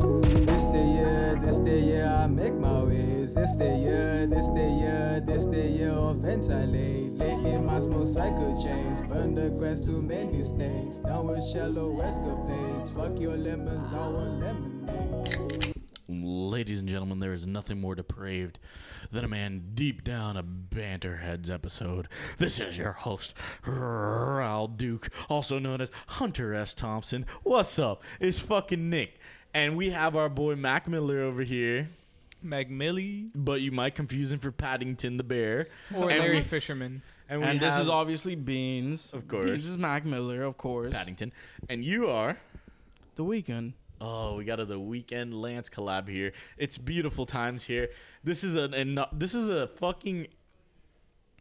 This the year, this the year I make my ways. This the year, this the year, this the year of ventilate. Lately my small cycle chains burn the grass too many snakes. Down with shallow escapades. Fuck your lemons, I want lemonade. Ladies and gentlemen, there is nothing more depraved than a man deep down a Banterheads episode. This is your host, Raul Duke, also known as Hunter S. Thompson. What's up? It's fucking Nick. And we have our boy Mac Miller over here, MacMillie but you might confuse him for Paddington the Bear. or And Larry we- Fisherman. And, we And this have is obviously Beans. Of course. Beans is Mac Miller, of course. Paddington. And you are. The Weeknd. Oh, we got a the weekend Lance collab here. It's beautiful times here. This is an, an this is a fucking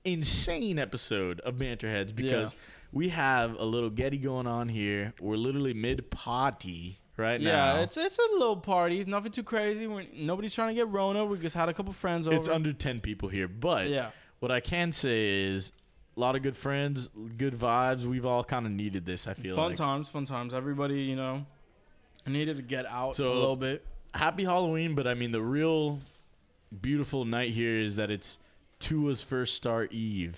insane episode of Banterheads because we have a little Getty going on here. We're literally mid potty right now. Yeah, it's it's a little party. Nothing too crazy. We're, nobody's trying to get Rona. We just had a couple friends over. it's under ten people here, but yeah. what I can say is a lot of good friends, good vibes. We've all kind of needed this. I feel Fun like. times, fun times. Everybody, you know, needed to get out So- a little bit. happy Halloween, but I mean the real beautiful night here is that it's Tua's first star eve.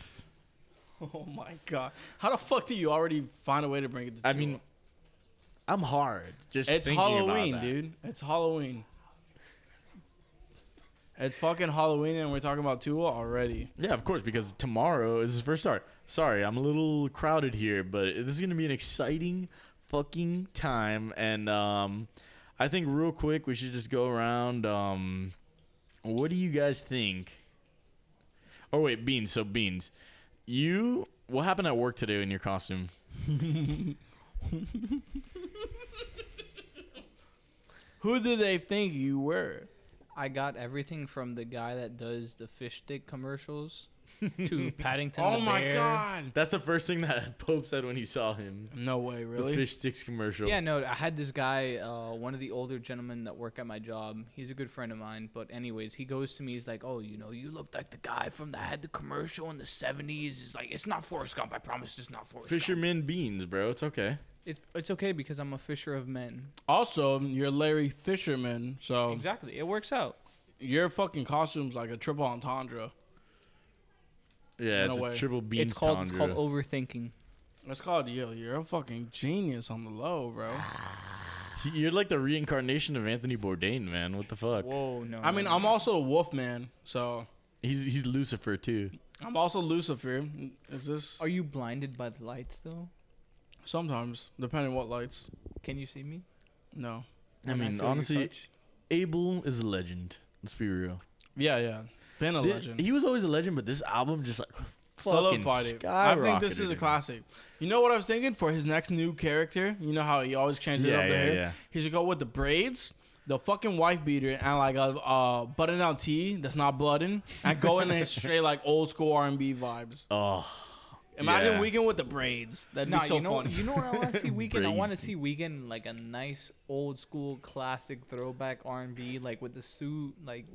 Oh my god. How the fuck do you already find a way to bring it to I two? mean, I'm hard. Just it's thinking about Halloween, that. dude. It's Halloween. It's fucking Halloween and we're talking about Tua already. Yeah, of course, because tomorrow is his first start. Sorry, I'm a little crowded here, but this is gonna be an exciting fucking time. And um, I think real quick we should just go around. Um, what do you guys think? Oh wait, beans. So beans, you. What happened at work today in your costume? Who do they think you were? I got everything from the guy that does the fish stick commercials to Paddington. Oh the my Bear. god. That's the first thing that Pope said when he saw him. No way, really? The fish sticks commercial. Yeah, no, I had this guy, uh, one of the older gentlemen that work at my job. He's a good friend of mine, but anyways, he goes to me. He's like, "Oh, you know, you look like the guy from that had the commercial in the '70s." He's like, "It's not Forrest Gump. I promise, it's not Forrest Gump." Fisherman beans, bro. It's okay. It's it's okay because I'm a fisher of men. Also, you're Larry Fisherman, so Exactly, it works out. your fucking costume's like a triple entendre. Yeah, In it's a a, way. triple beans. it's called tundra. it's called overthinking. It's called yo. You're a fucking genius on the low, bro. He- You're like the reincarnation of Anthony Bourdain, man. What the fuck? Whoa, no. I mean, I'm also a Wolfman, so He's he's Lucifer too. I'm also Lucifer. Is this Are you blinded by the lights though? sometimes depending what lights? Can you see me? No. I Can mean, feel your honestly, touch? Abel is a legend. Let's be real. Yeah, yeah. Been a Thi- legend. He was always a legend, but this album just like fucking Solidified it. I think this skyrocketed is a him. classic. You know what I was thinking for his next new character? You know how he always changes Yeah, up the yeah, hair. yeah. He should go with the braids, the fucking wife beater, and like a uh, button-down tee that's not blooding, and go in his straight like old school R and B vibes. Oh, Imagine Yeah. Weekend with the braids. That'd Nah, be so you know, funny. you know what I want to see weekend. I want to Braids. see weekend in, like a nice old school classic throwback R and B, like with the suit, like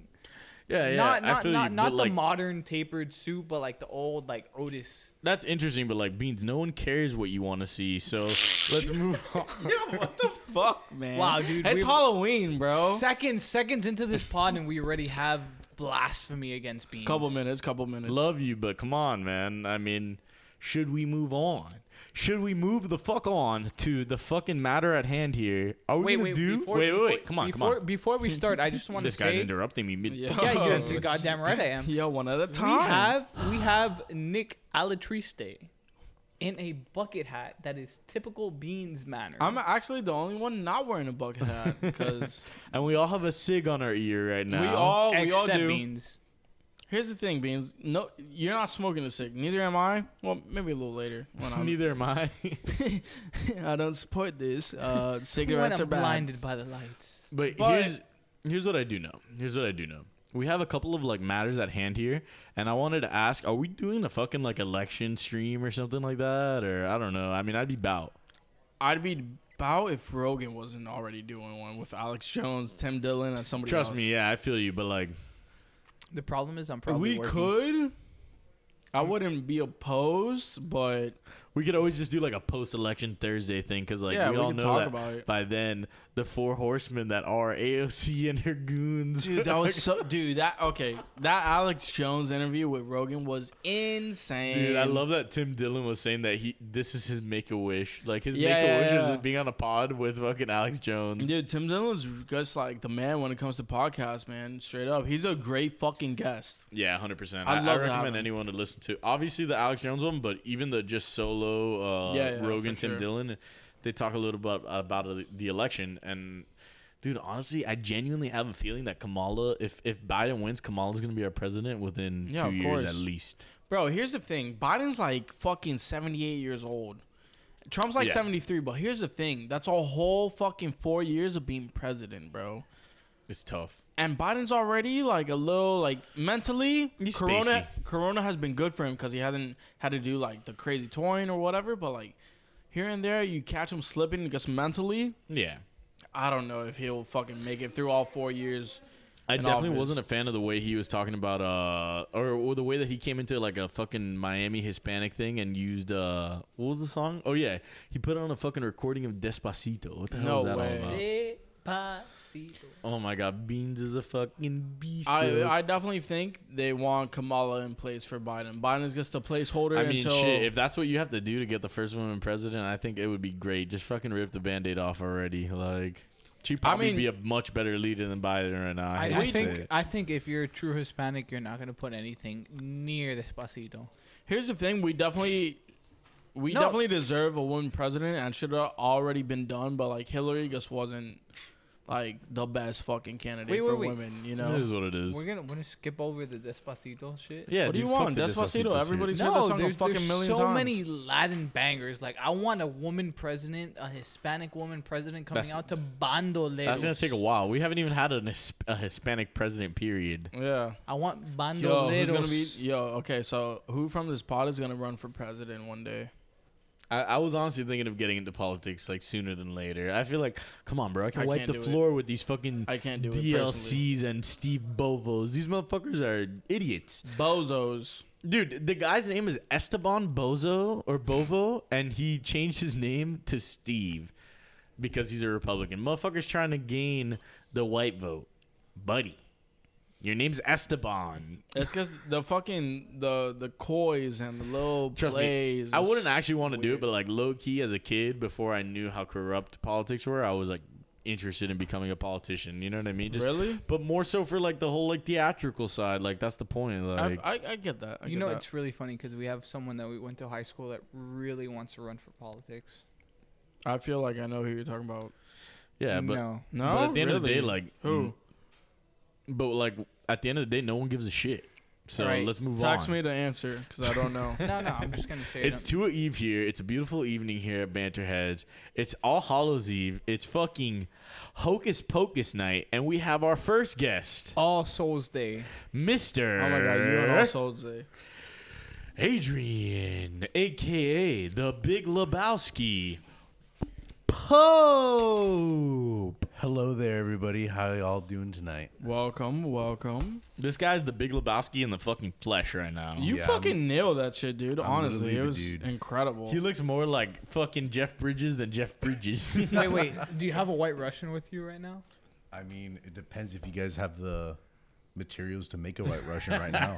yeah, yeah. not I not feel not, you, not but, the like, modern tapered suit, but like the old like Otis. That's interesting, but like beans, no one cares what you want to see. So let's move on. Yo, what the fuck, man? Wow, dude, it's we- Halloween, bro. Seconds seconds into this pod, and we already have blasphemy against beans. Couple minutes, couple minutes. Love you, but come on, man. I mean, should we move on? Should we move the fuck on to the fucking matter at hand here? Are we Wait, gonna wait, do? before, wait, wait, before- wait. Come on, before, come on. Before we start, I just want to This say, guy's interrupting me mid Yeah. yeah, you're- sentence. you're goddamn right, I am. Yo, one at a We time. have we have Nick Alatriste in a bucket hat that is typical Beans manner. I'm actually the only one not wearing a bucket hat because And we all have a cig on our ear right now. we all we all Except do. Beans. Here's the thing, Beans. No, you're not smoking a cig. Neither am I. Well, maybe a little later when I'm. Neither am I. I don't support this. Uh, When cigarettes are I'm bad. blinded by the lights. but But- here's here's what I do know. Here's what I do know. We have a couple of like matters at hand here, and I wanted to ask: Are we doing a fucking like election stream or something like that, or I don't know? I mean, I'd be bout. I'd be about if Rogan wasn't already doing one with Alex Jones, Tim Dillon, and somebody. Trust else. me, yeah, I feel you, but like, The problem is I'm probably we working. could. I wouldn't be opposed, but We could always just do like a post-election Thursday thing because like yeah, we, we, all can know talk that about it. by then the four horsemen that are AOC and her goons. Dude, that was so. Dude, that okay. That Alex Jones interview with Rogan was insane. Dude, I love that Tim Dillon was saying that he this is his make a wish. Like his Yeah, make a wish yeah, was yeah. just being on a pod with fucking Alex Jones. Dude, Tim Dillon's just like the man when it comes to podcasts, man. Straight up, he's a great fucking guest. Yeah, hundred percent. I I, I love that recommend album. anyone to listen to. Obviously the Alex Jones one, but even the just solo uh, Yeah, yeah, Rogan, for Tim sure. Dillon, they talk a little about about the- the election. And dude, honestly, I genuinely have a feeling that Kamala, if if Biden wins, Kamala's gonna be our president within Yeah, two of years course. at least. Bro, here's the thing. Biden's like fucking 78 years old. Trump's like Yeah. 73, but here's the thing. That's a whole fucking 4 years of being president, bro. It's tough. And Biden's already like a little like mentally He's corona corona has been good for him cuz he hasn't had to do like the crazy touring or whatever, but like here and there you catch him slipping because mentally, Yeah. I don't know if he'll fucking make it through all 4 years. I in definitely office. wasn't a fan of the way he was talking about, uh, or, or the way that he came into like a fucking Miami Hispanic thing and used, uh, what was the song? Oh yeah, he put on a fucking recording of Despacito. What the hell No is that way. all about? Oh my god, Beans is a fucking beast. I bro. I definitely think they want Kamala in place for Biden. Biden's just a placeholder I mean, until shit. If that's what you have to do to get the first woman president, I think it would be great. Just fucking rip the band-aid off already. Like, she'd probably mean- be a much better leader than Biden right now. I, I, hate I to say think it. I think if you're a true Hispanic, you're not gonna put anything near Despacito. Here's the thing: we definitely, we No. definitely deserve a woman president, and should have already been done. But like Hillary just wasn't like the best fucking candidate Wait, for wait, wait. women. You it know, is what it is. We're gonna we're gonna skip over the Despacito shit. yeah, What do dude, you fuck want? the Despacito, shit. everybody's- He's heard that No, song a there's, fucking there's million so times. many Latin bangers. Like I want a woman president, a Hispanic woman president coming That's- out to bandoleros. That's gonna take a while. We haven't even had an Hisp- a Hispanic president. Period. yeah. I want Yo, bandoleros. who's gonna be? Yo, okay. So who from this pod is gonna run for president one day? I, I was honestly thinking of getting into politics like sooner than later. I feel like, come on, bro, I can I wipe can't the do it. floor with these fucking I can't do it. Personally. DLCs and Steve Bovos. These motherfuckers are idiots, Bozos. dude. The guy's name is Esteban Bozo or Bovo, and he changed his name to Steve because he's a Republican. Motherfuckers trying to gain the white vote, buddy. Your name's Esteban. It's because the fucking the the coys and the little Trust plays. me, I wouldn't actually want to do weird. it, but like low key as a kid, before I knew how corrupt politics were, I was like interested in becoming a politician. You know what I mean? Just, Really? But more so for like the whole like theatrical side. Like that's the point. I, Like I, I get that. I You get know, that. it's really funny because we have someone that we went to high school that really wants to run for politics. I feel like I know who you're talking about. yeah, but no, No, Oh, but at the end of the day, Really? like who? mm, But like at the end of the day, no one gives a shit. So Right. let's move on. Text me to answer because I don't know. no, no. I'm just gonna say It's two of Eve here. It's a beautiful evening here at Banterheads. It's All Hallows Eve. It's fucking Hocus Pocus night, and we have our first guest, All Souls Day. Mister. oh my god, you and all souls day. Adrian, aka the Big Lebowski. Pope. Hello there, everybody. How y'all doing tonight? Welcome, welcome. This guy's the Big Lebowski in the fucking flesh right now. you yeah, fucking nailed that shit, dude. Honestly, literally it the was dude. incredible. he looks more like fucking Jeff Bridges than Jeff Bridges. wait, wait. Do you have a White Russian with you right now? I mean, it depends if you guys have the materials to make a white Russian right now.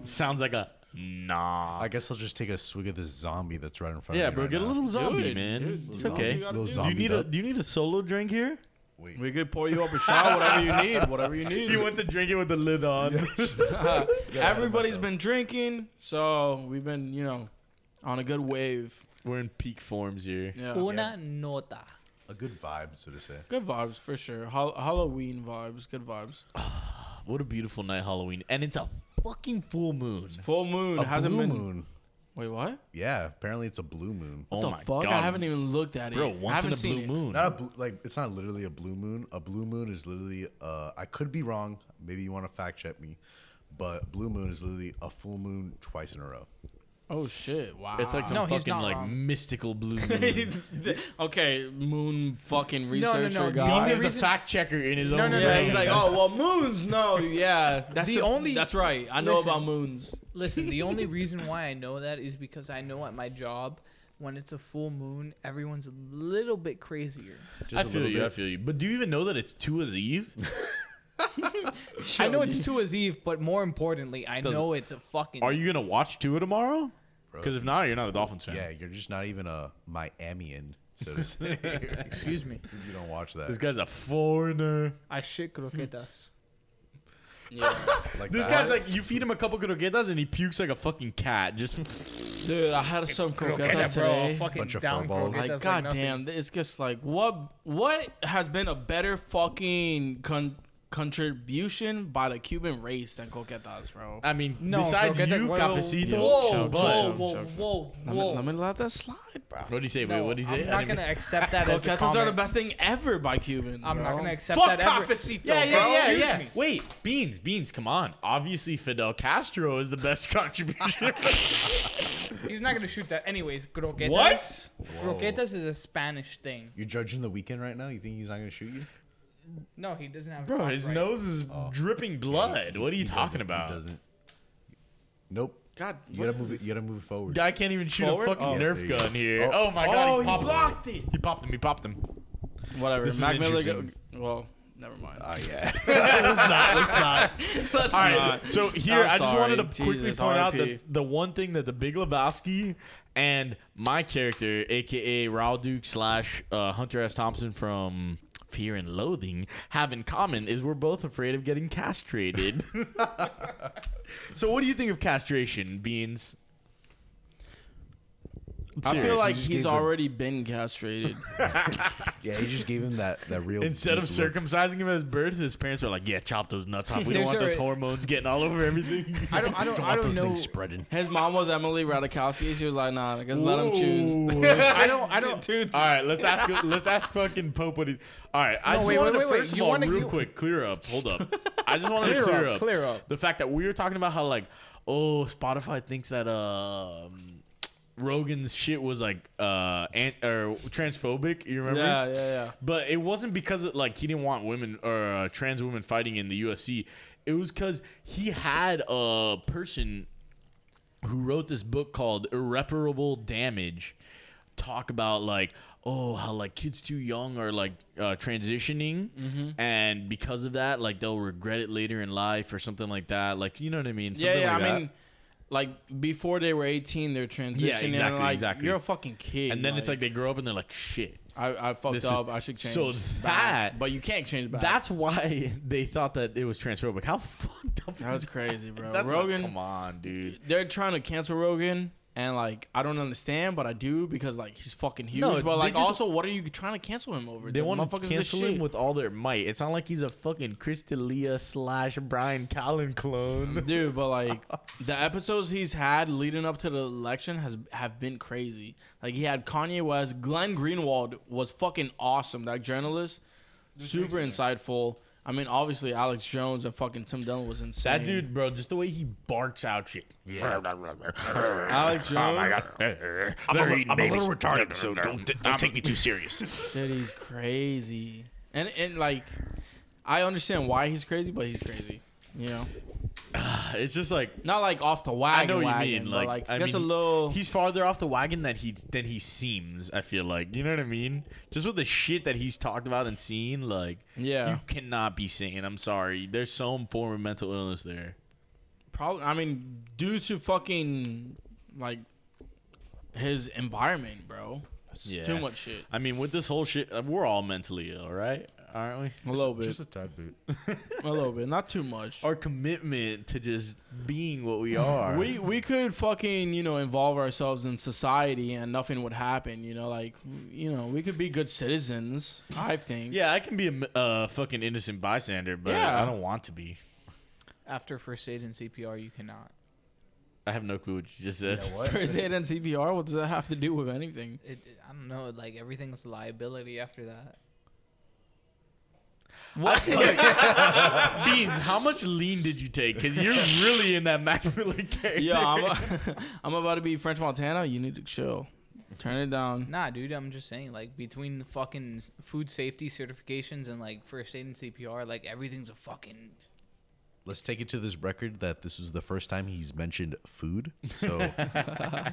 Sounds like a nah. I guess I'll just take a swig of this zombie that's right in front yeah, of me. bro, right get a now. little zombie, Dude, man. dude, it's zombie. okay. Little Do you zombie. need a Do you need a solo drink here? Wait. we could pour you up a shot, whatever you need, whatever you need. You want to drink it with the lid on. Everybody's been drinking, so we've been, you know, on a good wave. We're in peak forms here. Uh, Yeah, Una nota. a good vibe, so to say. good vibes for sure. Hal- Halloween vibes, good vibes. What a beautiful night, Halloween, and it's a fucking full moon. Full moon A hasn't blue been. moon. Wait, what? Yeah, apparently it's a blue moon. oh the my fuck? god, I haven't even looked at bro. it. I Once in haven't a seen blue it. moon. Not a blue, like it's not literally a blue moon. A blue moon is literally. Uh, I could be wrong. Maybe you want to fact check me, but blue moon is literally a full moon twice in a row. Oh shit! Wow. It's like some No, he's fucking not like wrong. mystical blue moon. okay, moon fucking no, researcher no, guy. the He's the reason- fact checker in his No, own no, no, yeah, way. he's like, oh well, moons. No, yeah, that's The only- That's right. I know Listen. about moons. Listen, the only reason why I know that is because I know at my job when it's a full moon, everyone's a little bit crazier. Just I a feel little you. I bit. feel you. But do you even know that it's Tua's Eve? I know it's Tua's Eve, but more importantly, I know it's a fucking. Are you gonna watch Tua tomorrow? Bro, Because if not, you're not a Dolphins fan. Yeah, you're just not even a Miamian, so to say. if Excuse me. you don't watch that. This guy's a foreigner. I shit croquetas. like This that. guy's like, you feed him a couple croquetas and he pukes like a fucking cat. Just Dude, I had some croquetas Croqueta, bro. today. Fucking Bunch of down fur balls. croquetas Like, like goddamn, nothing. it's just like what what has been a better fucking con- contribution by the Cuban race than croquetas, bro? I mean, No, besides croqueta- you, whoa, cafecito. Whoa, Chow, whoa, but- whoa, whoa, Let me, whoa. let me let that slide, bro. What do you say? Wait, what do you say? I'm I not didn't gonna mean- accept that as a Croquetas are the comment. best thing ever by Cubans. I'm bro. not gonna accept Fuck that ever. cafecito, Yeah, bro. yeah, yeah, Excuse yeah. me. Wait, beans, beans. Come on. Obviously, Fidel Castro is the best contribution. He's not gonna shoot that. Anyways, croquetas. What? Whoa. Croquetas is a Spanish thing. You're judging the weekend right now? You think he's not going to shoot you? No, he doesn't have. Bro, cock his right. nose is dripping blood. What are you He talking doesn't- about? He doesn't. Nope. God, You what gotta is move it. You gotta move it forward. I can't even shoot Forward? a fucking Oh. Yeah, there Nerf you go. gun here. Oh. Oh, my god, Oh, he, he popped blocked him. it. He popped him. He popped him. Whatever. This is Mac Miller. Go- interesting. well, never mind. Oh yeah. let's not. Let's not. Let's All right. not. So here, I'm I just wanted to sorry. quickly Jesus, point out RIP. that the one thing that the Big Lebowski and my character, aka Raul Duke slash uh, Hunter S. Thompson from Fear and Loathing, have in common is we're both afraid of getting castrated. so what do you think of castration, Beans? I feel Serious. like just he's gave the- already been castrated. yeah, he just gave him that that real. Instead of deep look. circumcising him at his birth, his parents were like, "Yeah, chop those nuts off. We don't There's want those a- hormones getting all over everything." I don't. I don't. Don't I want don't those know. things spreading. His mom was Emily Ratajkowski. She was like, nah, just let him choose. I don't. I don't. All right, let's ask let's ask fucking Pope what he. All right, I No, just wait, wanted wait, to wait, first you of all, wanna- real you- quick, clear up. Hold up, I just wanted to Clear clear up, up, clear up. the fact that we were talking about how like, oh, Spotify thinks that um, Rogan's shit was like uh, ant- or transphobic. You remember? Yeah, yeah, yeah. But it wasn't because of, like he didn't want women or uh, trans women fighting in the UFC. It was because he had a person who wrote this book called Irreparable Damage talk about like oh how like kids too young are like uh, transitioning Mm-hmm. and because of that like they'll regret it later in life or something like that like you know what I mean Yeah, Something yeah. like I that. mean, like before they were 18, they're transitioning. Yeah, exactly, like, exactly. You're a fucking kid. and then it's like they grow up and they're like shit I, I fucked this is- up. I should change. so back. that- but you can't change back. that's why they thought that it was transphobic how fucked up that is was crazy, bro. That's what- Rogan, come on, dude. they're trying to cancel Rogan, and like I don't understand, but I do because like he's fucking huge. No, but they like just- also, what are you trying to cancel him over? They The want to motherfucker's the cancel him shit. with all their might. It's not like he's a fucking Crystalia slash Brian Callen clone. Dude, but like the episodes he's had leading up to the election has have been crazy. Like he had Kanye West, Glenn Greenwald was fucking awesome. That journalist, super insightful. I mean, obviously Alex Jones and fucking Tim Dillon was insane. That dude, bro, just the way he barks out shit. Yeah. Alex Jones, They're I'm, a, li- eating I'm a babies. little retarded, so don't don't take me too serious. dude, he's crazy. And and like, I understand why he's crazy, but he's crazy. You know, It's just like not like off the wagon. I know what wagon, you mean. Like, but, like I just mean, a little. He's farther off the wagon than he than he seems. I feel like you know what I mean. Just with the shit that he's talked about and seen, like Yeah. you cannot be sane. I'm sorry. There's some form of mental illness there. Probably. I mean, due to fucking like his environment, bro. It's Yeah. Too much shit. I mean, with this whole shit, uh, we're all mentally ill, right? Aren't we? A little bit. a tad bit. a little bit. Not too much. our commitment to just being what we are. we we could fucking you know involve ourselves in society and nothing would happen. You know, like you know we could be good citizens. I think. yeah, I can be a m- uh, fucking innocent bystander, but Yeah. I don't want to be. After first aid and CPR, you cannot. I have no clue what you just said. First aid and CPR. What does that have to do with anything? It, it- I don't know. Like everything's liability after that. What? Beans, how much lean did you take? Because you're really in that Mac Miller character. Yeah, I'm, a, I'm about to be French Montana. You need to chill. Turn it down. Nah, dude. I'm just saying. Like between the fucking s- food safety certifications and like first aid and CPR, like everything's a fucking Let's take it to this record that this was the first time he's mentioned food. So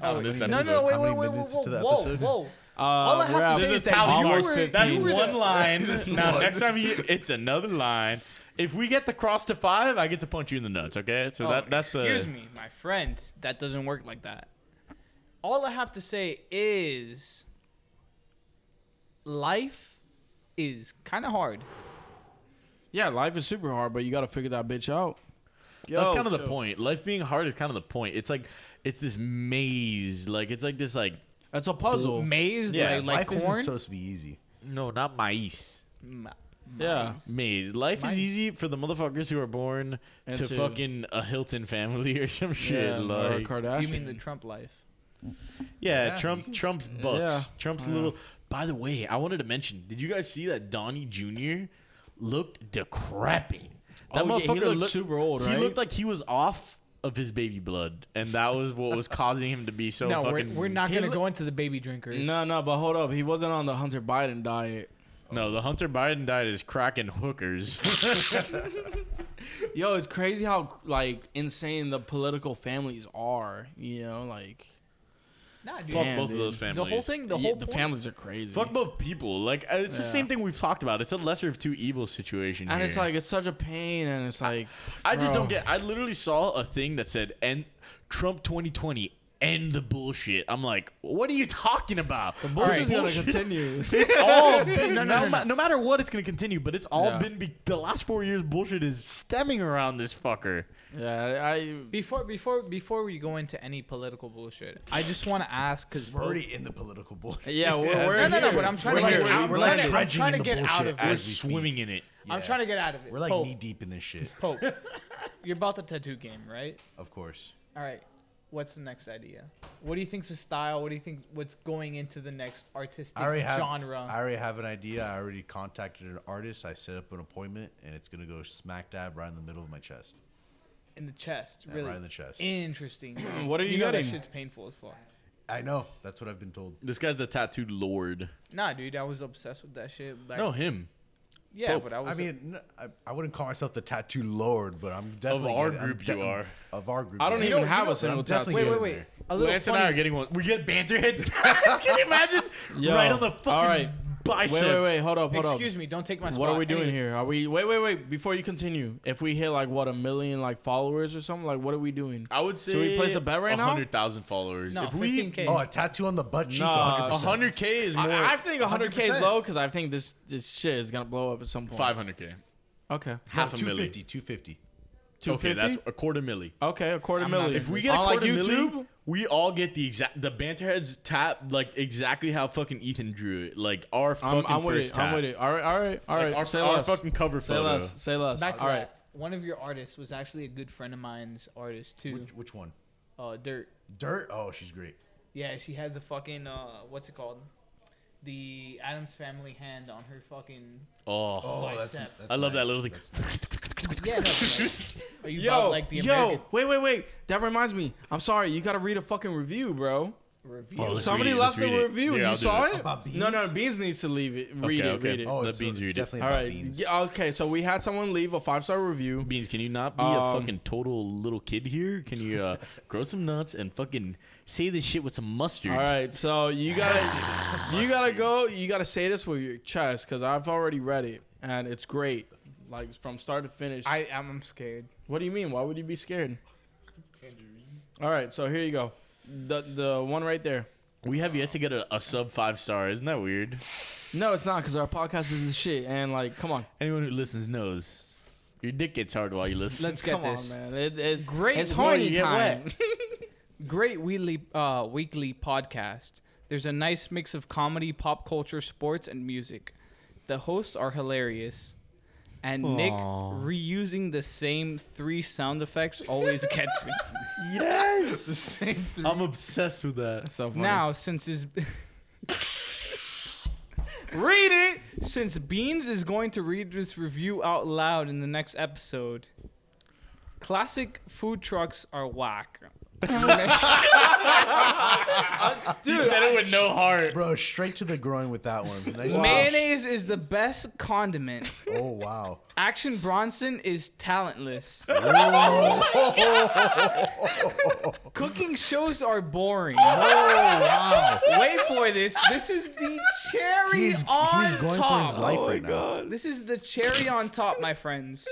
on this no, episode. no, Oh, No, no, wait, How wait, many wait, wait, minutes whoa, to the whoa, episode? whoa. Uh, All I have we're to at- say This is is that how you you Almost were- 15. That's you were one the- line. now one. next time you, it's another line. If we get the cross to five, I get to punch you in the nuts. Okay, so Oh, that that's uh, excuse me, my friend. That doesn't work like that. All I have to say is, life is kind of hard. yeah, life is super hard, but you got to figure that bitch out. that's Yo, kind of the chill. point. Life being hard is kind of the point. It's like it's this maze. Like it's like this like That's a puzzle. Mazed Yeah, like, like life isn't corn. supposed to be easy. no, not maze. Ma- Yeah. Maze. Life is easy for the motherfuckers who are born And to to- fucking a Hilton family or some shit. like or Kardashian. You mean the Trump life? Yeah, Yeah, you Trump can- Trump's bucks. Yeah. Uh-huh. Trump's little By the way, I wanted to mention, did you guys see that Donnie Jr. looked decrepit? That Oh, yeah, he looked super old, He right? looked like he was off of his baby blood, and that was what was causing him to be so no, we're, fucking. we're not He gonna look- go into the baby drinkers. No, no, but hold up. He wasn't on the Hunter Biden diet. No, the Hunter Biden diet is cracking hookers. Yo, it's crazy how like insane the political families are. You know, like Nah, dude. Fuck Damn, both of dude. those The families. the whole thing, the yeah, whole the point- families are crazy. Fuck both people. Like uh, it's the Yeah. same thing we've talked about. It's a lesser of two evils situation. and it's here. like it's such a pain, and it's like I just bro. don't get. I literally saw a thing that said "End Trump 2020." End the bullshit. I'm like, what are you talking about? The Bullshit's gonna continue. It's all been, No, no, no, no, ma- no matter what, it's gonna continue. But it's all Yeah. been be- the last four years. Bullshit is stemming around this fucker. yeah, I Before before before we go into any political bullshit, I just want to ask because We're already in the political bullshit. yeah. We're, we're no no no, here. but I'm trying We're to here. get, I'm We're trying like to- I'm dredging trying to the get out bullshit of We're as it. we swimming in it. I'm Yeah. trying to get out of it. We're like Pope, knee deep in this shit. Pope, you're about the tattoo game, right? Of course. All right. What's the next idea? What do you think's the style? What do you think? What's going into the next artistic I already have genre? I already have an idea. I already contacted an artist. I set up an appointment, and it's gonna go smack dab right in the middle of my chest. in the chest, Yeah, really. right in the chest. Interesting. What are you you know getting? That shit's painful as fuck. I know. That's what I've been told. This guy's the tattooed lord. Nah, dude, I was obsessed with that shit. Like, No, him. yeah, Pope. but I I was. mean, n- I, I wouldn't call myself the tattoo lord, but I'm definitely our getting- I'm group you are. Of our group, I don't yeah. even know- have you know- a single I'm definitely tattoo. wait, get wait, in wait. there. A little Lance and I are funny. getting one. We get banter heads. tats. Can you imagine? Yo, right on the fucking all right. bicep. Wait, wait, wait. Hold up, hold up. Excuse me, don't take my spot. What are we doing Anyways, here? Are we wait wait wait before you continue? If we hit like what a million like followers or something, like what are we doing? I would say. Should we place a bet right now? Hundred thousand followers. No, if we 15K. Oh, a tattoo on the butt cheek. Nah, 100%. 100k is more. I, I think 100k is 100%. low because I think this this shit is gonna blow up at some point. 500k. Okay. Half a million. 250, 250. Okay, 250? that's a quarter milli. Okay, a quarter I'm not million. If we get a on like quarter YouTube, milli, we all get the exact the banterheads tap like exactly how fucking Ethan drew it, like our fucking I'm, I'm with first it. tap. I'm with it. All right, all right, all Like right. our, say our less. fucking cover say photo. less. Say less. Back to all that. right. One of your artists was actually a good friend of mine's artist too. Which, which one? Uh, Dirt. Dirt. Oh, she's great. Yeah, she had the fucking uh, what's it called? The Adams Family hand on her fucking. Oh, Oh, that's, Biceps. that's I love that nice. little thing. That's- Yeah. No, but, like, are you Yo, about, like the yo, American wait, wait, wait. That reminds me. I'm sorry. You gotta read a fucking review, bro. review? Oh, Let's Somebody read it, left let's the read it. review. Yeah, I'll you do saw it. it? About No, no. beans? Beans needs to leave it. Read Okay, it. okay. Read it. Oh, Let it's, Beans it's read it. definitely All about right. beans. Yeah, okay, so we had someone leave a five star review. Beans, can you not be a Um, fucking total little kid here? Can you uh, grow some nuts and fucking say this shit with some mustard? All right, so you gotta, you gotta go. You gotta say this with your chest because I've already read it and it's great, like from start to finish. I I'm, I'm scared. what do you mean? Why would you be scared? All right, so here you go, the the one right there. We have yet to get a, a sub five star. Isn't that weird? No, it's not because our podcast is the shit and like, come on, Anyone who listens knows your dick gets hard while you listen. Let's get come this. on, man. It, it's Great It's when horny you get time. Great weekly uh, weekly podcast. There's a nice mix of comedy, pop culture, sports, and music. The hosts are hilarious, and Nick Aw. reusing the same three sound effects always gets me. yes, the same. I'm obsessed with that. so funny. Now, since his read it. since Beans is going to read this review out loud in the next episode, classic food trucks are whack. Dude, said it with no heart. Bro, straight to the groin with that one. Nice Mayonnaise is the best condiment. Oh, wow. Action Bronson is talentless. Oh. Cooking shows are boring. Oh, wow. Wait for this. This is the cherry He's, he's on going top. for his life right now. This is the cherry on top, my friends.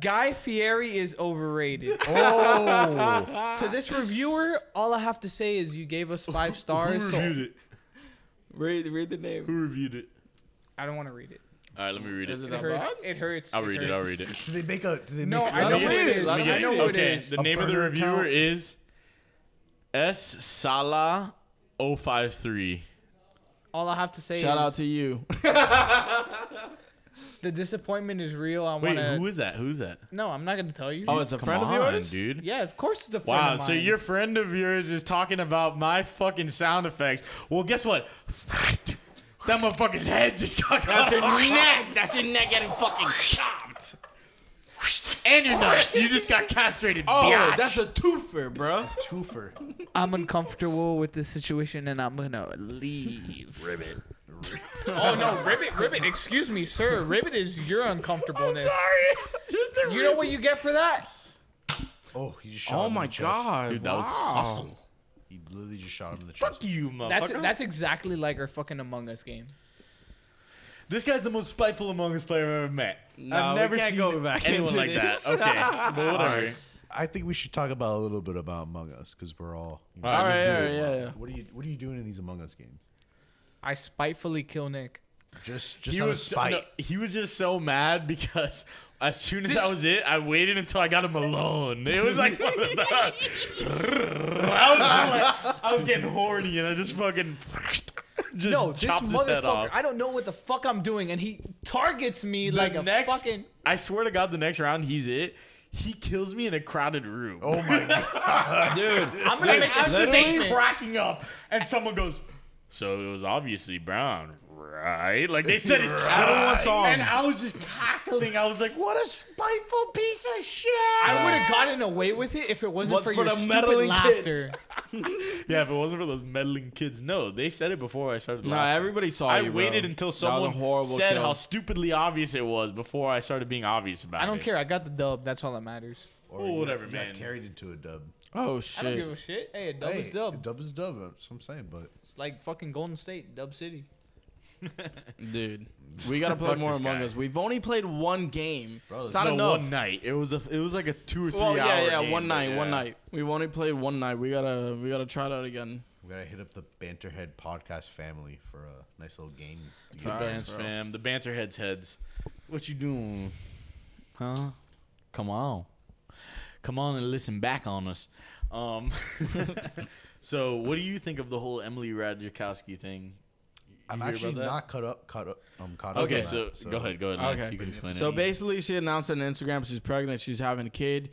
Guy Fieri is overrated. Oh. To this reviewer, all I have to say is you gave us five stars. so it? Read, read the name. Who reviewed it? I don't want to read it. All right, let me read it. Is it It that hurts. bad? It hurts. I'll read it. I'll read it. Do they make a. Do they No, make I know Let me what get it it. is. Let me I get know it. what it Okay, is. the name of the burner reviewer account. is S Sala 053. All I have to say Shout is out to you. the disappointment is real. I Wait, want to. who is that? Who's that? No, I'm not gonna tell you. Oh, it's a Come friend on, of yours, dude. yeah, of course it's a friend Wow, of so mine. your friend of yours is talking about my fucking sound effects. Well, guess what? That motherfucker's head just got That's your neck. That's your neck getting fucking chopped. And your nuts. You just got castrated. Oh, biatch. that's a twofer, bro. twofer. I'm uncomfortable with this situation and I'm gonna leave. Ribbit. oh no, Ribbit, Ribbit, excuse me, sir. Ribbit is your uncomfortableness. Just a You know what you get for that? Oh, he just shot him Oh in the my chest. god, Dude, that was wow. awesome. He literally just shot him in the chest. Fuck you, motherfucker. That's that's exactly like our fucking Among Us game. This guy's the most spiteful Among Us player I've ever met. No, I've we never can't seen go back anyone into like this. that. Okay, but whatever. Alright. I think we should talk about a little bit about Among Us because we're all. All All right, right, let's do all it. right, yeah, yeah. What are you What are you doing in these Among Us games? I spitefully kill Nick. Just just out of spite. no, he was just so mad because as soon as This- that was it, I waited until I got him alone. It was like, one of the- I, was, like I was getting horny and I just fucking just No, this chopped his head motherfucker. off. I don't know what the fuck I'm doing, and he targets me The like a next- fucking. I swear to God, the next round he's it. He kills me in a crowded room. Oh my god. dude. I'm gonna make a I'm just statement. cracking up, and someone goes. So it was obviously brown, right? Like they said, it's Everyone right." saw him. And I was just cackling. I was like, "What a spiteful piece of shit!" I would have gotten away with it if it wasn't But for, your for the stupid meddling laughter. Yeah, if it wasn't for those meddling kids, no, they said it before I started. No, laughing. everybody saw I you. bro. waited until someone that was a horrible said kill. how stupidly obvious it was before I started being obvious about it. I don't care. I got the dub. That's all that matters. Or Oh, you whatever, got, You man. got carried into a dub. Oh I don't give shit. a shit. Hey, a dub hey, is dub. Dub is dub. That's what I'm saying. But It's like fucking Golden State, Dub City. Dude, we gotta play Fuck more this Among guy. Us. We've only played one game. Bro, it's there's No, not enough. one night. It was a. It was like a two or three well, yeah, hour yeah, game, one but night, one yeah. night. We've only played one night. We gotta, we gotta try that again. we gotta hit up the Banterhead podcast family for a nice little game. The Alright, bands, bro. fam. The banter heads heads. What you doing? Huh? Come on. Come on and listen back on us. Um So what do you think of the whole Emily Ratajkowski thing? You I'm hear about actually that? not caught up. Caught up. I'm caught up. Okay, on so, that, go ahead, go ahead, Lance. Okay. You can explain So it. basically, she announced on Instagram she's pregnant. She's having a kid,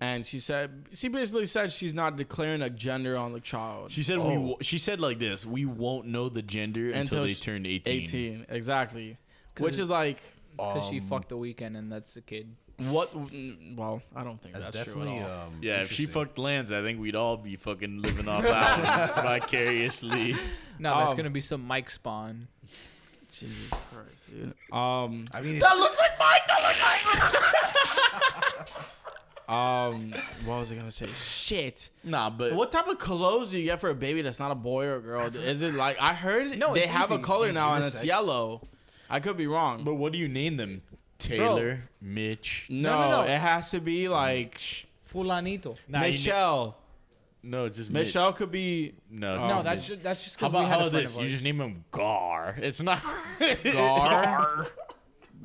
and she said she basically said she's not declaring a gender on the child. she said we. wo- She said like this: We won't know the gender until, they she- turn 18. 18, exactly. Which it- is like Because she Um, fucked the weekend, and that's a kid. what? mm, Well, I don't think That's, that's, true at definitely. all. Um, Yeah, if she interesting. fucked Lance, I think we'd all be fucking living off Alan vicariously. No, that's Um, gonna be some Mike spawn. Jesus Christ, dude. Um, I mean, it's, looks like Mike. That looks like um, what was I gonna say? Shit. Nah, but What type of clothes do you get for a baby that's not a boy or a girl? Is it like I heard No, they it's have a easy. color now and Unisex. it's yellow. I could be wrong. But what do you name them? Taylor, Mitch. no, no, no. it has to be like Fulanito. Nah, you Michelle. na- no, just Mitch. Michelle could be No, Oh, no, just that's Mitch. just, that's just How because we about had how a about friend this? of You ours. just name him Gar. It's not Gar.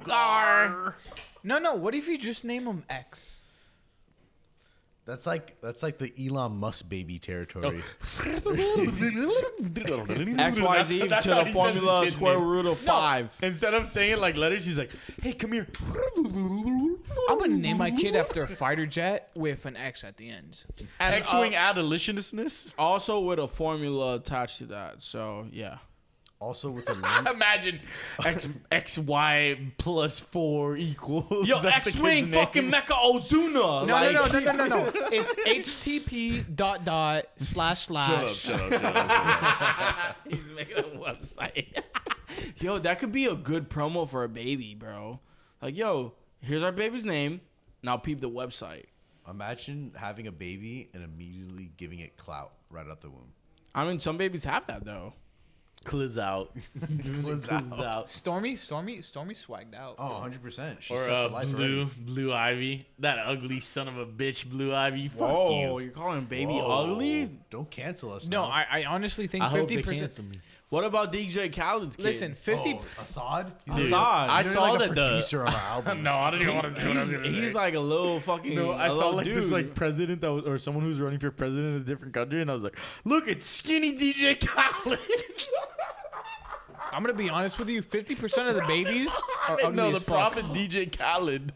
Gar. No, no. What if you just name him X? that's like that's like the Elon Musk baby territory. X Y Z to That's- that's how he the says formula his kid's square name. root of five. Instead of saying it like letters, he's like, "Hey, come here." I'm gonna name my kid after a fighter jet with an X at the end. And, X-wing uh, adolescentness. also with a formula attached to that. So yeah. Also with a link. Imagine X X Y plus four equals. Yo, that's the X kid's Wing, name. fucking Mecha Ozuna. No, like, no, no, no, no, no, no. It's HTP dot dot slash Shut up, slash. shut up, shut up, shut up. He's making a website. yo, that could be a good promo for a baby, bro. Like, yo, here's our baby's name. Now peep the website. Imagine having a baby and immediately giving it clout right out the womb. I mean, some babies have that though. Cliz out. Cliz Cliz out. out. Stormy, Stormy, Stormy swagged out. ah, Oh, 100%. She's Or set uh, for life blue, already. blue ivy. That ugly son of a bitch, blue ivy. Fuck Whoa, you. you're calling baby Whoa. ugly? Don't cancel us. No, now. I, I honestly think I hope fifty they percent. cancel me. What about DJ Khaled's kid? Listen, fifty. Oh, Assad? He's Assad. like- I he's saw like a that the- producer on our album. No, Oh, I don't even want to do what I was He's, gonna he's say. like a little fucking. No, I a saw little like dude. this like president that was, or someone who's running for president of a different country, and I was like, look at skinny DJ Khaled. I'm gonna be honest with you. Fifty percent of the babies are ugly no, the as fuck. prophet DJ Khaled.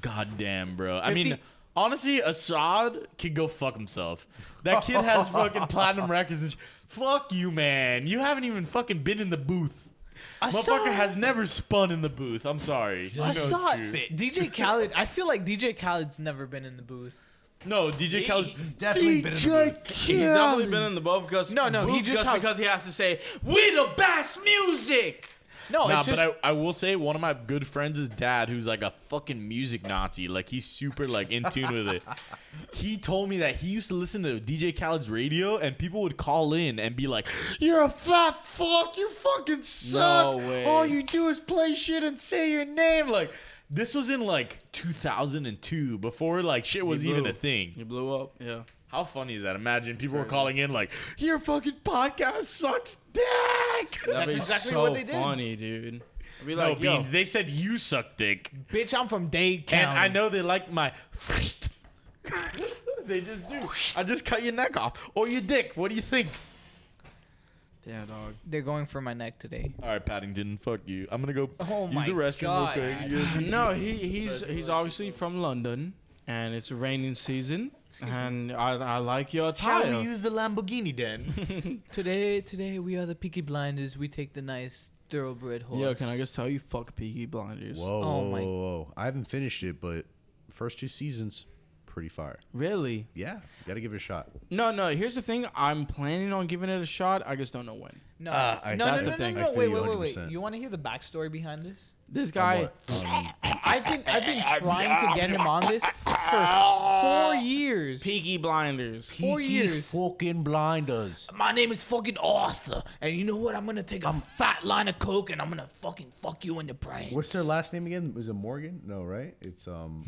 God damn, bro. I mean, 50 honestly, Assad could go fuck himself. That kid has fucking platinum records. And sh- fuck you, man. You haven't even fucking been in the booth. Motherfucker has never spun in the booth. I'm sorry. You know it's Assad, true. DJ Khaled. I feel like DJ Khaled's never been in the booth. No, DJ Khaled. He's definitely been in the booth. He's definitely been in the booth because No, no, he booth just just has- because he has to say we the best music. No, Nah, it's just. but I, I will say one of my good friends' is dad, who's like a fucking music Nazi, like he's super like in tune with it. He told me that he used to listen to DJ Khaled's radio, and people would call in and be like, "You're a fat fuck. You fucking suck. way. All you do is play shit and say your name." Like this was in like 2002, before like shit was even blew. a thing. He blew up. Yeah. How funny is that? Imagine people were calling in like, "Your fucking podcast sucks dick." That'd That's be exactly so what they did. funny, dude. I'd be No, like, yo, beans. They said you suck dick. bitch, I'm from Dade County. And I know they like my. they just do. I just cut your neck off or your dick. What do you think? damn dog. they're going for my neck today. All right, Paddington. Fuck you. I'm gonna go Oh use the my restroom God. real quick. You guys- No, he he's he's obviously from London, and it's raining season, and I I like your Shall we attire. use the Lamborghini then? Today, today we are the Peaky Blinders. We take the nice thoroughbred horse. Yo, can I just tell you, fuck Peaky Blinders. Oh Whoa, whoa, my- whoa, whoa. I haven't finished it, but first two seasons, pretty fire. Really? Yeah, you gotta give it a shot. No, no. Here's the thing. I'm planning on giving it a shot. I just don't know when. No, Ah, I- no, that's no, the no, thing. no, I no. feel Wait, you wait, wait, wait. 100%. You want to hear the backstory behind this? This guy. Um, I've been, I've been trying to get him on this for four years. Peaky Blinders. Four years. Fucking blinders. My name is fucking Arthur, and you know what? I'm gonna take a fat line of coke, and I'm gonna fucking fuck you in the brain. What's their last name again? Is it Morgan? No, right? It's um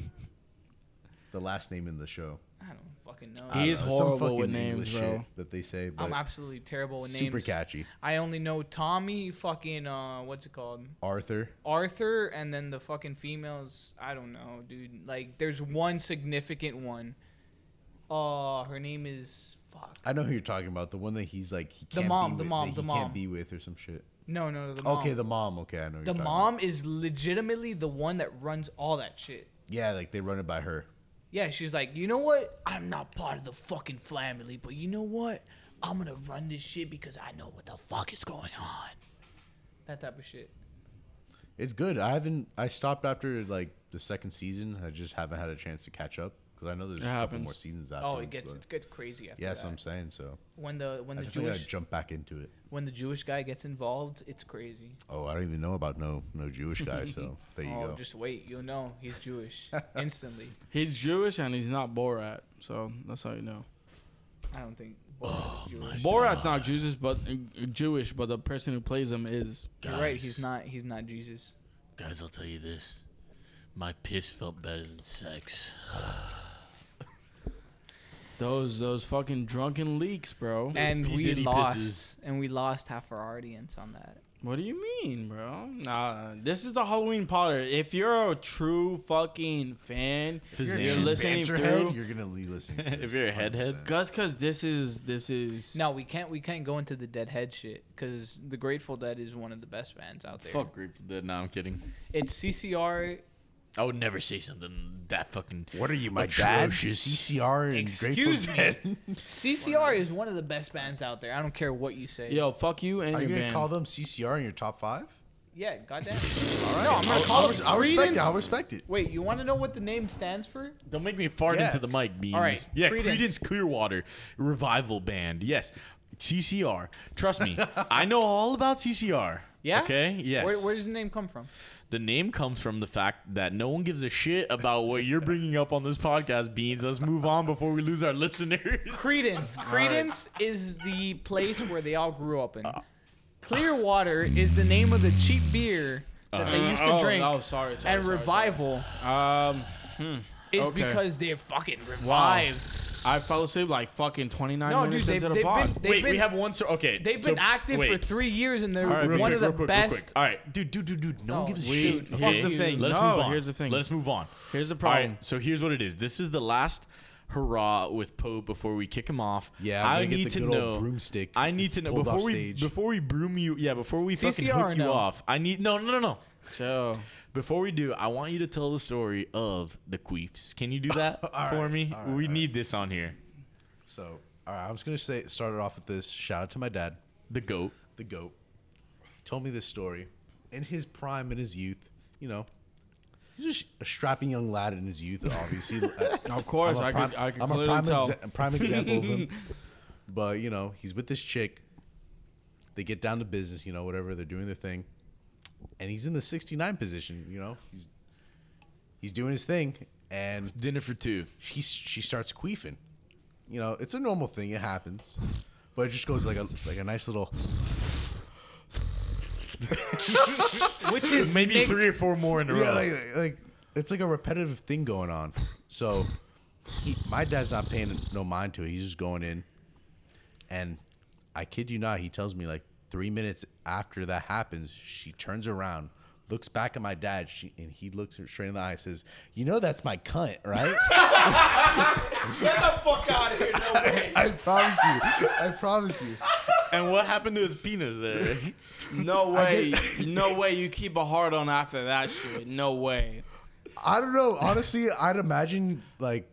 the last name in the show. I don't fucking know. I He don't is know, it's some horrible fucking with names, English bro. shit that they say, Uh, but I'm absolutely terrible with names. super catchy. I only know Tommy, fucking, uh, what's it called? Arthur. Arthur, and then the fucking females. I don't know, dude. Like, there's one significant one. Uh, her name is fuck. I know who you're talking about. The one that he's like he can't mom, be the with, mom, that the he mom. can't be with or some shit. No, no, no, the mom. Okay, the mom. Okay, I know who The you're talking mom About. is legitimately the one that runs all that shit. Yeah, like they run it by her. Yeah, she's like, you know what? I'm not part of the fucking family, but you know what? I'm gonna run this shit because I know what the fuck is going on. That type of shit. It's good. I haven't. I stopped after like the second season. I just haven't had a chance to catch up because I know there's a couple happens. more seasons after. Oh, it gets it gets crazy after Yeah, that. so I'm saying so. when the when I the just gotta Jewish jump back into it. when the Jewish guy gets involved, it's crazy. Oh, I don't even know about no no Jewish guy. So there you oh, go. just wait, you'll know he's Jewish instantly. He's Jewish and he's not Borat, so that's how you know. I don't think. Oh, Jewish. Borat's not Jewish, but uh, Jewish, but the person who plays him is. You're right. He's not. He's not Jesus. Guys, I'll tell you this. My piss felt better than sex. Those those fucking drunken leaks, bro. And P. we Diddy lost. pisses. And we lost half our audience on that. What do you mean, bro? Nah, this is the Halloween Potter. If you're a true fucking fan, if Physician. you're listening Banter through. head, you're gonna be listening. To If this, you're a head head. 100%. Gus, cause this is this is No, we can't. We can't go into the Deadhead shit because the Grateful Dead is one of the best bands out there. Fuck Grateful Dead. Nah, I'm kidding. It's CCR I would never say something that fucking. What are you, my dad? Atrocious. CCR and Excuse Grateful me. Dead. CCR is one of the best bands out there. I don't care what you say. Yo, fuck you and Are you your gonna band. call them CCR in your top five? Yeah, goddamn. No, I'm gonna call them. I respect it. I respect it. Wait, you want to know what the name stands for? Don't make me fart Yeah. into the mic, Beans. right, Yeah, Creedence. Credence. Clearwater Revival Band. Yes. CCR. Trust me. I know all about CCR. Yeah? Okay? Yes. Where, where does the name come from? The name comes from the fact that no one gives a shit about what you're bringing up on this podcast, Beans. Let's move on before we lose our listeners. Credence. Credence is the place where they all grew up in. Uh. Clearwater is the name of the cheap beer that they used to oh, drink. oh, sorry, sorry, sorry, and sorry. revival Um, is Okay. because they're fucking revived. I fell asleep like fucking 29 No, dude, minutes they've, into they've, the pod. been, they've wait, been we have one. So okay, they've so- been active for wait. three years and they're All right, real one quick, of the real quick, best. All right, dude, dude, dude, dude. No, one No, gives a we- shit. fuck here's the you. thing. Let's no, move on. here's the thing. Let's move on. here's the All problem. right, so here's what it is. This is the last hurrah with Poe before we kick him off. Yeah, I I'm gonna get need the to good know. old broomstick I need to know pulled off before we stage. before we broom you. Yeah, before we fucking CCR hook you no. off. I need no no no no. So, Before we do, I want you to tell the story of the queefs. Can you do that for All right, me? all right, we all need this on here. So, all right, I was gonna say start it off with this. Shout out to my dad, The goat. the goat. He told me this story in his prime in his youth. You know, he's just a strapping young lad in his youth, obviously. of course, I could, I could am clearly a prime, tell. exa- prime example of him. But you know, he's with this chick. They get down to business, you know, whatever they're doing their thing, and he's in the 69 position. You know, he's he's doing his thing, and Dinner for two. she she starts queefing. You know, it's a normal thing; it happens, but it just goes like a like a nice little. Which is Maybe Nick- three or four more in a row. Yeah, like, like it's like a repetitive thing going on. So, he, my dad's not paying no mind to it. He's just going in, and I kid you not, he tells me like three minutes after that happens, she turns around, looks back at my dad, she, and he looks her straight in the eye, and says, "You know that's my cunt, right?" I promise you. I promise you. and what happened to his penis there? No way. no way you keep a hard on after that shit. No way. I don't know. Honestly, I'd imagine like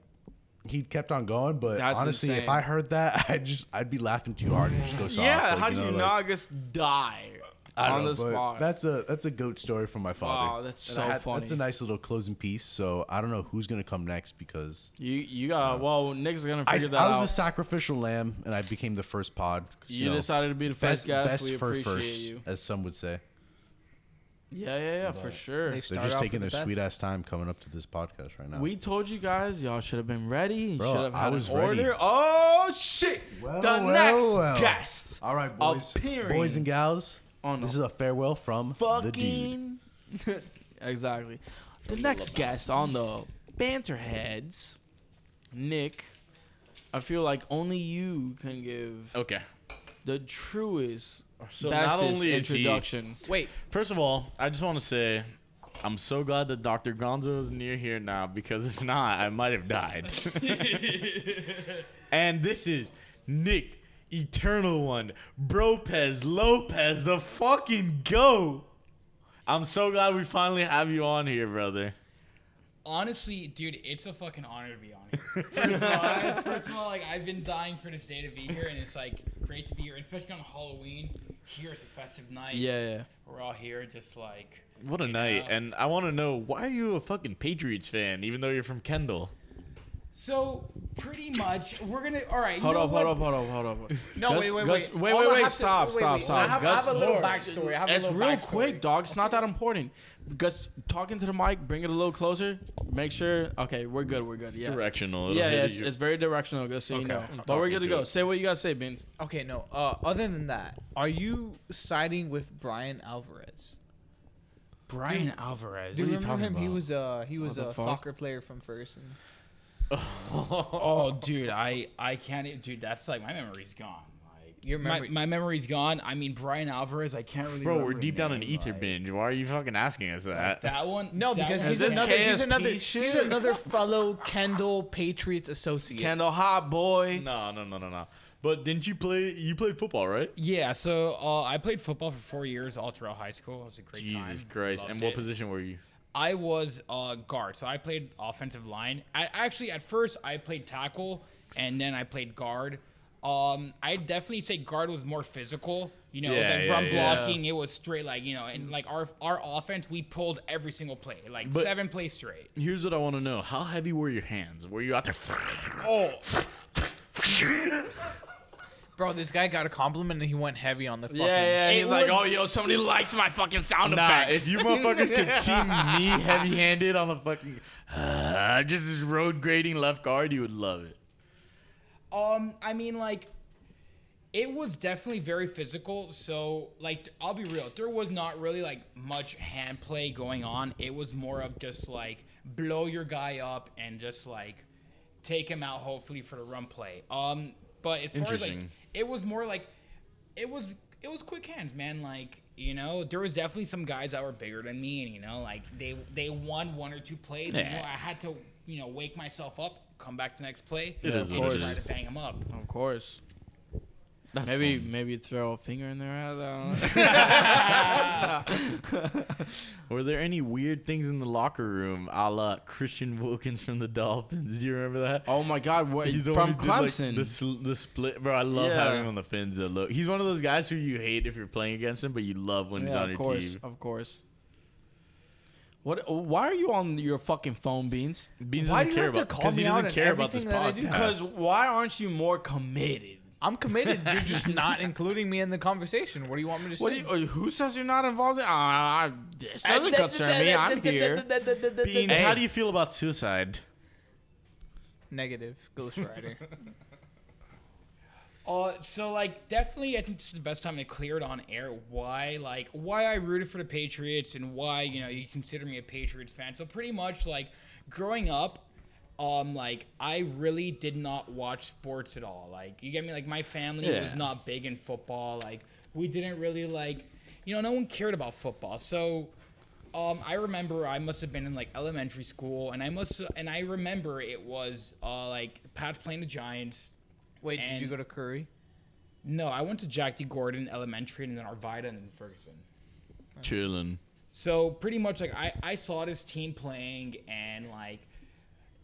he kept on going, but That's honestly, if insane. I heard that, I'd just I'd be laughing too hard and just go soft. yeah, like, how do you know, like, not just die I don't on know, the but spot? That's a that's a goat story from my father. Wow, that's And I so That's funny. a nice little closing piece. So I don't know who's gonna come next because you you got well. Nick's gonna I, I figure was that out. the sacrificial lamb and I became the first pod. 'Cause, you know, decided to be the first best guest. best we for appreciate first, you. as some would say. Yeah, yeah, yeah, for sure. They They're start just off taking their with the sweet best. ass time coming up to this podcast right now. We told you guys, y'all should have been ready. You Bro, should have I had was an ready. order. Oh shit! Well, the well, next well. guest All right, boys, Appearing. boys and gals. on This is a farewell from the dude. fucking exactly. The next guest on the banter heads, Nick. I feel like only you can give okay. the truest, So bestest not only is he- introduction. Wait, First of all, I just want to say I'm so glad that Dr. Gonzo is near here now because if not, I might have died. and this is Nick, Eternal One, Bropez Lopez, the fucking go. I'm so glad we finally have you on here, brother. Honestly, dude, it's a fucking honor to be on here. First of all, I- first of all, like I've been dying for this day to be here, and it's like great to be here, especially on Halloween. Here it's a festive night. Yeah, yeah. we're all here, just like What a night. And I want to know why are you a fucking Patriots fan even though you're from Kendall? so. Pretty much, we're gonna. All right, you Hold know up, what? hold up, hold up, hold up, hold up. no, Gus- wait, wait, Gus- wait, wait, Hold on, wait, I wait, have to- stop, wait, stop, wait. stop. I have, Gus I have a little Moore. backstory. I have It's a little real backstory. quick, dog. It's not that important. Gus, talking to the mic, bring it a little closer. Make sure. Okay, we're good. We're good. Yeah. Directional. It'll Yeah, hit yeah it's, you. it's very directional, Gus. So you Okay, know. I'm But we're talking good to to go. it. Say what you gotta say, Beans. Okay, no. Uh, other than that, are you siding with Brian Alvarez? Brian Alvarez. Do you What are you remember him? talking He about? was uh he was the a fuck? soccer player from Ferguson. Oh, dude, I I can't. e- Dude, that's like my memory's gone. Like Your my- memory- my, memory's gone. I mean, Brian Alvarez. I can't really. Bro, we're remember deep down him, in ether like- binge. Why are you fucking asking us that? That one. No, that because one- he's this another he's KSP another he's shit? another fellow Kendall Patriots associate. Kendall, hot boy. No, no, no, no, no. But didn't you play? You played football, right? Yeah, so uh, I played football for four years, all throughout high school. It was a great time. Jesus Christ! Loved And what it. position were you? I was uh, guard, so I played offensive line. I actually at first I played tackle, and then I played guard. Um, I definitely say guard was more physical. You know, Yeah, it was yeah, like run yeah. blocking. It was straight, like you know, and like our our offense, we pulled every single play, like But- seven plays straight. Here's what I want to know: How heavy were your hands? Were you out there? Oh, Bro, this guy got a compliment and he went heavy on the fucking. yeah. It He's like, was- oh, yo, somebody likes my fucking sound Nah, effects. if you motherfuckers could see me heavy-handed on the fucking, uh, just this road grading left guard, you would love it. Um, I mean, like, it was definitely very physical. So, like, I'll be real. There was not really like much hand play going on. It was more of just like blow your guy up and just like take him out, hopefully for the run play. Um, but as far as like, Interesting. it was more like it was it was quick hands, man. Like. You know, there was definitely some guys that were bigger than me, and you know, like they they won one or two plays. You know, Yeah. I had to you know wake myself up, come back to the next play, It is and what it try is. to bang him up. Of course. maybe maybe throw a finger in their ass. I don't know. Were there any weird things in the locker room, a la Christian Wilkins from the Dolphins? Do you remember that? oh my God, what, He's the one from who did, like, Clemson? the, sl- the split, bro. I love Yeah. having him on the fins. That look, he's one of those guys who you hate if you're playing against him, but you love when he's yeah, on of your course, team. of course. What? Why are you on your fucking phone, Beans? Beans Why doesn't do you care have to about call because he me out doesn't on care about this everything that I do? podcast. Because why aren't you more committed? I'm committed. You're just not including me in the conversation. What do you want me to say? What do you, uh, who says you're not involved? In, uh, this doesn't concern me. I'm here. Beans, Hey. how do you feel about suicide? Negative. Ghost Rider. Uh, so like definitely, I think this is the best time to clear it on air. Why like why I rooted for the Patriots and why you know you consider me a Patriots fan. So pretty much like growing up, um, like I really did not watch sports at all. Like you get me? Like my family was Yeah. not big in football. Like we didn't really like you know no one cared about football. So um, I remember I must have been in like elementary school, and I must and I remember it was uh like Pats playing the Giants. Wait, did you And- go to Curry? No, I went to Jack D. Gordon Elementary and then Arvida and then Ferguson. Chilling. So pretty much like I, I saw this team playing and like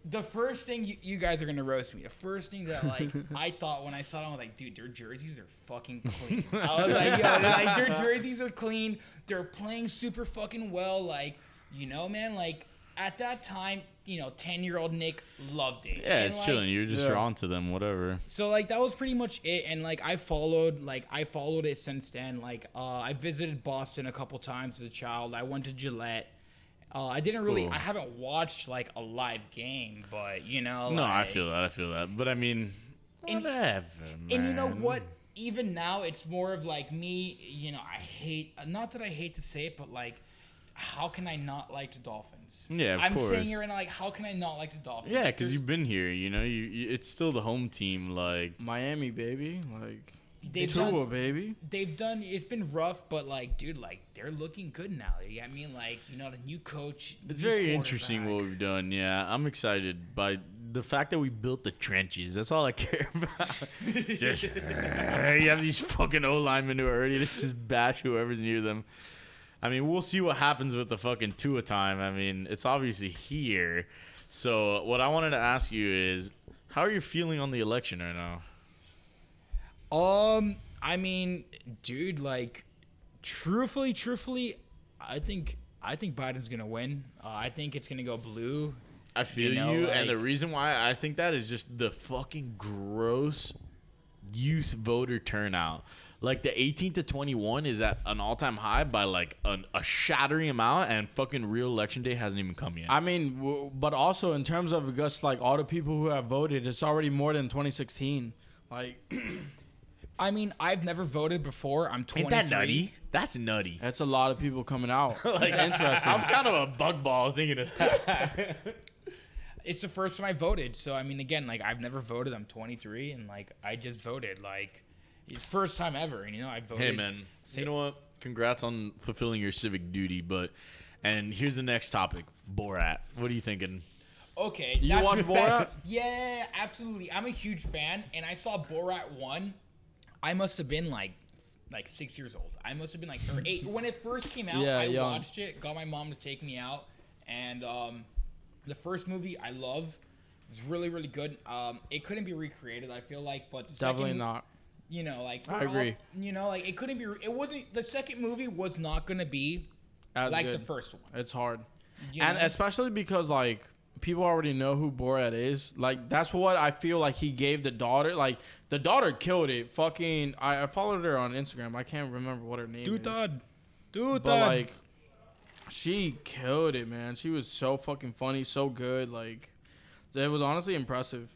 the first thing you, you guys are gonna roast me. The first thing that like I thought when I saw them, I was like, dude, their jerseys are fucking clean. I was like, yo, like their jerseys are clean. They're playing super fucking well. Like, you know, man, like at that time, you know, ten year old Nick loved it. Yeah, And, it's like, chilling. You're just Yeah. drawn to them, whatever. so like that was pretty much it, and like I followed, like I followed it since then. Like uh, I visited Boston a couple times as a child. I went to Gillette. Uh, I didn't really. Cool. I haven't watched like a live game, but you know. No, I like- feel that. I feel that. But I mean, And- whatever, And you know man. what? Even now, it's more of like me. You know, I hate. Not that I hate to say it, but like, how can I not like the Dolphins? Yeah, of I'm course. sitting here and like, how can I not like the Dolphins? Yeah, Like, because there's- you've been here. You know, you, you it's still the home team. Like, Miami, baby. Like they've Tua, done- baby. they've done it's been rough but like dude like they're looking good now you get me like you know the new coach It's new very interesting what quarterback. we've done. Yeah, I'm excited by the fact that we built the trenches. That's all I care about. just, you have these fucking O linemen who are ready to just bash whoever's near them. I mean, we'll see what happens with the fucking Tua time. I mean, it's obviously here. So, what I wanted to ask you is, how are you feeling on the election right now? um i mean dude like truthfully truthfully i think i think biden's gonna win uh, i think it's gonna go blue I feel you, know, and the like- reason why I think that is just the fucking gross youth voter turnout. Like the 18 to 21 is at an all-time high by like an, a shattering amount, and fucking real election day hasn't even come yet. I mean, w- but also in terms of just like all the people who have voted, it's already more than 2016. Like i mean i've never voted before i'm 23 Ain't that nutty? That's nutty. that's a lot of people coming out. Like, I'm kind of a bug ball thinking of that. it's the first time i voted so i mean again like i've never voted i'm 23 and like i just voted like it's first time ever and you know i voted hey man, you know what? Congrats on fulfilling your civic duty, but and here's the next topic: Borat. What are you thinking? Okay. You that's watch the Borat? fact- Yeah, absolutely. I'm a huge fan, and I saw Borat one. I must have been like, like six years old. I must have been like or eight when it first came out. Yeah, I young. watched it. Got my mom to take me out, And um, the first movie I love. It's really really good. Um, it couldn't be recreated. I feel like, but the Definitely second, not. You know, like I we're all- agree. you know, like it couldn't be. It wasn't the second movie was not gonna be As like good. the first one. It's hard. you and know? especially because like people already know who Borat is. Like that's what I feel like he gave the daughter. Like the daughter killed it. Fucking, I, I followed her on Instagram. I can't remember what her name is. But Dude, like, she killed it, man. She was so fucking funny, so good. Like, it was honestly impressive.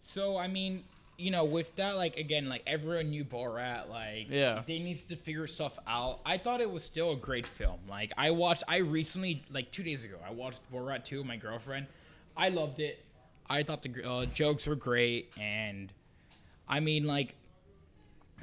So I mean, you know, with that, like again, like everyone knew Borat, like Yeah. they needed to figure stuff out. I thought it was still a great film. Like I watched, I recently, like two days ago, I watched Borat two with my girlfriend. I loved it. I thought the uh, jokes were great, and I mean, like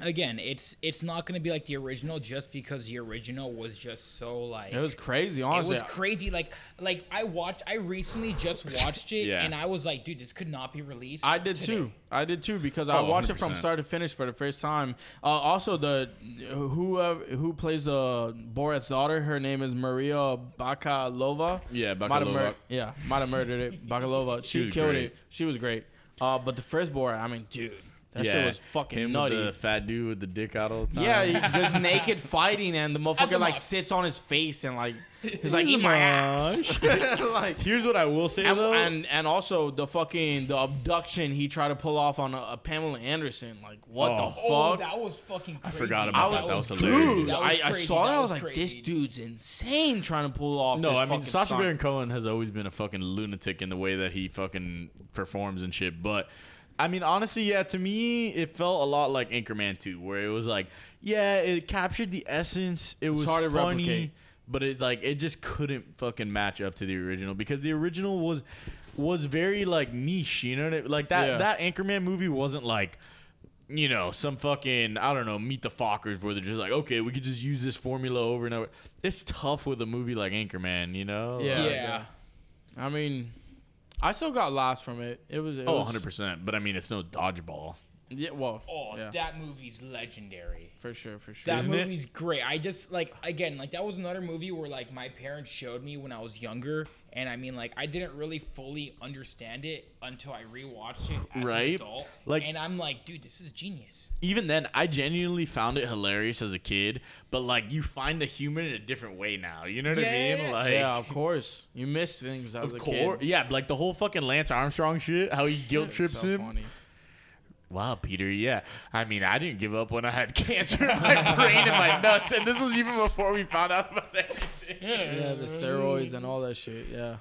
again, it's it's not gonna be like the original just because the original was just so like It was crazy, it honestly. was crazy. Like, like I watched. I recently just watched it, Yeah. and I was like, dude, this could not be released. I did today. too. I did too because I Oh, watched it from 100%. start to finish for the first time. Uh, also, the who uh, who plays uh, Borat's daughter? Her name is Maria Bakalova. Yeah, Might have Bakalova. yeah, might have murdered it. Bakalova. She, was killed great. it. She was great. Uh, but the first Borat, I mean, dude, that shit was fucking him nutty. With the fat dude with the dick out all the time. yeah, he just naked fighting, and the motherfucker like must. sits on his face and like he's like eat my ass. like Here's what I will say and, though. and and also the fucking the abduction he tried to pull off on uh, Pamela Anderson. Like what Oh. the Oh, fuck? that was fucking. Crazy. I forgot about that. That was, hilarious. Dude, That was I, I crazy, saw that that. I was was like, this crazy. dude's insane trying to pull off. No, this I mean fucking Sasha stunt. Baron Cohen has always been a fucking lunatic in the way that he fucking performs and shit. But I mean, honestly, yeah, to me, it felt a lot like Anchorman 2, where it was like, yeah, it captured the essence. It was hard to funny, replicate. but it like it just couldn't fucking match up to the original because the original was was very like niche. You know what I mean? Like that Yeah. that Anchorman movie wasn't like you know, some fucking I don't know, meet the Fockers where they're just like, okay, we could just use this formula over and over. It's tough with a movie like Anchorman, you know? Yeah. Like, Yeah. I mean, I still got laughs from it. It was it oh, was- 100 percent. But I mean, it's no dodgeball. Yeah, well, Oh, yeah, that movie's legendary. for sure, for sure. That Isn't it? movie's great. I just like again, like that was another movie where like my parents showed me when I was younger, and I mean like I didn't really fully understand it until I rewatched it as Right? an adult. Like- and I'm like, dude, this is genius. Even then, I genuinely found it hilarious as a kid. But like, you find the humor in a different way now. You know what Yeah, I yeah, mean? Like, yeah, of course. You missed things as a of course. kid. Yeah, like the whole fucking Lance Armstrong shit. How he guilt It's trips so him. funny. Wow, Peter. Yeah, I mean, I didn't give up when I had cancer in my brain and my nuts, and this was even before we found out about everything. Yeah, the steroids and all that shit. Yeah,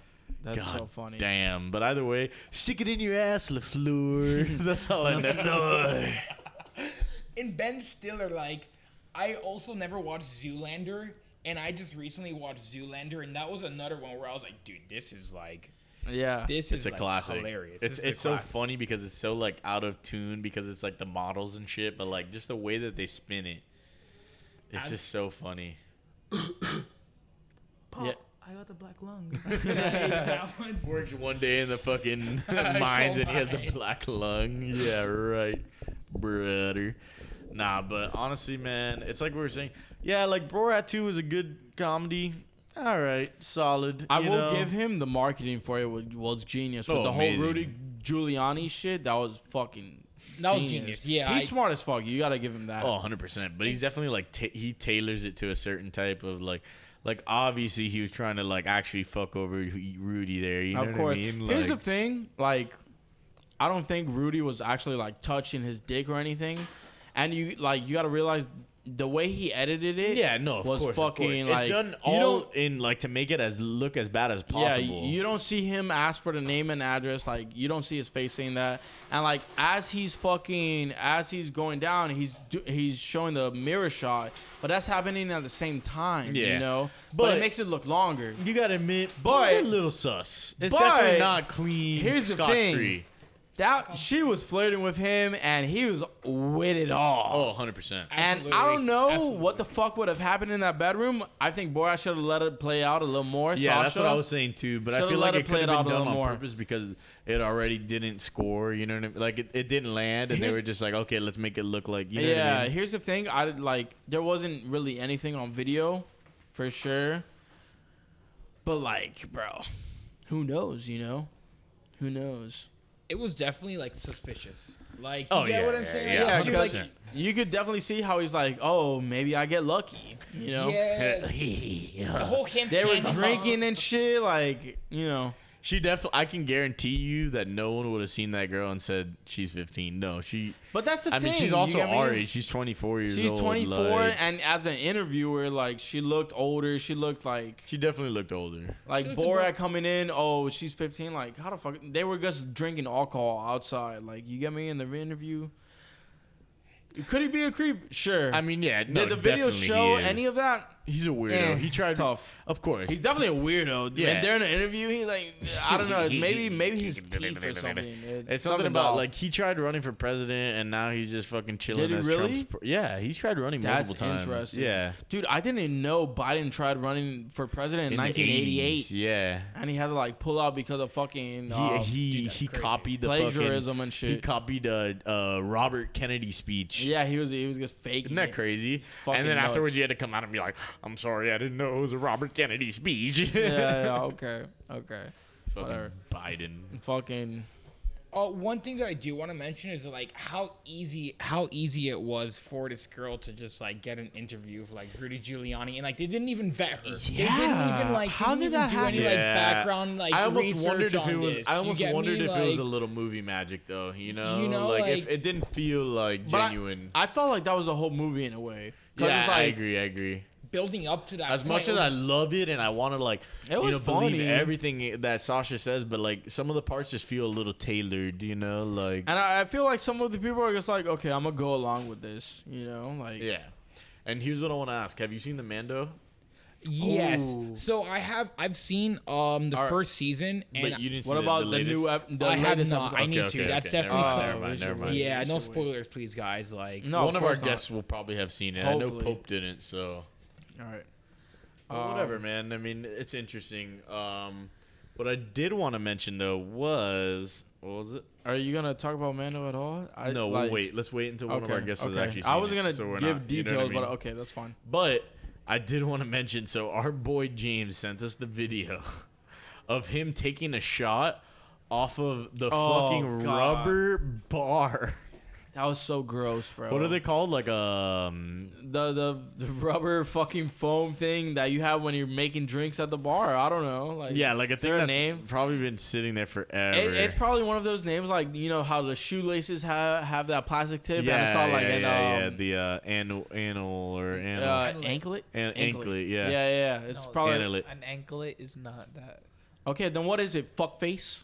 that's so funny. Damn. But either way, stick it in your ass, LaFleur. That's all I know. And Ben Stiller, like, I also never watched Zoolander, and I just recently watched Zoolander, and that was another one where I was like, dude, this is like, Yeah, this is It's a like, classic. hilarious. It's This is it's a so classic. funny because it's so like out of tune because it's like the models and shit, but like just the way that they spin it. It's just so funny. yeah. Works one day in the fucking mines and he has the black lung. Yeah, right, brother. Nah, but honestly, man, it's like we were saying. Yeah, like Borat 2 is a good comedy. All right, solid. I you will know? give him the marketing for it was, was genius. With Oh, the amazing. whole Rudy Giuliani shit, that was fucking. That was genius, yeah, he's I- smart as fuck. You gotta give him that. Oh, 100 percent. But he's definitely like ta he tailors it to a certain type of like, like obviously he was trying to like actually fuck over Ru- Rudy there. You know of course. what I mean? Here's the Like, thing, like, I don't think Rudy was actually like touching his dick or anything, and you like you gotta realize the way he edited it. yeah, no, of was course, of course. fucking it's like done you all don't. in like to make it as look as bad as Yeah, possible. you you don't see him ask for the name and address. Like you don't see his face saying that. And like as he's fucking, as he's going down, he's do, he's showing the mirror shot, but that's happening at the same time. Yeah. you know, but, But- it makes it look longer. You gotta admit, But- a little sus. It's but- definitely not clean. Here's the thing. scot-free. That she was flirting with him, and he was with it all. Oh, 100 percent. And I Absolutely. don't know what the fuck would have happened in that bedroom. I think Borat should have let it play out a little more. Yeah, that's Sasha. what I was saying too. But I Should've feel let like it it play could have it out been a little done on more. purpose because it already didn't score. You know what I mean? Like it, it didn't land, and they were just like, okay, let's make it look like you know what I yeah, mean? here's the thing. I did- like there wasn't really anything on video, for sure. But like, bro, who knows? You know, who knows? It was definitely like suspicious. Like, you Oh, get yeah, what I'm yeah, saying? yeah, Like, dude, like, 100%. You could definitely see how he's like, oh, maybe I get lucky. You know, yeah, the Yeah. whole him. they were drinking and shit. Like, you know, She definitely. I can guarantee you that no one would have seen that girl and said she's 15. No, she. but that's the I thing. mean, she's you also get me? our age. She's 24 years She's old. 24, like- and as an interviewer, like she looked older. She looked like she definitely looked older. like Borat coming in. Oh, she's 15. Like how the fuck? They were just drinking alcohol outside. Like you get me in the interview. Could he be a creep? Sure. I mean, yeah. No, did the video definitely show he is. any of that? He's a weirdo. Eh, he it's tried. tough. Of course. He's definitely a weirdo. Yeah. Yeah. And during the interview, he like I don't know. Maybe maybe his teeth or something. It's, It's something about off. like he tried running for president and now he's just fucking chilling Did he as really? Trump's. Pr- yeah, he's tried running That's multiple times. interesting. Yeah. dude, I didn't know Biden tried running for president in, In the 1988. 80s, Yeah. and he had to like pull out because of fucking uh, he he, he copied the plagiarism fucking, and He shit. copied a uh, Robert Kennedy speech. yeah, he was he was just faking. Isn't that it. crazy? fucking And then nuts. afterwards, you had to come out and be like, "I'm sorry, I didn't know it was a Robert Kennedy speech." Yeah, yeah, okay, okay. Fucking whatever. Biden. Fucking Uh, one thing that I do want to mention is like how easy how easy it was for this girl to just like get an interview with like Rudy Giuliani and like they didn't even vet her. They didn't Yeah. even like How didn't did even that do any happen? like background like I almost research wondered if on it was. This. I You almost get me? wondered if it was a Like, little movie magic, though. You know, know, like, if like- it didn't feel like but I- genuine. I, felt like that was the whole movie in a way. 'Cause yeah, it's I like, agree. I agree. building up to that. As much as point, I love it and I want to like, you was know, believe funny. everything that Sasha says, but like some of the parts just feel a little tailored. You know, like And I, I feel like some of the people are just like, okay, I'm gonna go along with this. You know, like yeah. And here's what I want to ask: Have you seen the Mando? yes. Ooh. So I have I've seen um the All right. first season and but you didn't. see What about the, latest- new ep- the I have latest not. episode? I need Okay, to. okay, That's okay, never definitely mind, Oh, never mind, we never should mind. wait. yeah. we No should wait. spoilers, please, guys. Like No, One Oh, of our course not. guests will probably have seen it. I know Hopefully. Pope didn't, so All right. But Um, whatever, man. I mean, it's interesting. Um, what I did want to mention though was what was it? Are you gonna talk about Mando at all? I, no, like- we'll wait. Let's wait until one of our guests okay. has actually. Seen I was it, gonna so we're give not- you know details, what I mean? but okay, that's fine. But I did want to mention so our boy James sent us the video of him taking a shot off of the Oh, fucking God. rubber bar. That was so gross, bro. What are they called? Like um The, the the rubber fucking foam thing that you have when you're making drinks at the bar. I don't know. Like yeah, like a is there thing a that's name? probably been sitting there forever. It, it's probably one of those names like you know how the shoelaces have have that plastic tip and it's called like yeah, an yeah, yeah, um, the uh, anal, anal or anal. uh, anklet. An- anklet, yeah. yeah, yeah. It's No, probably Anal- An anklet is not that. okay. Then what is it? Fuck face.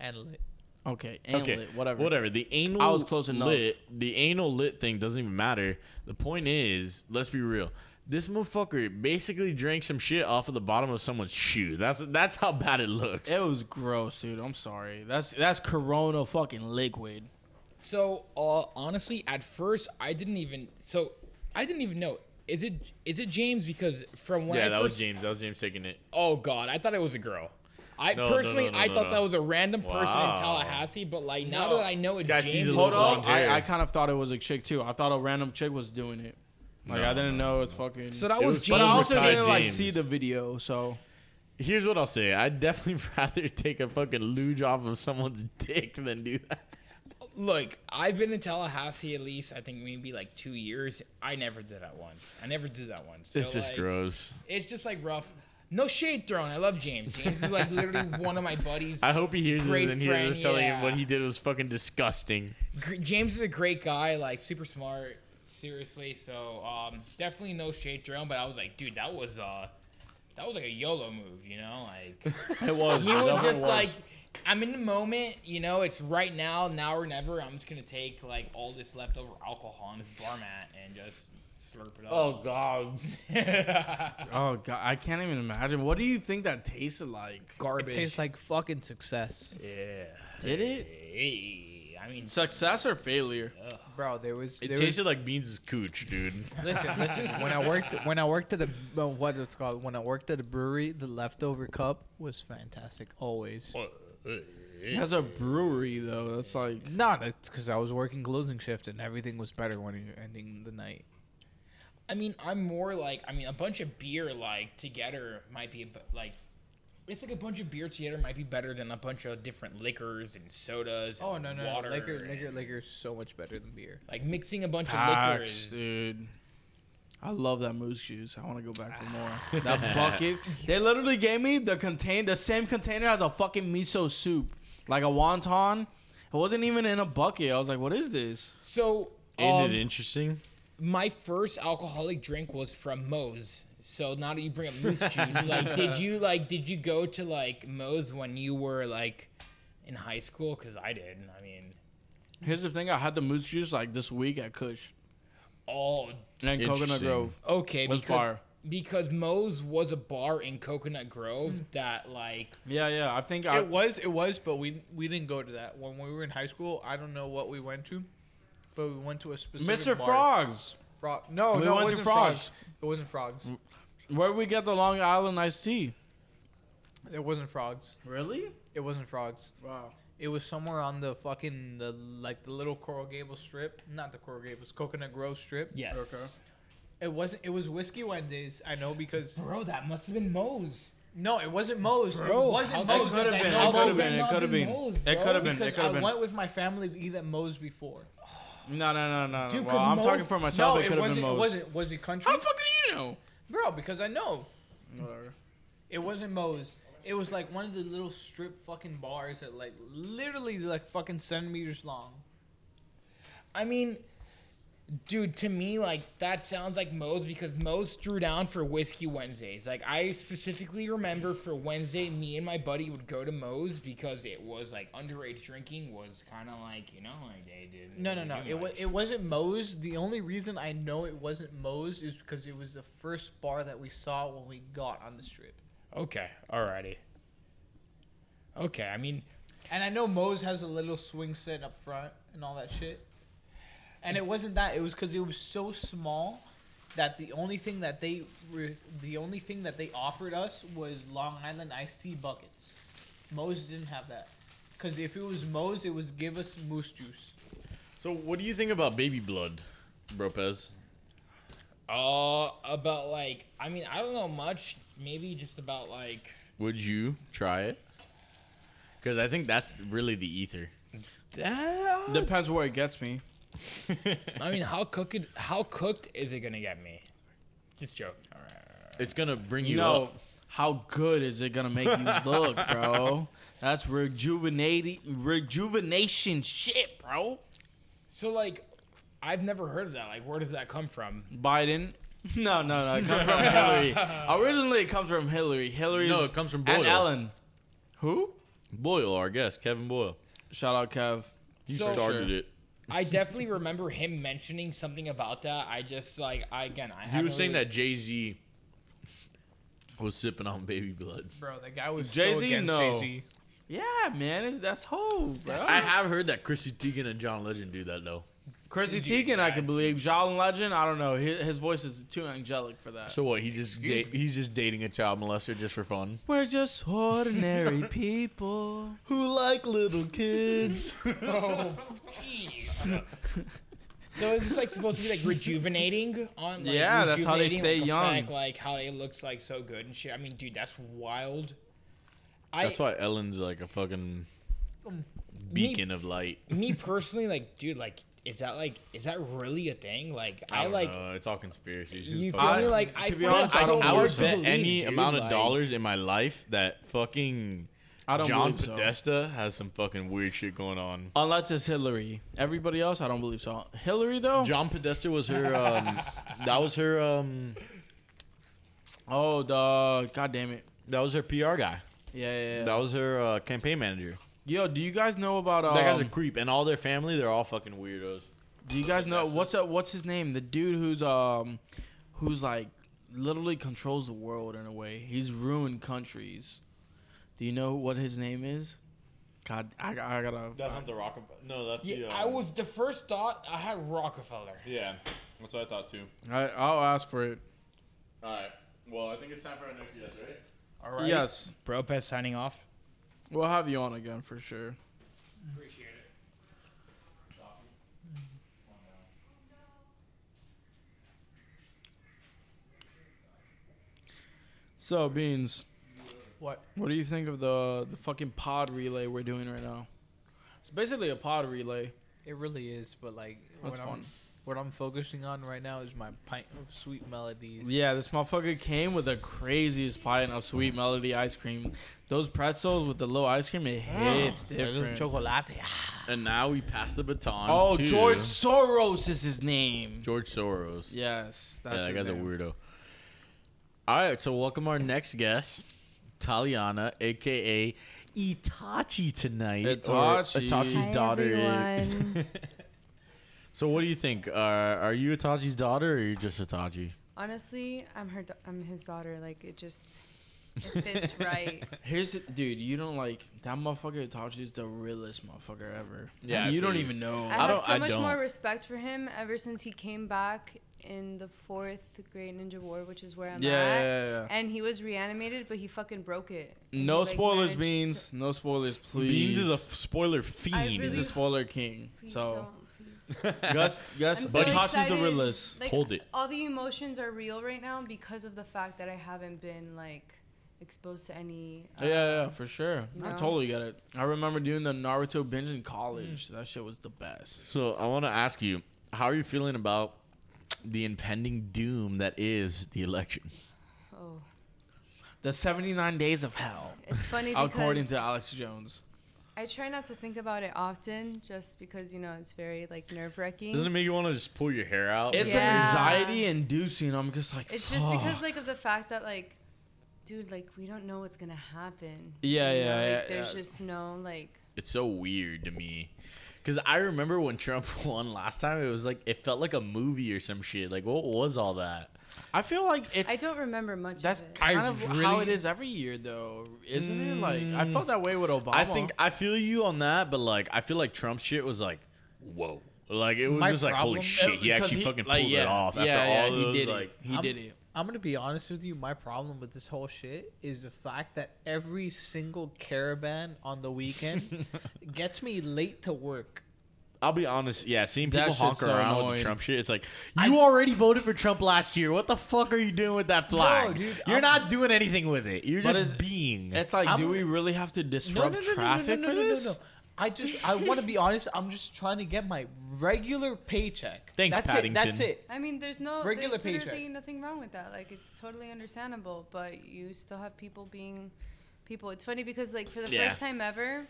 Anklet. Okay, anklet. okay, Whatever. Whatever. The anal I was close enough. lit, the anal lit thing doesn't even matter. The point is, let's be real. This motherfucker basically drank some shit off of the bottom of someone's shoe. That's that's how bad it looks. It was gross, dude. I'm sorry. That's that's Corona fucking liquid. So uh, honestly, at first I didn't even so I didn't even know. Is it is it James? Because from when yeah, I that first, was James. That was James taking it. Oh God, I thought it was a girl. I No, no, personally no, no, I no, thought no. that was a random person Wow. in Tallahassee, but like now No. that I know it's Guys, he's James, a it's little Hold like- blonde up. hair. I, I kind of thought it was a chick too. I thought a random chick was doing it. Like I didn't know it's fucking. So that It was, was James. but I also Kai didn't like James. see the video. So Here's what I'll say. I'd definitely rather take a fucking luge off of someone's dick than do that. Look, I've been in Tallahassee at least I think maybe like two years. I never did that once. I never did that once. So, It's just like, gross. It's just like rough. No shade thrown. I love James. James is like literally one of my buddies. I hope he hears this Great and hears friend, us telling yeah. him what he did was fucking disgusting. Gr- James is a great guy, like super smart, seriously. So um, definitely no shade thrown, but I was like, dude, that was uh, that was like a YOLO move, you know? Like it was. he was just like, I'm in the moment, you know. It's right now, now or never. I'm just gonna take like all this leftover alcohol on this bar mat and just slurp it up. Oh god, Oh god, I can't even imagine. What do you think that tasted like? It garbage. tastes like fucking success, yeah. Did it? Hey, I mean, Success or failure? bro. There was. It there tasted was, like Beans' cooch, dude. Listen, listen. When I worked, when I worked at a uh, what it's called, when I worked at a brewery, the leftover cup was fantastic always. That's a brewery though. That's like. Not because I was working closing shift and everything was better when you're ending the night. I mean, I'm more like I mean, a bunch of beer like together might be a bu- like It's like a bunch of beer together might be better than a bunch of different liquors and sodas. And Oh no no, water no. liquor and- liquor liquor is so much better than beer. Like mixing a bunch of Facts, liquors. dude. I love that moose juice. I want to go back for more. That bucket. They literally gave me the contain the same container as a fucking miso soup, like a wonton. It wasn't even in a bucket. I was like, "What is this?" So Ain't um, it interesting? my first alcoholic drink was from Moe's. So now that you bring up moose juice, like, did you like, did you go to like Moe's when you were like in high school? Because I did. I mean, Here's the thing: I had the moose juice like this week at Kush oh, and Coconut Interesting. Grove. okay, Was because fire. because Moe's was a bar in Coconut Grove that like Yeah, yeah. I think I. it was it was, but we we didn't go to that when we were in high school. I don't know what we went to, but we went to a specific. Mr. bar. Frogs, Frog. No, We no, went it to wasn't Frogs. frogs. Mm. It wasn't frogs. where we get the Long Island iced tea. It wasn't frogs. Really? It wasn't frogs. Wow. It was somewhere on the fucking the like the little Coral Gables strip, not the Coral Gables, Coconut Grove strip. yes, It wasn't. It was Whiskey Wednesdays. I know because bro, that must have been Moe's. no, it wasn't Moe's. Bro, it wasn't how- Moe's. it could've because I been, know Moe's. it could've been. It could've been. Moe's, It bro, could have been. Because It could have I been. went with my family to eat at Moe's before. No, no, no, no. Dude, no. 'cause Uh, Well, I'm Moe's- talking for myself. no, it it could have wasn't. been Moe's. It wasn't. Was it country? How the fuck do you know? Bro, because I know Whatever. it wasn't Moe's. It was like one of the little strip fucking bars that like literally like fucking centimeters long. I mean, dude, to me, like that sounds like Moe's because Moe's drew down for Whiskey Wednesdays. Like I specifically remember for Wednesday, me and my buddy would go to Moe's because it was like underage drinking was kind of like you know like they did. No, no, no. It was it wasn't Moe's. The only reason I know it wasn't Moe's is because it was the first bar that we saw when we got on the strip. okay. Alrighty. Okay, I mean, And I know Moe's has a little swing set up front and all that shit. And it wasn't that. It was because it was so small that the only thing that they re- the only thing that they offered us was Long Island iced tea buckets. Moe's didn't have that. Because if it was Moe's, it was give us moose juice. So, what do you think about baby blood, Ropez? uh, about like I mean I don't know much. Maybe just about like Would you try it? Because I think that's really the ether. Depends where it gets me. I mean how cooked how cooked is it gonna get me? Just joke. All right. It's gonna bring You you know, up. how good is it gonna make you look, bro? That's rejuvenating, rejuvenation shit, bro. So like, I've never heard of that. Like, where does that come from? Biden. No, no, no. It comes from Hillary. Originally, it comes from Hillary. Hillary. No, it comes from and Boyle. Ellen. Who? Boyle, our guest, Kevin Boyle. Shout out, Kev. He So- started it. I definitely remember him mentioning something about that. I just like, I again, I He haven't was saying really- that Jay Z was sipping on baby blood. Bro, that guy was Jay-Z? so against No. Jay-Z. Yeah, man. It's, that's hope, bro. I have heard that Chrissy Teigen and John Legend do that though. Chrissy Teigen, I can believe. John Legend, I don't know. His, his voice is too angelic for that. So what? He just da- he's just dating a child molester just for fun. We're just ordinary people. Who like little kids? Oh, jeez. so is this like supposed to be like rejuvenating on? Like, Yeah, that's how they rejuvenating, stay like, the young. fact, like how it looks like so good and shit. I mean, dude, that's wild. I, That's why Ellen's like a fucking beacon of light. me personally, like, dude, like, is that like, is that really a thing? Like, I, don't like, know. it's all conspiracies. Who's you feel fucking- me? Like, I to be find it honest, I so don't- I hard would to bet believe, any dude, amount like- of dollars in my life that fucking I don't John believe so. Podesta has some fucking weird shit going on. Unless it's Hillary. Everybody else, I don't believe so. Hillary though. John Podesta was her. Um, that was her. Um, oh, the God damn it. that was her PR guy. Yeah, yeah. yeah. That was her uh, campaign manager. Yo, do you guys know about? Um, that guy's a creep, and all their family, they're all fucking weirdos. do you guys know what's up? What's his name? The dude who's um, who's like literally controls the world in a way. He's ruined countries. Do you know what his name is? God, I, I gotta. not the Rockefeller. No, that's Yeah, I was the first thought I had Rockefeller. Yeah, that's what I thought too. I, I'll ask for it. All right. Well, I think it's time for our next guest, right? All right. Yes, Bropez signing off. we'll have you on again for sure. Appreciate it. So beans, What? What do you think of the the fucking pod relay we're doing right now? It's basically a pod relay. It really is, but like That's what I'm fun. what I'm focusing on right now is my pint of sweet melodies. Yeah, this motherfucker came with the craziest pint of sweet melody ice cream. Those pretzels with the little ice cream, it hits different. Chocolate. And now we pass the baton. Oh, to George Soros is his name. George Soros. Yes, yeah, that's that his guy's a name. weirdo. All right, so welcome our next guest, Taliana, aka Itachi tonight. or Itachi. Itachi's Hi, daughter. everyone. So what do you think? Uh, are you Itachi's daughter or you're just Itachi? Honestly, I'm her. da- I'm his daughter. Like it just it fits right. Here's the, dude, you don't like that motherfucker Itachi is the realest motherfucker ever. Yeah, And you I don't figured. even know. I, have don't- so I much more don't. respect for him ever since he came back in the fourth grade Ninja War, which is where I'm yeah, at. yeah, yeah, yeah. And he was reanimated, but he fucking broke it. And No he, like, spoilers, managed Beans. No spoilers, please. Beans is a f- spoiler fiend. I He's really- a spoiler king. to- Please so don't. Please. Gus, Gus, I'm but so Itachi's the excited. realest. Like, Hold it. All the emotions are real right now because of the fact that I haven't been like exposed to any. Yeah, yeah, yeah, for sure. I Oh. no. totally get it. I remember doing the Naruto binge in college. That shit was the best. So I want to ask you, how are you feeling about the impending doom that is the election? Oh, The 79 days of hell, it's funny because according to Alex Jones. I try not to think about it often, just because you know it's very like nerve wracking. Doesn't it make you want to just pull your hair out? It's Yeah. anxiety inducing. I'm just like, It's just because "Fuck." like of the fact that like, dude, like we don't know what's gonna happen. Yeah, You know, yeah, like, yeah, There's yeah. just no like. it's so weird to me. Cause I remember when Trump won last time, it was like it felt like a movie or some shit. Like what was all that? I feel like it's I don't remember much That's of it. kind I of how really- it is every year, though, isn't it? Like I felt that way with Mm. Obama. I think I feel you on that, but like I feel like Trump's shit was like, whoa, like it was My just like holy problem- shit, he Because actually fucking like, pulled yeah, it off after yeah, yeah, all he those did like it. He I'm- did it. I'm gonna be honest with you. My problem with this whole shit is the fact that every single caravan on the weekend gets me late to work. I'll be honest, yeah, seeing That people shit's honk so around with annoying. the Trump shit, it's like you already voted for Trump last year. What the fuck are you doing with that flag? dude, You're I'm- not doing anything with it. You're But just it's- being. It's like, do I'm- we really have to disrupt traffic for this? I just I want to be honest. I'm just trying to get my regular paycheck. Thanks, that's It, that's Paddington. it. I mean, there's no Regular there's literally paycheck. nothing wrong with that. Like it's totally understandable, but you still have people being people. It's funny because like for the Yeah. first time ever,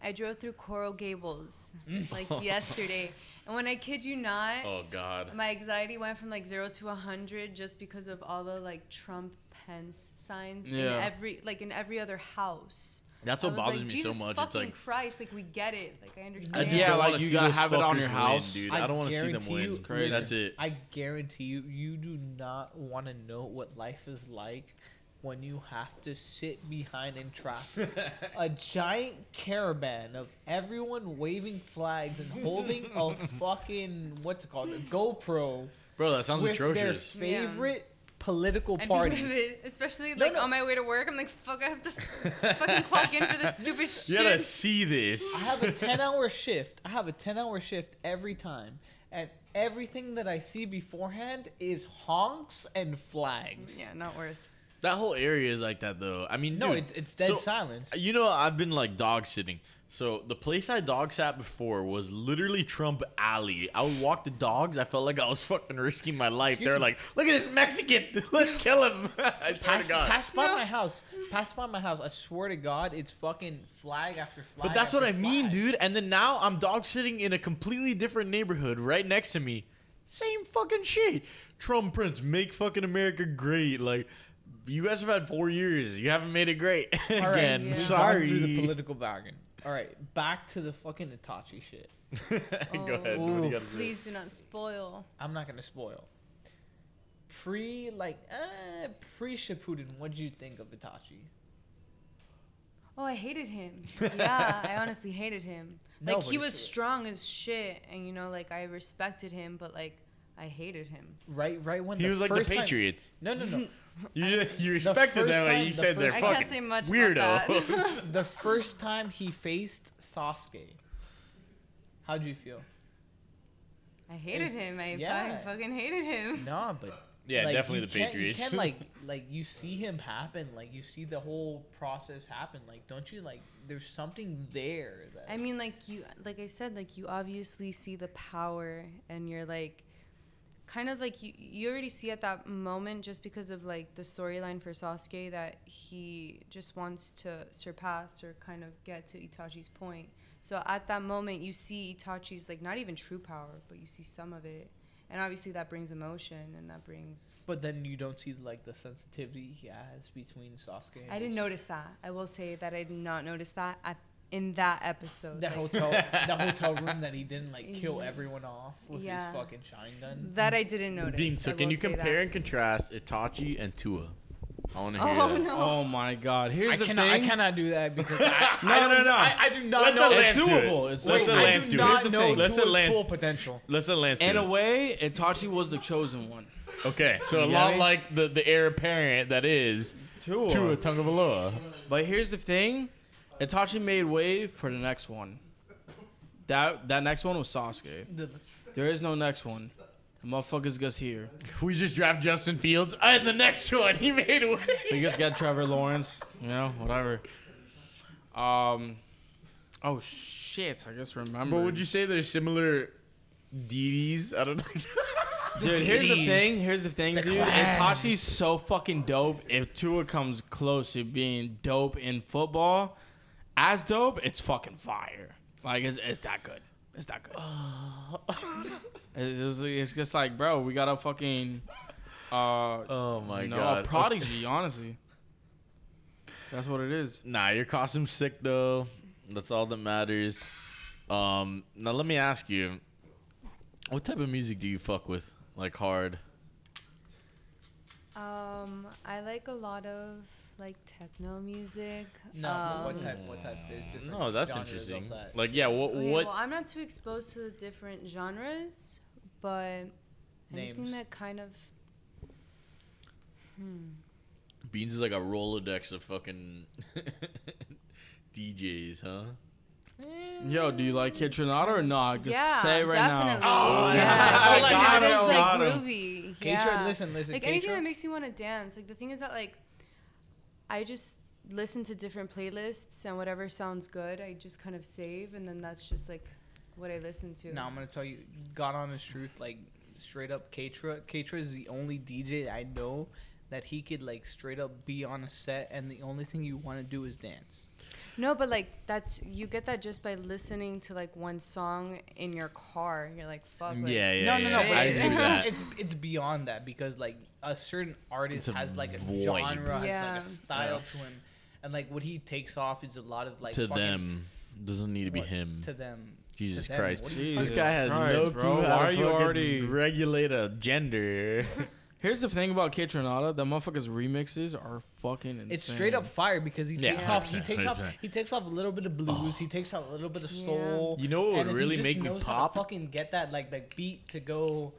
I drove through Coral Gables like yesterday, and when I kid you not, oh god. my anxiety went from like zero to a hundred just because of all the like Trump Pence signs Yeah. in every like in every other house. That's I what was bothers like, me so Jesus much. It's Fucking like Christ, like we get it, like I I understand. just Yeah, don't like, wanna you see gotta those have it on fuckers your win, house. dude. I, don't want to see them guarantee win. you- Crazy. That's it. I guarantee you, you do not want to know what life is like when you have to sit behind in traffic. a giant caravan of everyone waving flags and holding a fucking what's it called a GoPro Bro, that sounds with their atrocious. Yeah. favorite political I'd be party. livid, especially No, like no. on my way to work. I'm like, fuck, I have to s- fucking clock in for this stupid You gotta shit. see this. I have a 10 hour shift. I have a 10 hour shift every time. And everything that I see beforehand is honks and flags. Yeah, not worth. That whole area is like that though. I mean, No, dude, it's, it's dead so- silence. You know, I've been like dog sitting. So the place I dog sat before was literally Trump Alley. I would walk the dogs. I felt like I was fucking risking my life. Excuse They're me. like, "Look at this Mexican. Let's kill him." I swear Pass, to God. pass by No. my house. Pass by my house. I swear to God, it's fucking flag after flag. But that's what I after mean, flag. dude. And then now I'm dog sitting in a completely different neighborhood right next to me. Same fucking shit. Trump Prince, make fucking America great. Like, you guys have had four years. You haven't made it great right, again. yeah. Sorry. Gone Through the political bargain. All right, back to the fucking Itachi shit. Go ahead. What do you got to say? Please do not spoil. I'm not gonna spoil. Pre like uh, pre Shippuden, what'd you think of Itachi? Oh, I hated him. Yeah, I honestly hated him. No, Like but he was it's- strong as shit, and you know, like I respected him, but like I hated him. Right, right when He the was like the first time- Patriots. No, no, no. You, you respected first them, time- and you the said they're first- I fucking can't say much about weirdo. that. the first time he faced Sasuke. How'd you feel? I hated him. I Yeah. fucking fucking hated him. Nah, but Yeah, Like, definitely you the can- Patriots. You can like like you see him happen, like you see the whole process happen. Like don't you like there's something there that I mean, like you, like I said, like you obviously see the power, and you're like, kind of like you, you already see at that moment just because of like the storyline for Sasuke that he just wants to surpass or kind of get to Itachi's point. So at that moment, you see Itachi's like not even true power, but you see some of it, and obviously that brings emotion and that brings. But then you don't see like the sensitivity he has between Sasuke. And I didn't his- notice that. I will say that I did not notice that at, in that episode. the Like- hotel the hotel room that he didn't like kill Yeah. everyone off with Yeah. his fucking shine gun. That I didn't notice. Dean, so I can will you say that. compare and contrast Itachi and Tua? I want to hear Oh, that. no. Oh my God! Here's I the cannot- I thing. cannot do that because I, no, no, no. I, I do not Let's know. let Lance It's do it. doable. It's Wait, doable. I Let's do let not Lance do it. know Here's the thing. Let's let Tua's Lance- full potential. Let's let Lance. In do a it. way, Itachi was the chosen one. Okay, so You a get lot me? like the, the heir apparent that is Tua. Tua Tungavaloa. But here's the thing, Itachi made way for the next one. That that next one was Sasuke. There is no next one. The motherfuckers just here. We just draft Justin Fields. And the next one, he made way. We just got Trevor Lawrence. You know, whatever. Um, oh shit! I just remember. But would you say there's similar deities? I don't know. Dude, here's the Deities. thing. Here's the thing, The dude. clans. Itachi's so fucking dope. If Tua comes close to being dope in football, as dope, it's fucking fire. Like, it's, it's that good. It's that good. it's, it's- it's just like, bro, we got a fucking. Uh, oh my A God. prodigy, honestly. That's what it is. Nah, your costume's sick though. That's all that matters. Um, now let me ask you, what type of music do you fuck with, like hard? Um, I like a lot of like techno music. No, um, what type? What type? Mm. There's different. No, that's genres of interesting. that. Like, yeah, what, Okay, what? Well, I'm not too exposed to the different genres, but anything Names. that kind of. Hmm. Beans is like a rolodex of fucking DJs, huh? Yo, do you like Kitronada or not? Just say it right definitely. Oh, now. Yeah, Got Kate Rod him, is, like got him. groovy. Kate Yeah. Rod, listen, listen, Like Kate anything Rod. that makes you want to dance. Like the thing is that like, I just listen to different playlists and whatever sounds good, I just kind of save, and then that's just like what I listen to. No, I'm gonna tell you, God honest truth, like straight up Katra. Katra is the only DJ I know that he could like straight up be on a set, and the only thing you want to do is dance. No, but like that's you get that just by listening to like one song in your car. You're like, fuck. Like, no, no, no. but I it- agree it's, with that. It's, it's beyond that because like a certain artist It's a has like a vibe. genre, Yeah. has like a style Yeah. to him, and like what he takes off is a lot of like to fucking- them doesn't need to be What? him. To them. Jesus To them. Christ! What are you this talking guy about? has no Christ, clue bro. how Why to are you fucking already- regulate a gender. Here's the thing about Kitronada. That motherfucker's remixes are fucking insane. It's straight up fire because he Yeah, takes off. He 100%, takes off. 100%. He takes off a little bit of blues. He takes out a little bit of Yeah. soul. You know what would and then he really just make me knows how to pop? Fucking get that like like beat to go.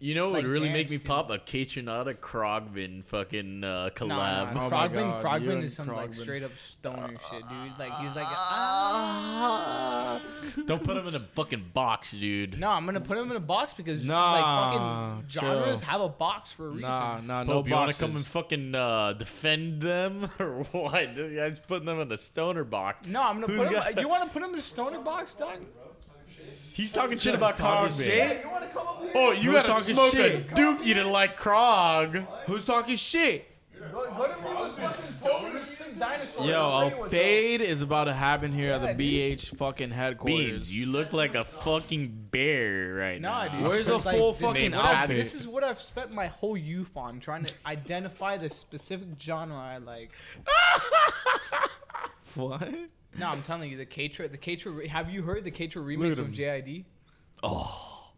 You know what Like would really dance make me to. pop a Catronata Krogbin fucking uh, collab? Nah, nah, Krogbin, Krogbin is some like straight up stoner shit, dude. Like he's like, ah. Don't put him in a fucking box, dude. No, I'm gonna put him in a box because Nah, like fucking genres chill. have a box for a reason. Nah, nah, no Pope, you wanna come boxes. and fucking uh, defend them or what? This guy's putting them in a stoner box. No, I'm gonna Who's put him. got- You want to put him in a stoner box, dog? He's talking shit about Talking Krogbin. shit? You want to come up here? Oh, you Who's gotta talking smoke a shit? dookie to like Krog. Who's talking shit? Go, go to me with fucking Tony the Shink Dinosaur. Yo, I'll a bring you fade is about to happen here at the BH fucking headquarters. Beans, you look like a fucking bear right Nah, now. dude. Where's the It's like, full this is fucking what I've- outfit? This is what I've spent my whole youth on trying to identify the specific genre I like. What? No, I'm telling you, the Katra, the Katra. re- Have you heard the Katra Look remix at of him. JID? Oh.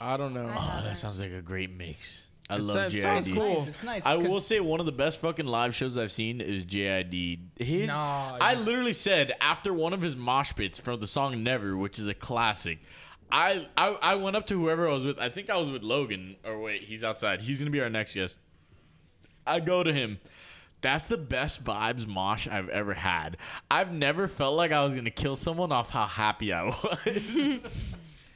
I don't know. Oh, that sounds like a great mix. I It love sounds- JID. sounds cool. Nice, it's nice, I 'cause- will say one of the best fucking live shows I've seen is JID. His, Nah, I literally said after one of his mosh pits from the song Never, which is a classic. I, I I went up to whoever I was with. I think I was with Logan. Or wait, he's outside. He's gonna be our next guest. I go to him. That's the best vibes mosh I've ever had. I've never felt like I was gonna kill someone off how happy I was.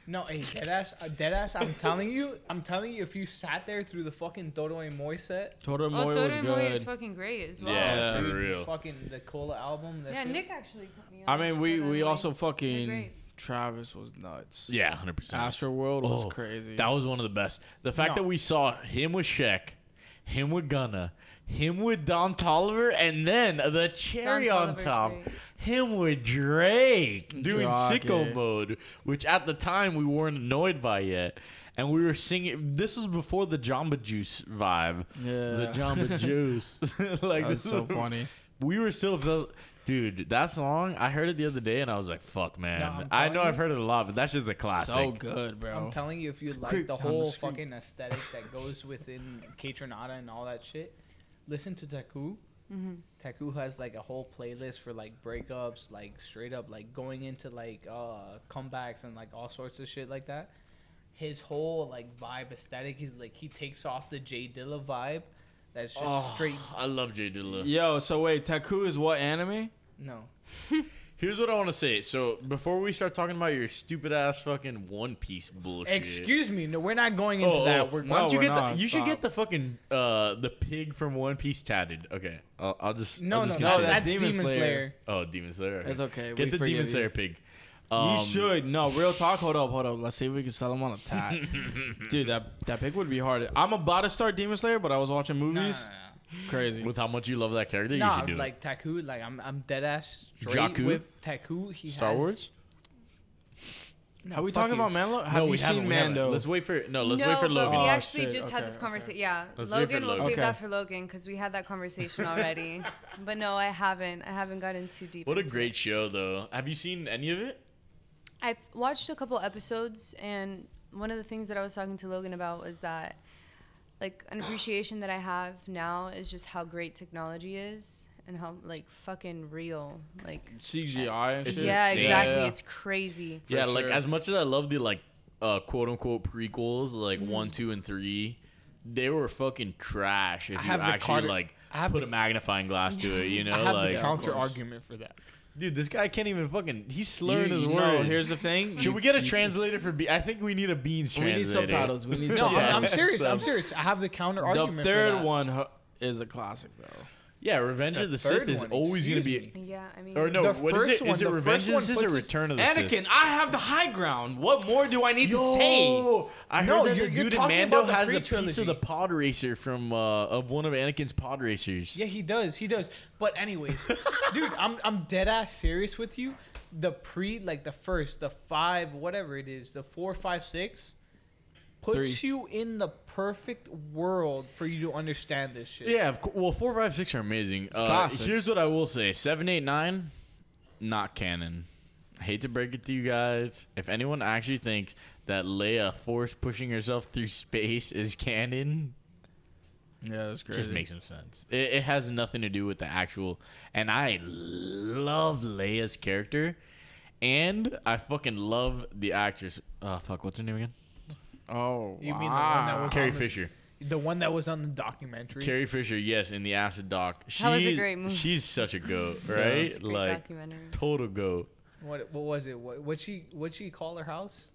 No, hey, deadass, uh, deadass. I'm telling you, I'm telling you. If you sat there through the fucking Dodo and Moy set, Toro Oh, Moi Toro was and Moi is good. fucking great as well. Yeah, dude, Oh, for real. Fucking the Cola album. that Yeah, shit- Nick actually put me on. I mean, we we also great. fucking Travis was nuts. Yeah, hundred percent. Astro World was crazy. That was one of the best. The fact No. that we saw him with Shaq, him with Gunna, him with Don Tolliver, and then the cherry Don on Tolliver's top, him with Drake doing Drake, sicko yeah. mode, which at the time we weren't annoyed by yet. And we were singing. This was before the Jamba Juice vibe. The Yeah. Jamba Juice. like That was this so was- funny. We were still, dude. That song I heard it the other day, and I was like, "Fuck, man." I'm I know telling I've heard it a lot, but that's just a classic. So good, bro. I'm telling you, if you like Creep the down the whole street. fucking aesthetic that goes within Catronata and all that shit, listen to Taku. Mhm. Taku has like a whole playlist for like breakups, like straight up, like going into like uh comebacks and like all sorts of shit like that. His whole like vibe aesthetic, he's like he takes off the J Dilla vibe. That's just Oh, straight. I love Jay Dilla. Yo, so wait, Taku is what anime? No, Here's what I want to say. So before we start talking about your stupid ass fucking One Piece bullshit, excuse me. No, we're not going into Oh, that. oh, We're why don't you we're get not. the, you should Stop. get the fucking uh the pig from One Piece tatted. Okay, I'll, I'll just No, I'll just no, no, continue. that's Demon, Demon Slayer. Slayer. oh Demon Slayer. It's okay, Get we the forgive Demon you. Slayer pig. Um, you should. No, real talk. Hold up, hold up. Let's see if we can sell him on a tat. Dude, that that pick would be hard. I'm about to start Demon Slayer, but I was watching movies. Crazy. With how much you love that character, you Nah, should do like Taku, like I'm, I'm dead ass straight Jakku? with Taku. He it. Star has, Wars. No, Are we fuck talking you. about Manlo? Have you haven't, seen haven't. Mando? Let's wait for no. Let's no, wait for but Logan. we Oh, actually shit, just had okay, this okay. conversation. Yeah, Let's wait for Logan, we'll Logan. save Okay. that for Logan because we had that conversation already. but no, I haven't. I haven't gotten too deep. What a into great It. show, though. Have you seen any of it? I watched a couple episodes, and one of the things that I was talking to Logan about was that, like, an appreciation that I have now is just how great technology is and how like fucking real. Like, CGI and It's shit. yeah, insane. exactly. It's crazy. yeah, like sure. as much as I love the like uh quote unquote prequels, like one, two, and three, they were fucking trash. If I you have the actually Carter- like I have put the- a magnifying glass to it, you know, I have like the counter argument for that. dude, this guy can't even fucking he's slurring You- his you know, words. here's the thing. Should You- we get a you- translator for? Be- I think we need a beans We need translator. subtitles, we need Yeah, No, I'm, I'm it's serious. I'm sub- serious. I have the counter argument. The for third that. one hu- is a classic, bro. Yeah, Revenge The of the third Sith is one, always gonna excuse be, Yeah, I mean, or no, The what is first it? one- Is the it first Revenge of one the Sith or puts- Return of the Sith? Anakin, I have the high ground. What more do I need to say? Yo, I heard No, that you're- the you're dude in talking Mando about the has a piece pre-trilogy. of the pod racer from uh, of one of Anakin's pod racers. Yeah, he does. He does. But anyways, dude, I'm I'm dead ass serious with you. The pre, like the first, the five, whatever it is, the four, five, six, puts Three. you in the perfect world for you to understand this shit. Yeah, of course. Well, four, five, six are amazing. Uh, classics. here's what I will say: seven, eight, nine, not canon. I hate to break it to you guys. If anyone actually thinks that Leia force pushing herself through space is canon, Yeah, that's it crazy. just makes no sense. It, it has nothing to do with the actual. And I love Leia's character, and I fucking love the actress. Uh, fuck, what's her name again? Oh, You wow. mean the one that was Uh, Carrie on the- Fisher. The one that was on the documentary. Carrie Fisher, yes, in the Acid Doc. She's, That was a great movie. She's such a goat, it's right? a great like documentary. total goat. What what was it? What what she what she call her house?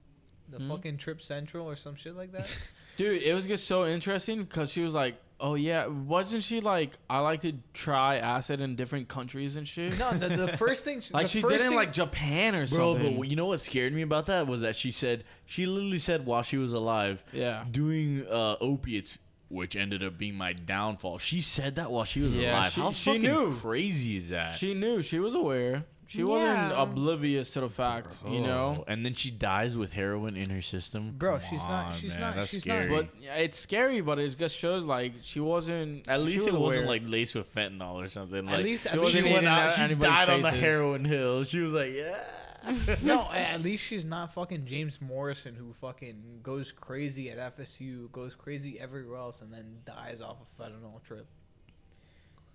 The fucking Trip Central or some shit like that. Dude, it was just so interesting because she was like, "Oh yeah, wasn't she like I like to try acid in different countries and shit?" no, the, the first thing. like the she first did it in thing- like Japan or Bro, something. but you know what scared me about that was that she said she literally said while she was alive, Yeah. doing uh, opiates, which ended up being my downfall. She said that while she was Yeah, alive. she- How she fucking knew. crazy is that? she knew she was aware. She wasn't Yeah. oblivious to the fact, you know. Oh, and then she dies with heroin in her system. Bro, Come she's not- on, she's man, not- That's she's not- scary. But yeah, it's scary, but it just shows like she wasn't. At she least was it wasn't aware. like laced with fentanyl or something. Like, least- at she least wasn't she went didn't out. have She anybody's died on the faces. heroin hill. She was like, yeah. No, a- at least she's not fucking James Morrison, who fucking goes crazy at FSU, goes crazy everywhere else, and then dies off a fentanyl trip.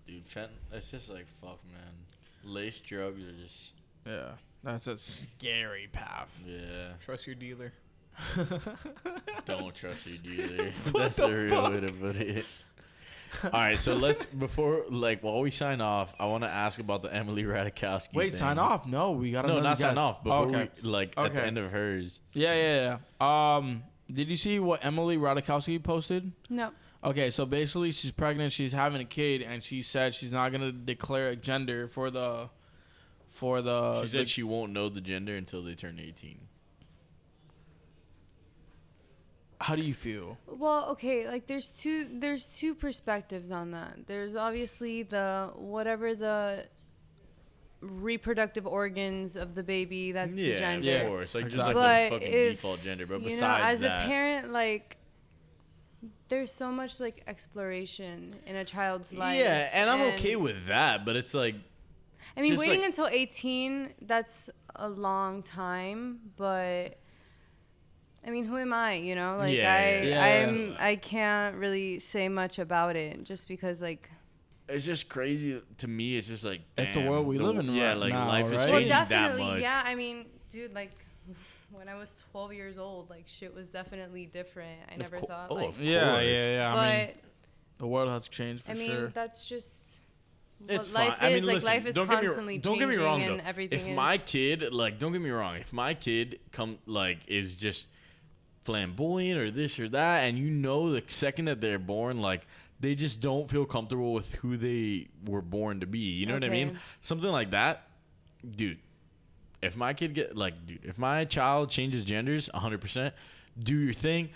Dude, fentanyl. It's just like fuck, man. Laced drugs are just Yeah, that's a scary path. yeah. Trust your dealer. Don't trust your dealer. That's the, real way to put it. All right, so let's before like while we sign off, I want to ask about the Emily Radikowski. Wait, thing. sign off? No, we got no, another not sign guest. off. Before Okay. we, like at the Okay. end of hers. Yeah, yeah, yeah. Um, did you see what Emily Radikowski posted? No. Okay, so basically, she's pregnant. She's having a kid, and she said she's not gonna declare a gender for the, for the. she said the- she won't know the gender until they turn 18. how do you feel? Well, okay, like there's two there's two perspectives on that. There's obviously the whatever the reproductive organs of the baby that's Yeah, the of gender. course, like, just like the Exactly. fucking if- default gender, but you know, besides as that- a parent, like there's so much like exploration in a child's life. yeah, and I'm okay with that, but it's like I mean, just, waiting like- until 18, that's a long time, but I mean, who am I, you know? Like Yeah, I yeah, yeah. I'm I can't really say much about it just because like it's just crazy to me. It's just like It's the damn, world we live in Yeah, right like now, life is right? well, changing that definitely. much. Yeah, I mean, dude, like when I was 12 years old, like shit was definitely different. I never oh, thought like yeah, yeah, yeah. I mean, But- the world has changed for I mean, sure. that's just what It's life fine. is. I mean, like listen, life is don't constantly get me, don't changing get me wrong, and though. everything If is my kid, like, don't get me wrong, if my kid come like is just flamboyant or this or that, and you know the second that they're born, like they just don't feel comfortable with who they were born to be. You know what I Okay. mean? Something like that, dude. If my kid get like, dude, if my child changes genders, 100, percent do your thing,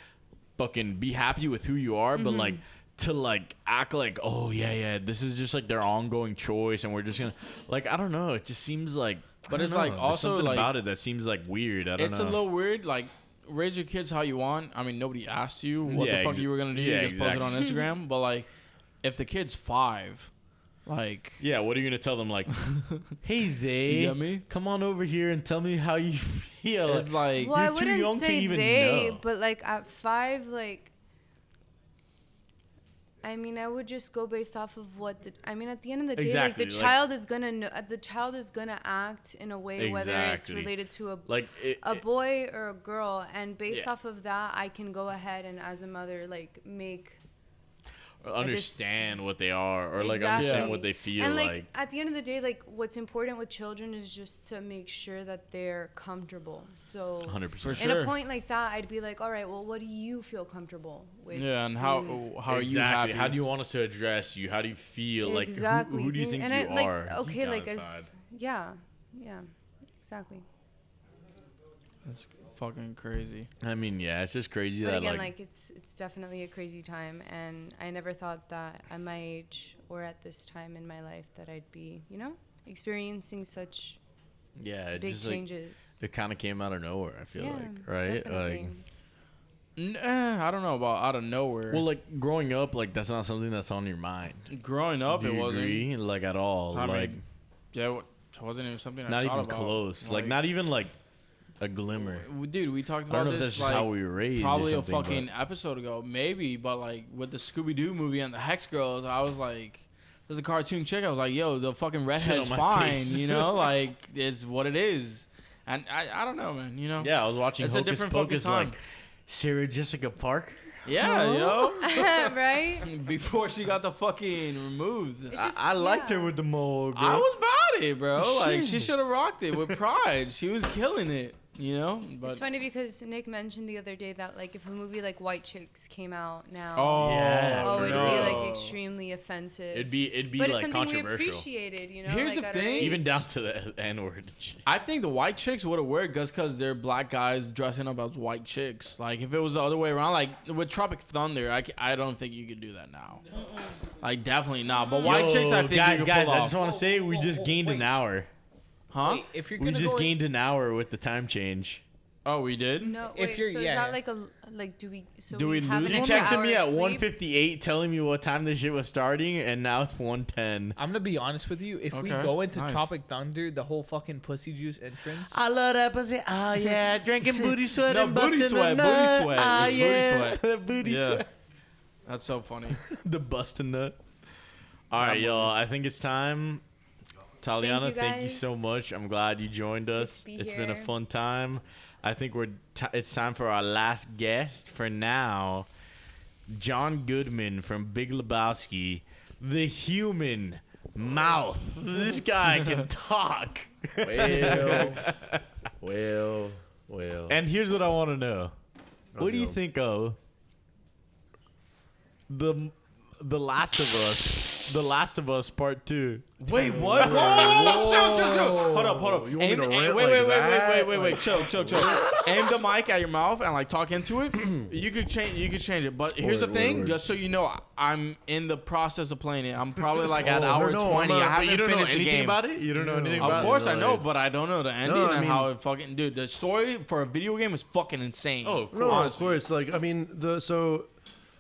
fucking be happy with who you are, but Mhm. like to like act like oh yeah yeah this is just like their ongoing choice and we're just gonna like i don't know it just seems like I But don't it's, like, know, there's also, something like- about it that seems like weird i don't it's know a little weird. Like, raise your kids how you want. I mean, nobody asked you what Yeah, the fuck ex- you were gonna do. yeah, you just posted exactly. on Instagram. but like, if the kid's five, like, yeah what are you gonna tell them like hey they You got me? come on over here and tell me how you feel It's like- well, I wouldn't say they, but like at five, like I mean, I would just go based off of what the. I mean, at the end of the day, Exactly, like the like- child is gonna know, uh, the child is gonna act in a way whether it's Exactly. related to a Like, it- a it- boy or a girl, and based Yeah. off of that, I can go ahead and as a mother, like make understand what they are or like understand what they feel and like, like, at the end of the day like what's important with children is just to make sure that they're comfortable so 100%. For in sure. a point like that i'd be like all right well what do you feel comfortable with Yeah, and how oh, how are you Exactly. happy? How do you want us to address you? How do you feel? Like who, who do you think Think- and you I, like, are? deep okay down like inside? as yeah yeah exactly That's fucking crazy. I mean, yeah, it's just crazy but that again like, like it's it's definitely a crazy time and i never thought that at my age or at this time in my life that i'd be you know experiencing such yeah, it big just changes. Like, it kind of came out of nowhere. I feel Yeah, like, right? definitely. eh, Nah, I don't know about out of nowhere. Like, well, like growing up, like that's not something that's on your mind. growing up, do it you wasn't. agree? like at all. I like mean, yeah, it wa- it wasn't even something. I not thought even about. close. Like, not even like a glimmer. w- dude, we talked I about don't know if this. that's just how like, we were raised or Probably a something, but- fucking episode ago, maybe. But like with the Scooby Doo movie and the Hex Girls, I was like, "There's a cartoon chick." I was like, "Yo, the fucking redhead's my fine," face. you know? Like it's what it is. And I, I don't know, man. You know? Yeah, I was watching It's a Hocus different fucking Pocus. time. Like Sarah Jessica Parker. Yeah, yo. right? Before she got the fucking removed. I, I liked her with the mole. Girl. I was about it, bro. Like she Shit. should have rocked it with pride. she was killing it, you know. But it's funny because Nick mentioned the other day that like if a movie like White Chicks came out now, Oh, Yeah, oh, for it'd be real. like extremely offensive. It'd be- it'd be, but like, it's something controversial. we appreciated, you know. Here's like, the I don't know. thing. even down to the N word. I think the white chicks would have worked just because they're black guys dressing up as white chicks. Like if it was the other way around, like with Tropic Thunder, I, c- I don't think you could do that now. Like definitely not. But white chicks, I think guys, you could guys, pull I off. just want to say we Oh, just gained an hour. Huh? if you're we gonna just go in- gained an hour with the time change. Oh, we did. No, If wait, you're- so yeah, is that yeah. like a like do we so Do we, have lose? an You extra texted me hour at of sleep? 1:58, telling me what time this shit was starting, and now it's 1:10. I'm gonna be honest with you. If we Okay, go into nice. Tropic Thunder, the whole fucking pussy juice entrance. I love that pussy. Oh yeah, drinking booty sweat No, and booty busting sweat, the booty nut. sweat. Ah, It's booty yeah, sweat. the booty Yeah. sweat. That's so funny. the busting nut. All right, y'all. I think it's time. Taliana, Thank thank you, you, so guys. much. I'm glad you joined us. be It's been a here. fun time. I think we're. T- it's time for our last guest for now. John Goodman from Big Lebowski, the human mouth. This guy can talk. Well, well, well. And here's what I want to know: What do you Okay. think of the the Last of Us, the Last of Us Part Two? Wait, what? Whoa, whoa, whoa, chill, chill, chill. Hold up, hold up. You want me Aim- to aim- rant like wait, wait, wait, that? wait, wait, wait, wait. Like- Chill, chill, chill. aim the mic at your mouth and like talk into it. you could change. You could change it. But here's Word, the thing, word. just so you know, I- I'm in the process of playing it. I'm probably like Oh, at no, hour no, I'm twenty. not- I but haven't you don't know finished the anything game about it? You don't know anything about Of it? course, I know, Like- but I don't know the ending I and mean- how it fucking dude. The story for a video game is fucking insane. Oh, No, of course. Like I mean, the so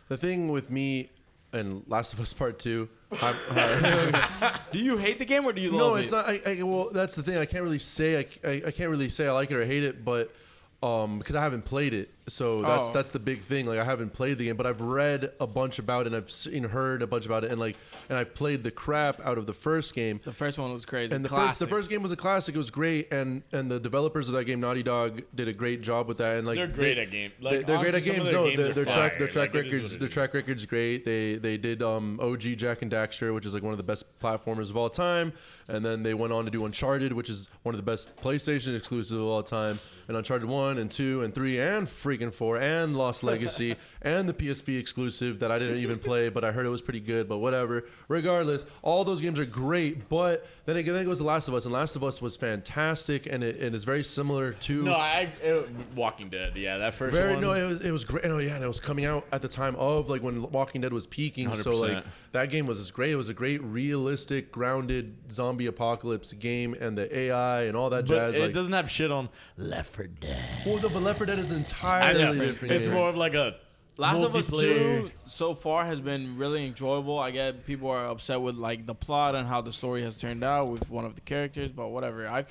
the thing with me and Last of Us Part Two. I'm, uh, do you hate the game or do you no, love it's it? not. I, I, well, that's the thing. I can't really say. I, c- I- I can't really say I like it or hate it, but um, because I haven't played it, so that's Oh. that's the big thing. Like I haven't played the game, but I've read a bunch about it, and I've seen heard a bunch about it, and like and I've played the crap out of the first game. The first one was crazy. And the first the Oh, Classic. first game was a classic. It was great, and and the developers of that game, Naughty Dog, did a great job with that. And like They're great at game- like, they, they're great honestly, some of at their games. No, games their, are their track fire. their track Like, it is records what it their track record's great. They they did um, OG Jack and Daxter, which is like one of the best platformers of all time, and then they went on to do Uncharted, which is one of the best PlayStation exclusives of all time. And Uncharted one and two and three and freaking four and Lost Legacy and the PSP exclusive that I didn't even play, but I heard it was pretty good. But whatever. Regardless, all those games are great. But then again, then it goes to Last of Us, and Last of Us was fantastic, and it and it's very similar to No, I it, Walking Dead. Yeah, that first very one. no, it was it was great. No, yeah, and it was coming out at the time of like when Walking Dead was peaking. So like 100%. that game was just great. It was a great, realistic, grounded zombie apocalypse game, and the AI and all that but jazz. it like, doesn't have shit on Left 4 Dead. well, the, but Left 4 Dead is I know. entirely different. It's game. more of like a Last of Us multiplayer- Two so far has been really enjoyable. I get people are upset with like the plot and how the story has turned out with one of the characters, but whatever. I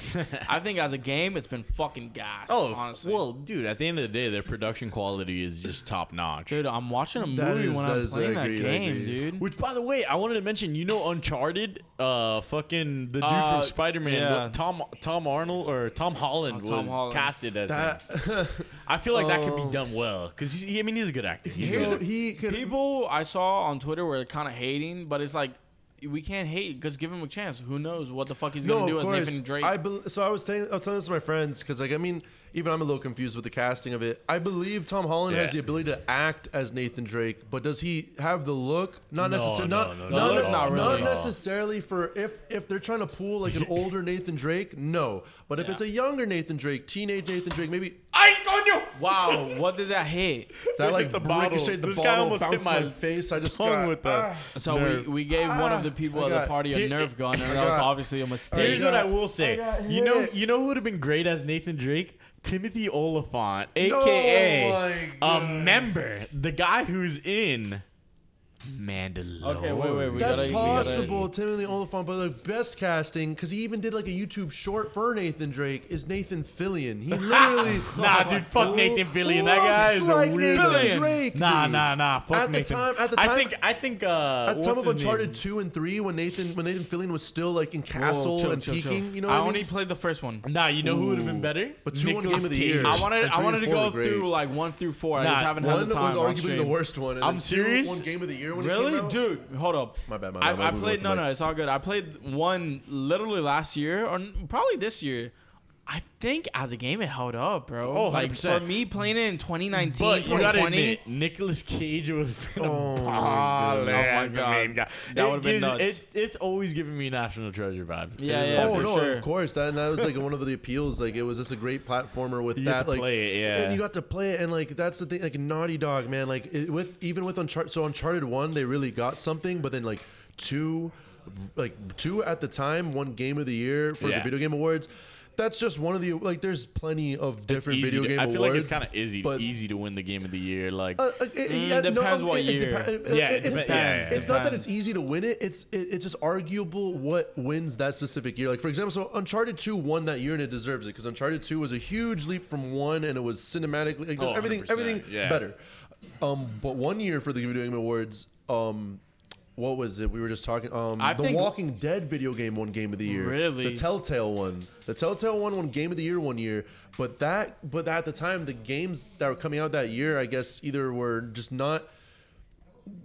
I think as a game, it's been fucking gas. Oh, honestly. well, dude. At the end of the day, their production quality is just top notch. Dude, I'm watching a That movie is- when that I'm is- I playing that agree, I game, agree. dude. Which, by the way, I wanted to mention. You know, Uncharted. Uh, fucking the dude Uh, from Spider Man. yeah. Tom Tom Arnold or Tom Holland Oh, Tom was Holland. casted as. That- him. I feel like that could Oh. be done well because he, I mean, he's a good actor. He's Here's good. the- he could- people I saw on Twitter were kind of hating, but it's like we can't hate because give him a chance. Who knows what the fuck he's no, gonna do of with course. Nathan Drake? I bel so I was telling I was telling this to my friends because like I mean even I'm a little confused with the casting of it. I believe Tom Holland has Yeah. the ability to act as Nathan Drake, but does he have the look? Not No, necessarily. no, not, no, not, no, ne- no, not not really. necessarily for if if they're trying to pull like an older Nathan Drake, no. But if it's a younger Nathan Drake, teenage Nathan Drake, maybe I on you. Wow, what did that hit? that Look like at the bottle. ricocheted the This guy bottle, almost hit bounced my my, face. I just tongue got, with the- ah. So Nerve. we, we gave one of the people I at the got- party Here- a nerve gun, and I that was got- obviously a Here's mistake. got- what I will I say. got you know, hit. you know who would have been great as Nathan Drake? Timothy Oliphant, my aka a God. member, the guy who's in Mandalorian. Okay, wait, wait, we That's gotta, possible, Timothy Oliphant, but the best casting, because he even did like a YouTube short for Nathan Drake, is Nathan Fillion. He literally Nah, dude, fuck Nathan Fillion. That guy is Looks like a weird Nathan dude. Drake, Nah, dude. nah, nah. Fuck At the Nathan. time- at the I time- think, I think, uh, At the time what's of his Uncharted name? two and three, when Nathan when Nathan Fillion was still like in Castle and peaking, you know, I what I only mean? played the first one. Nah, you know who would have been better? But two won Nicolas Game of the Cage. Year. I wanted, And I three wanted to and four go were great. through like one through four. I Nah, just haven't one had the time. was on arguably the stream. worst one. and I'm then two serious? won Game of the Year. When it came Really, out. dude? Hold up. My bad. My bad. I, my I bad, played my no, bad. no, it's all good. I played one literally last year, or n- probably this year. I think as a game it held up, bro. Oh, like for 100%. me playing it in 2019, But you gotta 2020. admit, Nicolas Cage would have been Oh, a dude. baller Oh, my as the God. main guy. That It would've been gives- nuts. It, it's always giving me National Treasure vibes. Yeah, It is. yeah, oh for no, sure. of course. That and that was like one of the appeals. Like it was just a great platformer with You get that. to like play it, yeah. And you got to play it, and like that's the thing. Like Naughty Dog, man. Like it, with even with Uncharted, so Uncharted one, they really got something, but then like two, like two at the time, one game of the year for the Yeah. video game awards. That's just one of the like. There's plenty of different Easy video to- game I feel awards. like it's kind of easy, but- easy to win the game of the year. Like, Uh, uh, it- it- Mm, yeah, no, depends um, what it- it year. depe- it- Yeah, it it's, depends. Yeah, yeah, it's not that depends. it's easy to win it. It's it, it's just arguable what wins that specific year. Like for example, so Uncharted Two won that year and it deserves it because Uncharted Two was a huge leap from one and it was cinematically like, there's Oh, everything 100%, everything yeah. better. Um, but one year for the Video Game Awards, um. What was it? We were just talking. Um, I the think- Walking Dead video game won Game of the Year. Really? The Telltale one. The Telltale one won Game of the Year one year, but that but at the time the games that were coming out that year, I guess either were just not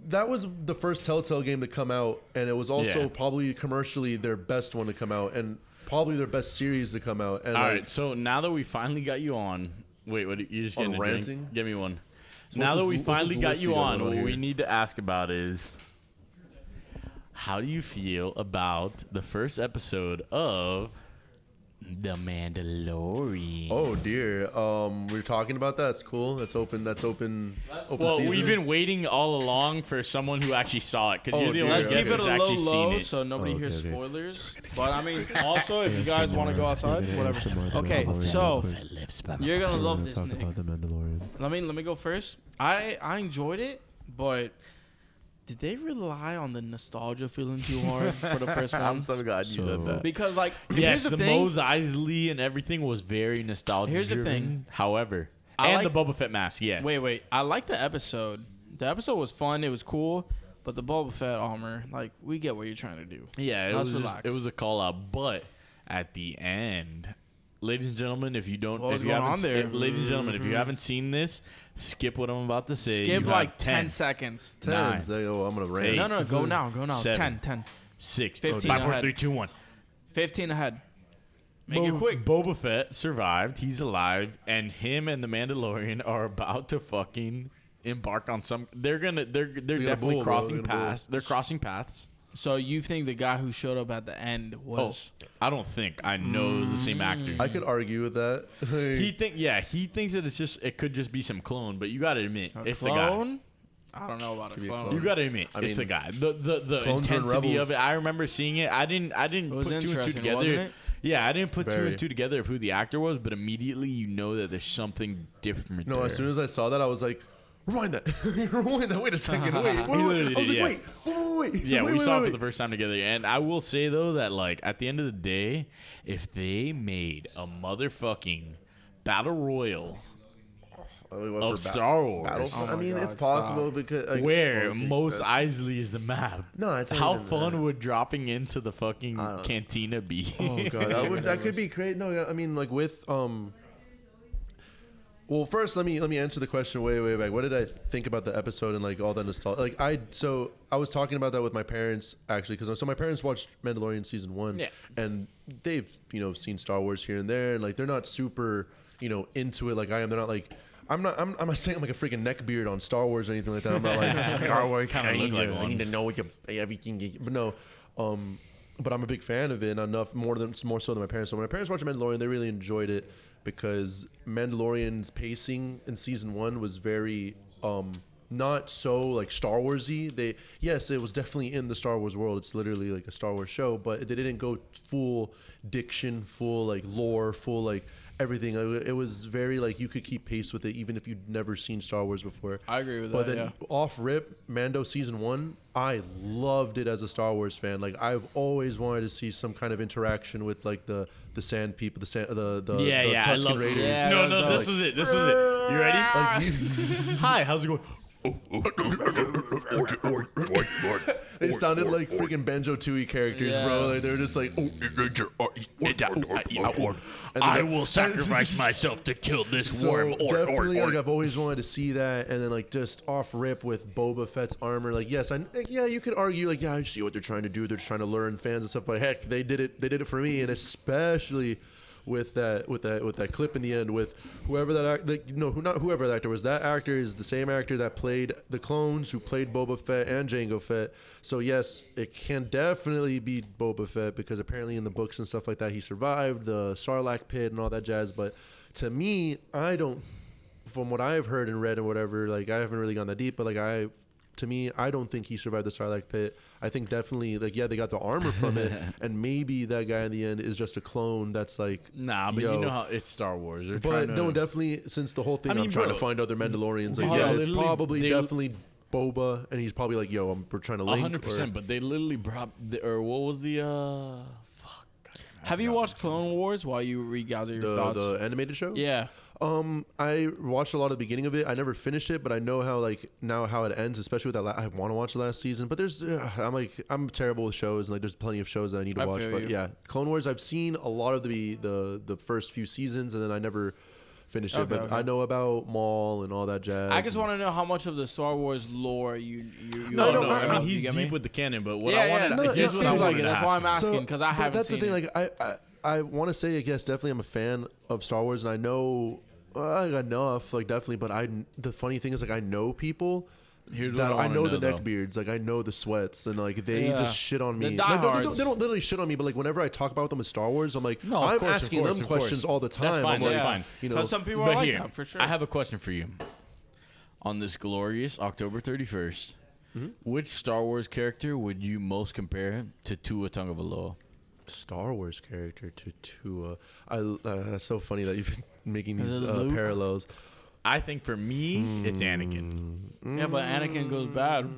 that was the first Telltale game to come out, and it was also Yeah. probably commercially their best one to come out, and probably their best series to come out. All And right, like, so now that we finally got you on, wait, what? You're just On getting a drink? ranting? Give me one. So now what's that this- we what's finally this got list you you got on, going on what here? we need to ask about is how do you feel about the first episode of The Mandalorian? oh dear, um, we we're talking about that. It's cool. That's open. That's open. open well, season. we've been waiting all along for someone who actually saw it because Oh, you're the dude. only Let's one keep who's it a actually little seen low it. so nobody Oh, hears okay, okay. spoilers. But I mean, also if you guys want to go outside, whatever. Okay, so you're gonna love this. Nick. about the Mandalorian. Let me let me go first. I I enjoyed it, but did they rely on the nostalgia feeling too hard for the first one? I'm so glad you did that. Because like yes, here's the, the, thing. Mos Eisley and everything was very nostalgic. Here's the driven. thing. however, I and the Boba Fett mask. Yes. Wait, wait. I like the episode. The episode was fun. It was cool. But the Boba Fett armor, like we get what you're trying to do. Yeah, it Let's was just- relax. it was a call out, but at the end, ladies and gentlemen, if you don't, What was if you going haven't, on there? if- ladies and gentlemen, if you Mhm. haven't seen this, skip what I'm about to say. Skip You have like 10 10 seconds. 10. Say, oh, I'm gonna rant. eight, No, no, go now, go now. 10, 10. Six. 15 Five, four, ahead. three, two, one. 15 ahead. Make it quick. Boba Fett survived. He's alive, and him and the Mandalorian are about to fucking embark on some. They're gonna. They're they're We got a definitely bull, bro. We crossing got a bull. paths. They're crossing paths. So you think the guy who showed up at the end was? Oh, I don't think. I know it was the same actor. Mm. I could argue with that. He think yeah, he thinks that it's just it could just be some clone, but you gotta admit Oh, A it's clone? I don't know about a Could be a clone. the guy. You gotta admit I it's the mean, guy. The the, the clones were in intensity Rebels. of it. I remember seeing it. I didn't I didn't was put two and two interesting, together. wasn't it? Yeah, I didn't put two Very. and two together of who the actor was, but immediately you know that there's something different. No, there. as soon as I saw that, I was like, rewind that. rewind that. Wait a second. Wait. wait, He literally wait. I was did, like, yeah. wait. Wait, wait. Yeah, wait, we wait, saw wait, it for the first time together. And I will say though that like at the end of the day, if they made a motherfucking battle royal for of ba- Star Wars, battle- Oh I my mean, God, it's possible stop. because, like, where oh, okay, Mos that's- Eisley is the map. No, it's not how even fun would dropping into the fucking cantina be? Oh god, that would that could be great. No, yeah, I mean like with um. Well, first let me let me answer the question way way back. What did I think about the episode and like all that nostalgia? Like I so I was talking about that with my parents actually because so my parents watched Mandalorian season one, Yeah. and they've you know seen Star Wars here and there, and like they're not super you know into it like I am. They're not like. I'm not. I'm, I'm not saying I'm like a freaking neckbeard on Star Wars or anything like that. I'm not like Star Wars. Kinda I look need, like to, I one. need to know what you, everything. You, but no, um, but I'm a big fan of it and enough more than more so than my parents. So when my parents watched Mandalorian, they really enjoyed it because Mandalorian's pacing in season one was very um not so like Star Warsy. They yes, it was definitely in the Star Wars world. It's literally like a Star Wars show, but they didn't go full diction, full like lore, full like everything. It it was very like you could keep pace with it even if you'd never seen Star Wars before. I agree with But that, then yeah. off rip Mando season one, I loved it as a Star Wars fan. Like I've always wanted to see some kind of interaction with like the the sand people, the sand, the the, yeah, the yeah, Tusken I love Oh, Raiders. Yeah, no, no, this was it. This was it. You ready? Hi, how's it going? They sounded like freaking Banjo Tooie characters, Yeah. bro. Like they were just like, oh, I will sacrifice myself to kill this So worm. Or, or, definitely, or. like I've always wanted to see that, and then like just off rip with Boba Fett's armor. Like, yes, I like, yeah, you could argue like, yeah, I see what they're trying to do. They're trying to learn fans and stuff. But heck, they did it. They did it for me, and especially with that with that with that clip in the end with whoever that act, like, no who not whoever that actor was that actor is the same actor that played the clones who played Boba Fett and Jango Fett so yes it can definitely be Boba Fett because apparently in the books and stuff like that he survived the Sarlacc pit and all that jazz but to me I don't from what I've heard and read and whatever, like I haven't really gone that deep, but like I, to me, I don't think he survived the Sarlacc pit. I think definitely, like yeah, they got the armor from it, and maybe that guy in the end is just a clone that's like Nah, but yo. you know how it's Star Wars. They're But trying to- no, definitely since the whole thing, I I am mean, trying bro, to find other Mandalorians. Like, bro, yeah, it's literally, probably they- definitely Boba, and he's probably like, yo, I'm, we're trying A to link. hundred or- percent. But they literally brought, the, or what was the? uh Have you watched Clone Wars while you regather your the, thoughts? the animated show. Yeah. Um, I watched a lot of the beginning of it. I never finished it, but I know how like now how it ends, especially with that. La- I want to watch the last season, but there's uh, I'm like I'm terrible with shows, and like there's plenty of shows that I need to I watch. feel But you. yeah, Clone Wars. I've seen a lot of the the the first few seasons, and then I never finish it. Okay, But okay. I know about Maul and all that jazz. I just and- want to know how much of the Star Wars lore you you, you No, all no, know I mean, about, you he's get deep me? with the canon, but what I wanted- yeah. here's it what I seems like wanted it. to That's ask why I'm him. asking So- because I but haven't That's seen the thing. it. Like I, I, I want to say like, yes, definitely I'm a fan of Star Wars, and I know uh, enough, like definitely. But I, the funny thing is, like I know people. Here's that what I I wanna know, the know, though. neckbeards, like I know the sweats, and like they Yeah. just shit on The me. Like, no, they, don't, diehards. they don't literally shit on me, but like whenever I talk about them in Star Wars, I'm like, No, of I'm course, of asking course, them of course. questions all the time. That's fine. I'm that's like, fine. You know, but here, I have a question for you. On this glorious October 31st, Mm-hmm. which Star Wars character would you most compare him to Tua Tagovailoa? Star Wars character to Tua. I uh, that's so funny that you've been making Is it these uh, Luke? parallels. I think for me, it's Mm. Anakin. Yeah, but Anakin goes bad.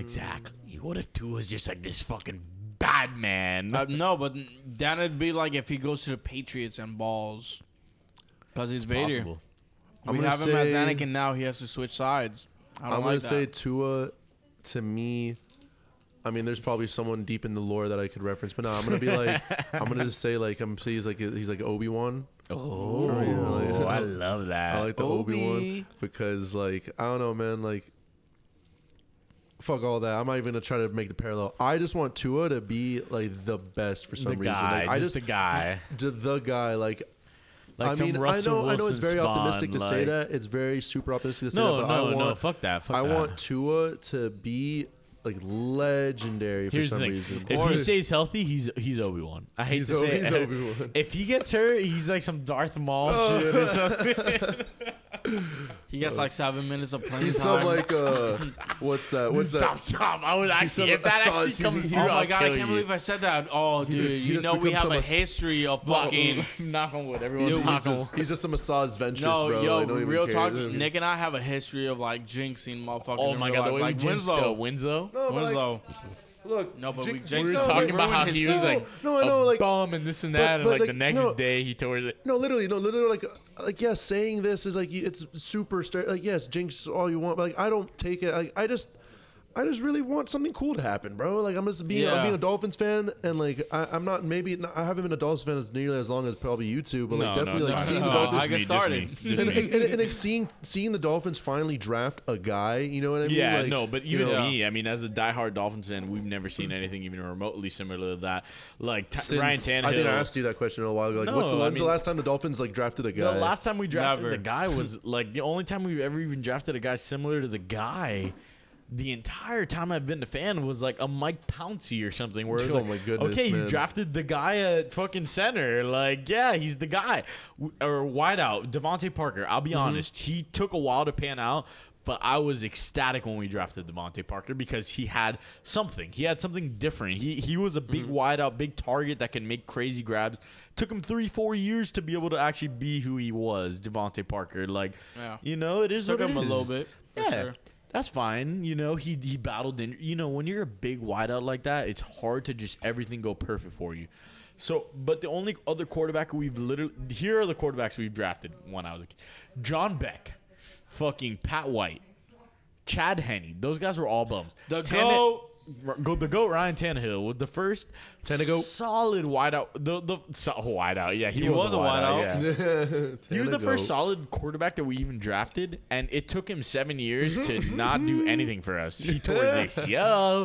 Exactly. What if Tua's just like this fucking bad man? Uh, no, but that'd be like if he goes to the Patriots and balls, because he's Vader. possible. I'm we gonna have him as say- Anakin now. He has to switch sides. I I'm don't gonna like say that. Tua. To me, I mean, there's probably someone deep in the lore that I could reference, but no, I'm gonna be like, I'm gonna just say like, I'm so he's like he's like Obi Wan. Oh, I love that. I like the Obi Obi. Wan because like I don't know, man, like. Fuck all that. I'm not even gonna try to make the parallel. I just want Tua to be like the best for some The reason. guy, like, I just the guy. the, the guy. Like, Like I some mean, I Russell know, I know Wilson it's very spawn, optimistic to say like- that. It's very super optimistic to say No, that. But I no, no, want, fuck that, fuck I that. want Tua to be like legendary Here's for some the thing: reason. if he stays healthy, he's he's Obi Wan. I hate He's to O- say it. he's Obi-Wan. Oh. If he gets hurt, he's like some Darth Maul shit or something. he gets like seven minutes of playing He's time. some like uh, what's that? What's Stop, that? stop. I would He's actually, some if that Asajj- actually he's- comes he's- through, Oh I'll my god! I kill can't you. believe I said that. Oh, He dude, just- he you just know we becomes have a some- history of Well, fucking. knock on wood. Yo, Everyone's he's, knock on just, he's just a massage ventress, No, bro. Oh, yo, like, don't even real care. talk. Don't even- Nick and I have a history of like jinxing motherfuckers. Oh in my real god, the life. way like we jinxed, uh, Winslow. Winslow. No, but, like, Winslow. Look, No, but Jin- we Jin- jinxed we no, were like, talking about ruined how his- he was no, like no, I know, a like, bum and this and but- that, and but, like, the like, next no. day he tore it. No, literally, no, literally, like, like, yeah, saying this is like, you- it's super, star- like, yes, jinx all you want, but like, I don't take it, like, I just, I just really want something cool to happen, bro. Like, I'm just being, Yeah. I'm being a Dolphins fan, and like, I, I'm not, maybe, I haven't been a Dolphins fan as nearly as long as probably you two, but like, definitely, like, seeing the No, Dolphins I get started. and, and, and, and, like seeing seeing the Dolphins finally draft a guy, you know what I mean? yeah, Like, no, but you even know, me, I mean, as a diehard Dolphins fan, we've never seen anything even remotely similar to that. Like t- since- Ryan Tannehill. I think I asked you that question a while ago. Like, what's the, No, I when's mean- the last time the Dolphins like drafted a guy? The last time we drafted Never. the guy was like the only time we've ever even drafted a guy similar to the guy. The entire time I've been a fan was like a Mike Pouncey or something, where it was Oh like, my goodness, okay, you man. drafted the guy at fucking center, like yeah, he's the guy, W- or wideout Devontae Parker. I'll be Mm-hmm. honest, he took a while to pan out, but I was ecstatic when we drafted Devontae Parker because he had something. He had something different. He he was a big Mm-hmm. wideout, big target that can make crazy grabs. Took him three, four years to be able to actually be who he was, Devontae Parker. Like, Yeah. you know, it is Took what it him a is. little bit. for Yeah, sure. that's fine. You know, he he battled in. You know, when you're a big wideout like that, it's hard to just everything go perfect for you. So, but the only other quarterback we've literally here are the quarterbacks we've drafted. When I was a kid, John Beck, fucking Pat White, Chad Henney. Those guys were all bums. The Tanne- goat. R- Go the goat Ryan Tannehill was the first Tannehill. solid wideout. The the so, wideout, yeah, he, He was a wideout. yeah. He was the first Tannehill. solid quarterback that we even drafted, and it took him seven years to not do anything for us. He tore his ACL.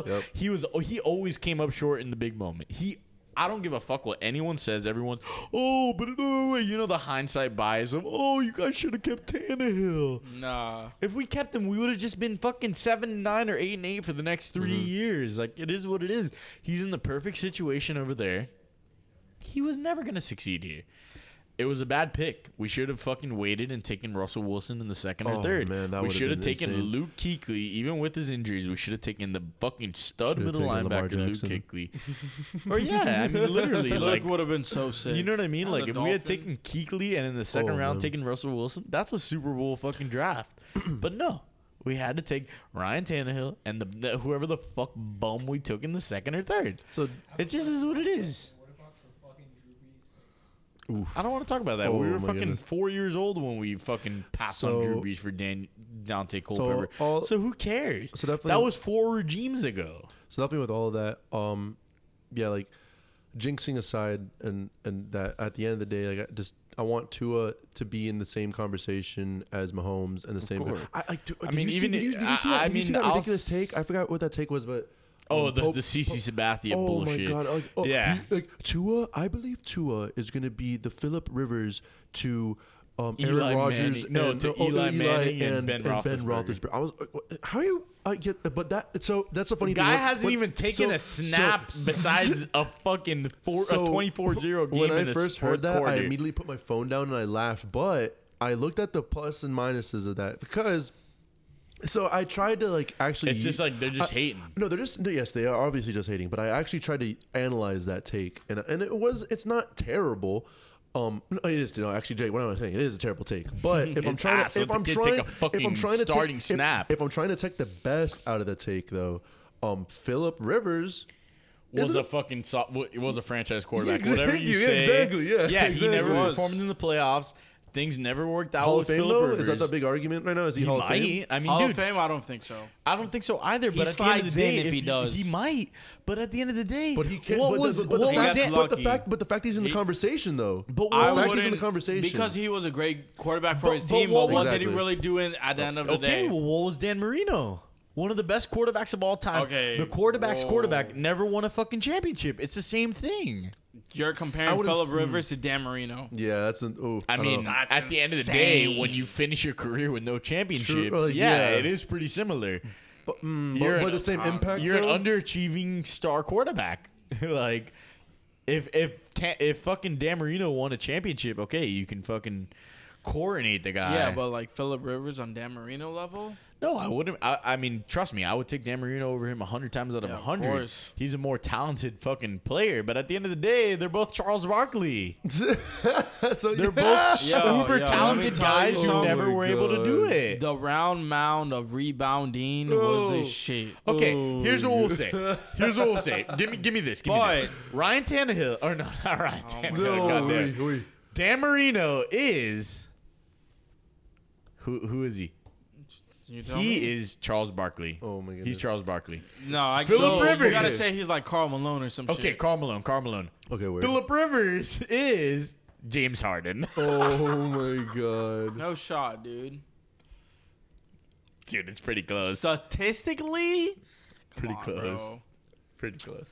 Mm-hmm. Yep. He was he always came up short in the big moment. He I don't give a fuck what anyone says. Everyone, oh, but uh, you know the hindsight bias of oh, you guys should have kept Tannehill. Nah. If we kept him, we would have just been fucking seven and nine or eight and eight for the next 3 Mm-hmm. years. Like it is what it is. He's in the perfect situation over there. He was never gonna succeed here. It was a bad pick. We should have fucking waited and taken Russell Wilson in the second or Oh, third. man, that we would have should have been taken insane. Luke Kuechly, even with his injuries. We should have taken the fucking stud Should have middle taken Lamar linebacker Luke Jackson. Kuechly. or yeah, I mean literally, like Luke would have been so sick. you know what I mean? As Like a if we had taken Dolphin. Keekly and in the second Oh, round man. taken Russell Wilson, that's a Super Bowl fucking draft. but no, we had to take Ryan Tannehill and the, the whoever the fuck bum we took in the second or third. So It just is what it is. I don't want to talk about that. we Oh, were my fucking goodness. four years old when we fucking passed on Drew So- Brees for Dan Dante Culpepper. So, all- who cares? So definitely- that was four regimes ago. So definitely with all of that, um, yeah, like jinxing aside, and and that at the end of the day, like I just I want Tua to be in the same conversation as Mahomes and the same. course. I, I, do, I did mean, you see- even did you, i- did you see that, I did you see mean, that I'll ridiculous s- take. I forgot what that take was, but Oh, um, the, Pope- the CC Sabathia oh bullshit. my god! Like, oh, yeah. he- like Tua, I believe Tua is going to be the Philip Rivers to um, Eli Aaron Rodgers. Manning- no, and, to oh, Eli Manning and Ben Roethlisberger. Roethlisberger. I was like, what- how are you? I get, but that. So that's a funny The thing. guy What- hasn't what- even taken so- a snap so- besides a fucking four, a 24-0 game When in I the first fourth heard that, I quarter. immediately put my phone down and I laughed. But I looked at the plus and minuses of that because. So I tried to like actually. It's just like they're just I- hating. No, they're just no, yes, they are obviously just hating. But I actually tried to analyze that take, and and it was it's not terrible. Um, no, it is no, actually, Jake. What am I saying? It is a terrible take. But if I'm It's trying, ass. to, Let if the I'm kid trying, take a if I'm fucking trying to starting take, if- snap. If, I'm trying to take the best out of the take, though, um, Philip Rivers was isn't- a fucking so- wa- was a franchise quarterback. Exactly, Whatever you yeah, say, exactly, yeah, yeah. exactly. He never Was. performed in the playoffs. Things never worked out Hall of with Fame Oh, Philip though. Rivers. Is that the big argument right now? Is he, He Hall of Fame? might. I mean, Hall dude. of Fame, I don't think so. I don't think so either. He but at the end of slides the day, in if he does. he might. But at the end of the day, But he can't. What but was the, but, what the fact, was but the fact, but the fact he's in the conversation though. But I the fact he's in wouldn't- the conversation because he was a great quarterback for But- his but team. what But what was- did he Exactly. really do in, at the end of the okay, day? well, what was Dan Marino? One of the best quarterbacks of all time. Okay, The quarterback's whoa. quarterback never won a fucking championship. It's the same thing. You're I comparing would've Philip s- Rivers to Dan Marino. Yeah, that's an. Oh, I don't mean, know. at the end of the insane. day, when you finish your career with no championship, True, like, yeah, yeah. it is pretty similar. But, mm, You're but an- the same um, impact. You're though? an underachieving star quarterback. like, if if ta- if fucking Dan Marino won a championship, okay, you can fucking coronate the guy. Yeah, but like Philip Rivers on Dan Marino level. No, I wouldn't. I, I mean, trust me, I would take Dan Marino over him hundred times out of Yeah, of hundred. course. He's a more talented fucking player, but at the end of the day, they're both Charles Barkley. so, They're both Yo, yo, super let me talented tell you guys who something. never were able to do it. The round mound of rebounding was the shit. Okay, here's what we'll say. Here's what we'll say. Give me, give me this. Give me this. Ryan Tannehill, or no, not Ryan Tannehill. No, goddamn. we- we- Dan Marino is who? Who is he? You tell He me. is Charles Barkley. Oh my He's goodness. Charles Barkley. No, I Philip so Rivers. You gotta say he's like Carl Malone or some Okay, shit. Carl Malone. Carl Malone. Okay, wait. Philip Rivers is James Harden. Oh my god. No shot, dude. Dude, it's pretty close. Statistically, pretty on, close. bro. Pretty close.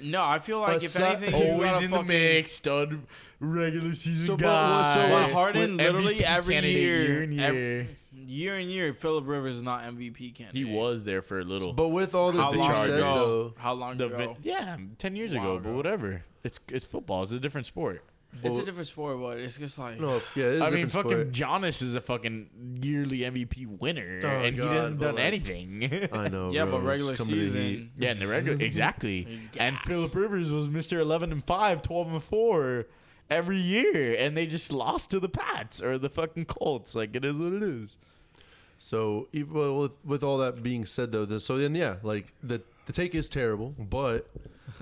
no. I feel like if Aside- anything, you Always gotta in the fucking- mix, stud regular season So, but what- guy. so But Wait, Harden with literally MVP every candidate year, year and ev- year. year and year, Philip Rivers is not MVP candidate. He was there for a little. But with all this How the being long Chargers. said, Chargers. ago? though, How long The ago? vi- yeah, ten years Wow, ago, but bro. whatever. It's it's football. It's a different sport. It's a different sport, but it's just like no, yeah, it is a I mean, different fucking sport. Giannis is a fucking yearly MVP winner, Oh, and God, he hasn't but done like- anything. I know. Yeah, bro. but regular Just come to the season- Heat. yeah, in the regular exactly. And Philip Rivers was Mister Eleven and 5, 12 and four every year, and they just lost to the Pats or the fucking Colts. Like it is what it is. So even well, with, with all that being said, though, the, so then yeah, like the the take is terrible. But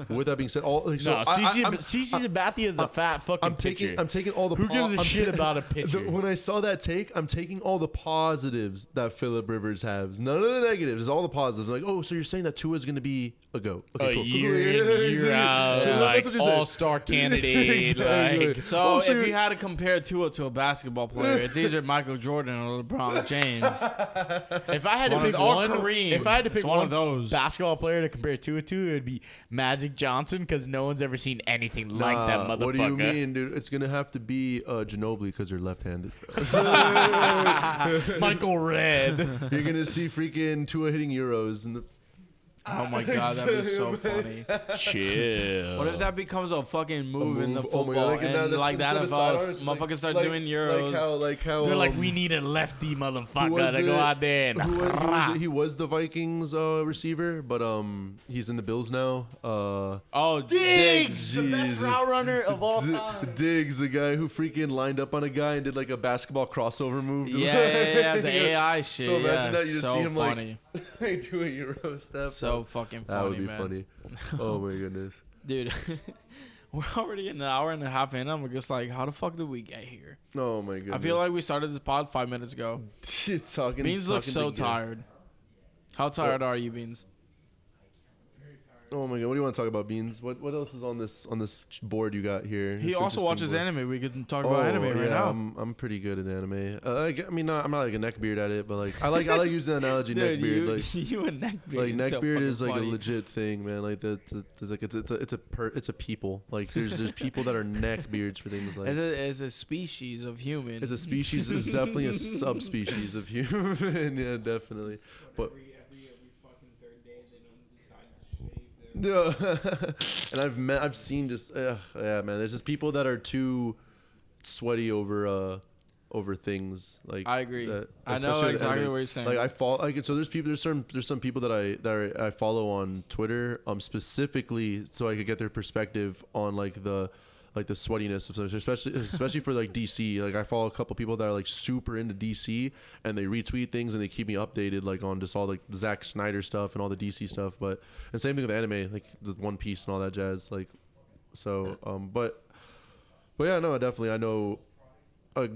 with that being said, all like, so no, I- I- CC I'm- CC Sabathia is a fat fucking I'm taking pitcher. I'm taking all the Who gives a a shit about a pitcher? when I saw that take, I'm taking all the positives that Philip Rivers has. None of the negatives. It's all the positives. Like, oh, so you're saying that Tua is going to be a go? a year in, year out, like all star candidate. Like, So Oh, so if you- you had to compare Tua to a basketball player, it's either Michael Jordan or LeBron James. if I had to One of pick the- or one, Kareem. if I had to It's pick one one of those. basketball player to compare Tua to, it would be Magic Johnson because no one's ever seen anything like that motherfucker. What do you mean, dude? It's gonna have to be uh, Ginobili because they're left-handed. Michael Red. You're gonna see freaking Tua hitting euros and the oh my god, that'd be so funny. Chill. What if that becomes a fucking move, in the move. Oh football my God, like, and now that's like instead that of of sidearms, us, it's like- motherfuckers start like- doing like euros? how like how They're like, um, we need a lefty who motherfucker to it? go out there and Who was- who was it? he was the Vikings uh, receiver, but um, he's in the Bills now. Uh, oh, Diggs. the best Jesus. route runner of Oh, D- uh. Diggs, the guy who freaking lined up on a guy and did like a basketball crossover move. Yeah, yeah, yeah, the AI shit. So imagine yeah, that you just so see him funny. like do a euro step. so fucking that funny, would be man. funny. Oh my goodness. dude. we're already an hour and a half in. I'm just like, how the fuck did we get here? Oh my goodness. I feel like we started this pod five minutes ago. shit talking. Beans looks talking so big game. tired. How tired are you, Beans? Oh my god, what do you want to talk about, Beans? What what else is on this on this ch- board you got here? He This also interesting watches board. anime. We can talk about anime right Oh, yeah, now. I'm, I'm pretty good at anime. Uh, I, g- I mean, not, I'm not like a neckbeard at it, but like I like I like using the analogy Dude, neckbeard. you- like you and Like neckbeard is so neckbeard is fucking like a funny. legit thing, man. Like that, that- that's like it's it's a it's a, per, it's a people. Like there's there's people that are neckbeards for things like as, a, as a species of human. as a species is definitely a subspecies of human. yeah, definitely. But No. and I've met, I've seen just, ugh, yeah, man. There's just people that are too sweaty over, uh, over things. Like I agree. that- I know especially with exactly anime. what you're saying. Like I follow, like so. There's people. There's certain. There's some people that I that are, I follow on Twitter, um, specifically so I could get their perspective on like the. Like the sweatiness of something, especially especially for like DC. Like I follow a couple people that are like super into DC, and they retweet things and they keep me updated like on just all like Zack Snyder stuff and all the DC stuff. But and same thing with anime, like the One Piece and all that jazz. Like so, um, but but yeah, no, definitely I know uh,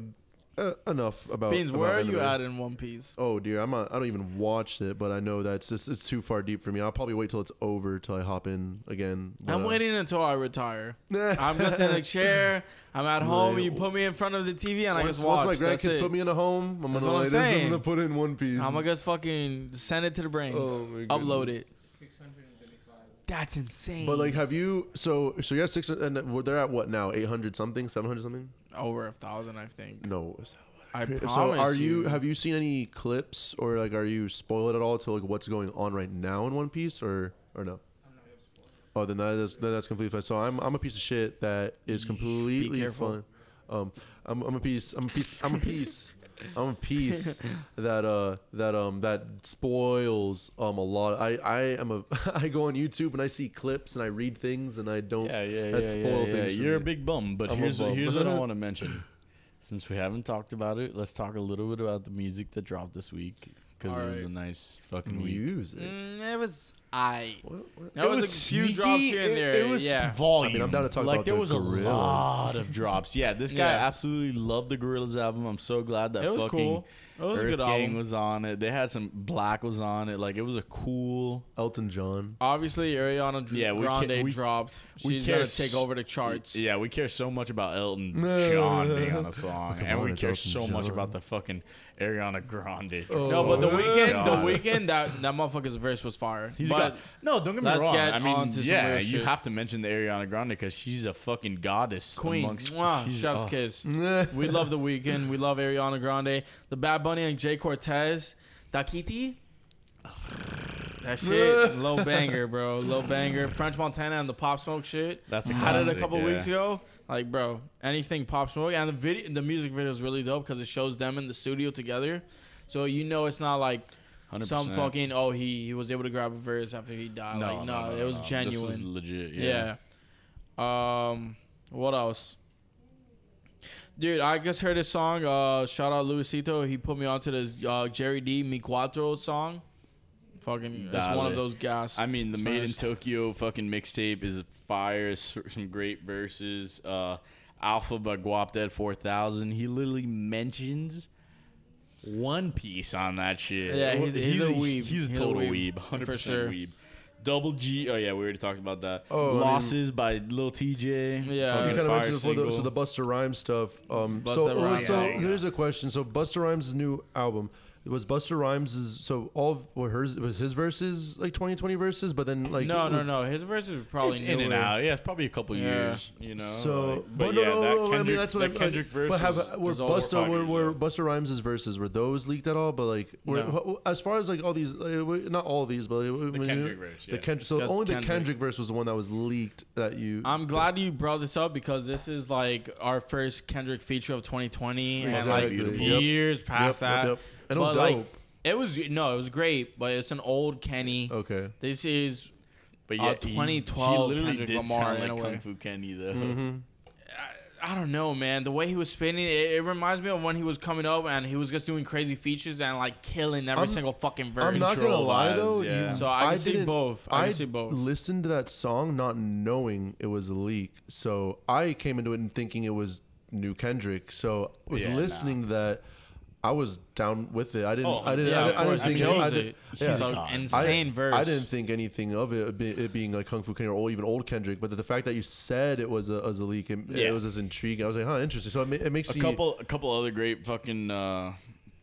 uh, enough about. Beans, about where are you anime. at in One Piece? Oh dear, I'm not, I don't even watch it, but I know that's just it's too far deep for me. I'll probably wait till it's over till I hop in again. But, I'm uh, waiting until I retire. I'm just in a chair. I'm at home. You put me in front of the TV and I Once, just once watch. my That's grandkids it. put me in a home, I'm That's gonna, what I'm like, this, I'm saying. gonna put in One Piece. I'm gonna just fucking send it to the brain. Oh my Upload goodness. it. That's insane. But like, have you? So so you got six, and well, they're at what now? Eight hundred something, seven hundred something? over a thousand, I think. No. I promise So are you, you. Have you seen any clips or like are you spoiled at all to like what's going on right now in One Piece or or no? Oh, then that is then that's completely fine. So I'm I'm a piece of shit that is completely careful. fun. Um, I'm I'm a piece. I'm a piece. I'm a piece. I'm a piece that uh that um that spoils um a lot. I I am a I go on YouTube and I see clips and I read things and I don't Yeah, yeah, that yeah, spoil yeah, yeah. things. for You're a me. big bum, but I'm a here's bum. here's what I want to mention. Since we haven't talked about it, let's talk a little bit about the music that dropped this week because it was Alright. a nice fucking week. Music. Mm, it was I. It That was, was a few drops sneaky, here and it- there. it was yeah. volume. I mean, I'm down to talk like about there the was Gorillaz. a lot of drops. Yeah, this guy Yeah. absolutely loved the Gorillas album. I'm so glad that It was fucking cool. It was a Earth good Gang album. was on it. They had some Black was on it. Like it was a cool Elton John. Obviously, Ariana Dr- Yeah, we ca- Grande we- dropped. we She's care gonna s- take over the charts. Yeah, we care so much about Elton No. John being on a song, Come and on, we it's care Elton so much John. about the fucking Ariana Grande. No, but the Oh, weekend, the God. weekend that that motherfucker's verse was fire. He's but got, no, don't get me let's wrong. Get I mean, onto some yeah, real you shit. have to mention the Ariana Grande because she's a fucking goddess. Queen, amongst, Mwah, she's- chef's oh. kiss. uh, we love the weekend. We love Ariana Grande. The Bad Bunny and Jay Cortez, Dakiti. That shit, low banger, bro, low banger. French Montana and the Pop Smoke shit. That's a I did classic, a couple yeah. weeks ago. Like, bro, anything Pop Smoke and the video, the music video is really dope because it shows them in the studio together. So you know it's not like. 100%. Some fucking oh he he was able to grab a verse after he died No, like no, no, no, it was no, no. This genuine was legit, yeah. Yeah. um what else Dude, I just heard his song. Uh, shout out Luisito. He put me onto this uh, Jerry D. Mi Cuatro song. Fucking, it's one Dale. of those gas. I mean, the Made in smash. Tokyo fucking mixtape is fire. s- Some great verses. Uh, Alpha by Guap Dead 4000. He literally mentions One Piece on that shit. Yeah, he's- he's a weeb. He's a He's a total weeb, weeb. 100% for sure. weeb. Double G. Oh, yeah, we already talked about that. Oh, I mean- Losses by Lil TJ. Yeah. fucking you kind of Oh, fire mentioned before the, single. so the Buster Rhymes stuff. Um, Busta so, oh, Rhymes. so Yeah, yeah. here's a question. So Buster Rhymes' new album it was Buster Rhymes' so all of, were hers was his verses like 20, 20 verses, but then like no, no, w- no. His verses were probably It's in and newer. out. Yeah, it's probably a couple Yeah. years. You know. So, like- but, no, yeah, no, that no, Kendrick, I mean, that's what that I'm- Kendric verse. But have was- were was all Busta fire. were, were Busta Rhymes' verses were those leaked at all? But like, were, No. wh- as far as like all these, like, wh- not all of these, but like, the Kendrick verse, yeah. The Kendrick. So That's only the Kendrick. Kendrick verse was the one that was leaked that you. I'm glad you brought this up because this is like our first Kendrick feature of 2020, and Exactly. like Beautiful. Yep. years Yep, past yep, that. yep. And it was But, like, dope. it was no, it was great, but it's an old Kenny. Okay. This is, But uh, yeah, he- 2012 he literally Kendrick did Lamar sound in like a way. Kung Fu Kenny though. Mm-hmm. I don't know, man. The way he was spinning, it, it reminds me of when he was coming up and he was just doing crazy features and like killing every I'm- single fucking verse. I'm not gonna lie though. You, so I, can see didn't- both. I, can see both. listened to that song not knowing it was a leak, so I came into it and thinking it was new Kendrick. So with Yeah, nah. listening to that, I was down with it. I didn't. Oh, I didn't. yeah, I didn't, I of didn't course. think. He I kills didn't- it. He's yeah. an I didn't- insane verse. I didn't think anything of it, it be- it being like Kung Fu King or old, even old Kendrick. But the fact that you said it was a, as a leak, it, Yeah. it was as intriguing. I was like, huh, interesting. So it, ma- it makes a you couple a couple other great fucking uh,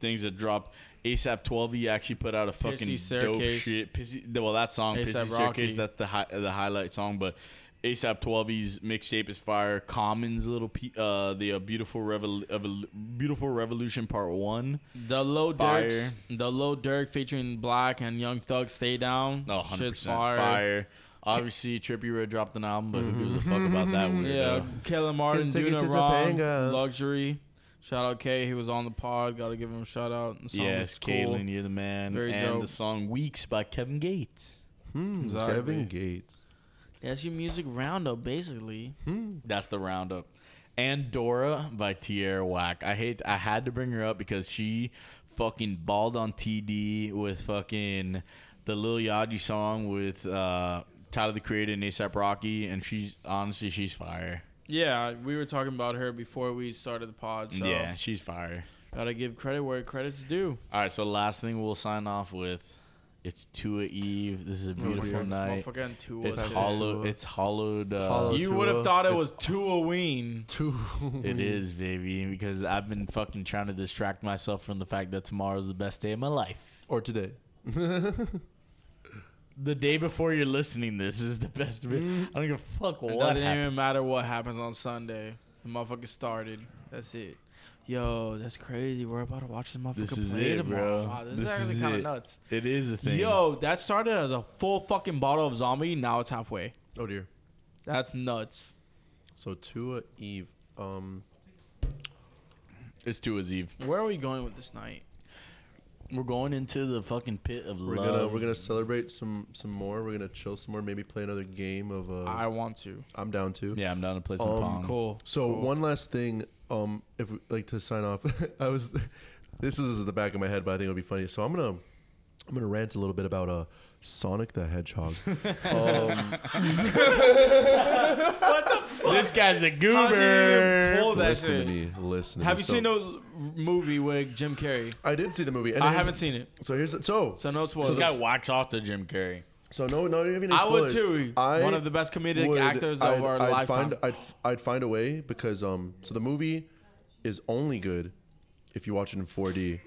things that dropped. ASAP 12 he actually put out a fucking Pissy dope Staircase. shit. Pissy, well, that song A$AP Pissy Rocky. Staircase that's the hi- the highlight song, but ASAP 12's mixtape is fire. Common's little pe- uh the uh, beautiful Revol- Evol- beautiful revolution part 1. The low Fire. Dirk, the low Dirk featuring Black and Young Thug, stay down. No, 100% Shit's Oh, fire. fire. Obviously Trippy Red dropped an album, but who gives a fuck about that weirdo? Mm-hmm. Yeah, Killer Martin, Can't take it doing to it the wrong. panga. Luxury. Shout out K, he was on the pod. Gotta give him a shout out. The song Yes, was cool. Caitlin, you're the man. Very and dope. the song Weeks by Kevin Gates. Hmm, Exactly. Kevin Gates. That's your music roundup, basically. That's the roundup. And Dora by Tierra Whack. I hate. I had to bring her up because she fucking balled on TD with fucking the Lil Yachty song with uh, Tyler the Creator and ASAP Rocky, and she's honestly she's fire. Yeah, we were talking about her before we started the pod. So Yeah, she's fire. gotta give credit where credit's due. All right, so last thing we'll sign off with. It's Tua Eve. This is a my beautiful God, Oh, this night. motherfucker and Tua It's today. hollow. Tua. It's hollowed. Uh, you would have thought it it's was Tuaween. It is, baby, because I've been fucking trying to distract myself from the fact that tomorrow's the best day of my life. Or today. the day before you're listening, this is the best. Bit. Mm-hmm. I don't give a fuck It what doesn't happened. even matter what happens on Sunday. The motherfucker started. That's it. Yo, that's crazy. We're about to watch this motherfucker This is play it, tomorrow. bro. Wow, this, This is actually is kind it. of nuts. It is a thing. Yo, that started as a full fucking bottle of zombie. Now it's halfway. Oh dear. That's nuts. So Tua Eve. Um, it's Tua's Eve. Where are we going with this night? We're going into the fucking pit of we're love. gonna we're gonna celebrate some some more. We're gonna chill some more. Maybe play another game of. Uh, I want to. I'm down to. yeah, I'm down to play some Um, pong. Cool. So Cool. one last thing, um, if we- like to sign off, I was, this was at the back of my head, but I think it'll be funny. So I'm gonna, I'm gonna rant a little bit about uh, Sonic the Hedgehog. um, This guy's a How do you even goober. pull Oh, that listen shit? to me, listen. To Have me. you So seen a l- movie with Jim Carrey? I did see the movie. I here's- haven't seen it. So here's so So no This spoilers. guy whacks off to Jim Carrey. so no no you have any I would spoilers. too. I One of the best comedic would- actors of our I'd lifetime. Find, I'd, I'd find a way because um so the movie is only good if you watch it in 4D.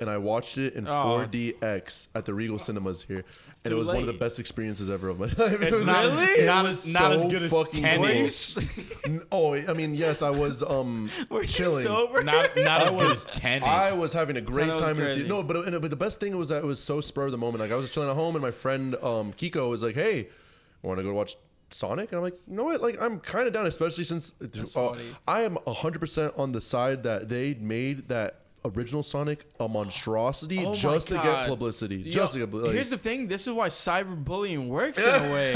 And I watched it in Oh. 4DX at the Regal Cinemas here, and too it was one of the late. best experiences ever of my life. It It's was- not as- it not was as- not as so good as fucking 10X. cool. N- oh, I mean, yes, I was um Were you chilling. sober? Not not I as good as was- ten. I was having a great Tenno was time in the crazy. theater. No, but, and- but the best thing was that it was so spur of the moment. Like I was just chilling at home, and my friend um, Kiko was like, "Hey, want to go watch Sonic?" And I'm like, "You know what? Like I'm kind of down, especially since uh, funny. I am 100 percent on the side that they made that." Original Sonic, a monstrosity, Oh my just to God. get publicity. Yo, Just to get like, here's the thing. This is why cyberbullying works in a way.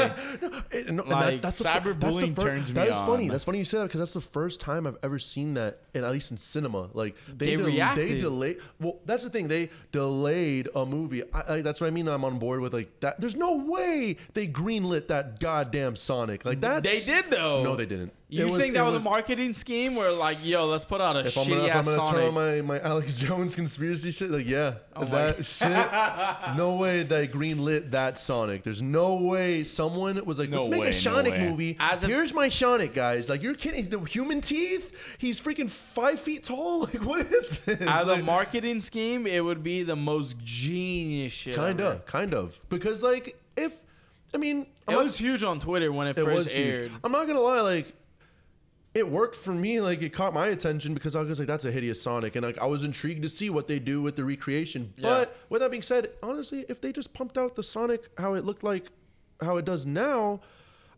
it- no, and Like, that's, that's the, that's the cyberbullying fir- turns that me is funny. on. That's funny you say that because that's the first time I've ever seen that, and at least in cinema, like They they del- reacted. they delayed. Well, that's the thing. They delayed a movie. I, I, that's what I mean. I'm on board with like that. There's no way they greenlit that goddamn Sonic. Like that. They did, though. No, they didn't. You It think that it was, a marketing scheme where like, yo, let's put out a If shitty I'm gonna, if I'm ass gonna turn Sonic? Oh on my, my Alex Jones conspiracy shit, like yeah, that shit. No way they greenlit that Sonic. There's no way someone was like, No let's make way, a no Sonic way. movie. As of- Here's my Sonic, guys. Like you're kidding. The human teeth. He's freaking five feet tall. Like what is this? As a like, marketing scheme, it would be the most genius shit. kind ever. of, kind of. Because like if, I mean, It I'm was huge on Twitter when it, it first was huge. aired. I'm not gonna lie, like it worked for me. Like it caught my attention because I was like, "That's a hideous Sonic," and like I was intrigued to see what they do with the recreation. But with that being said, honestly, if they just pumped out the Sonic how it looked like, how it does now,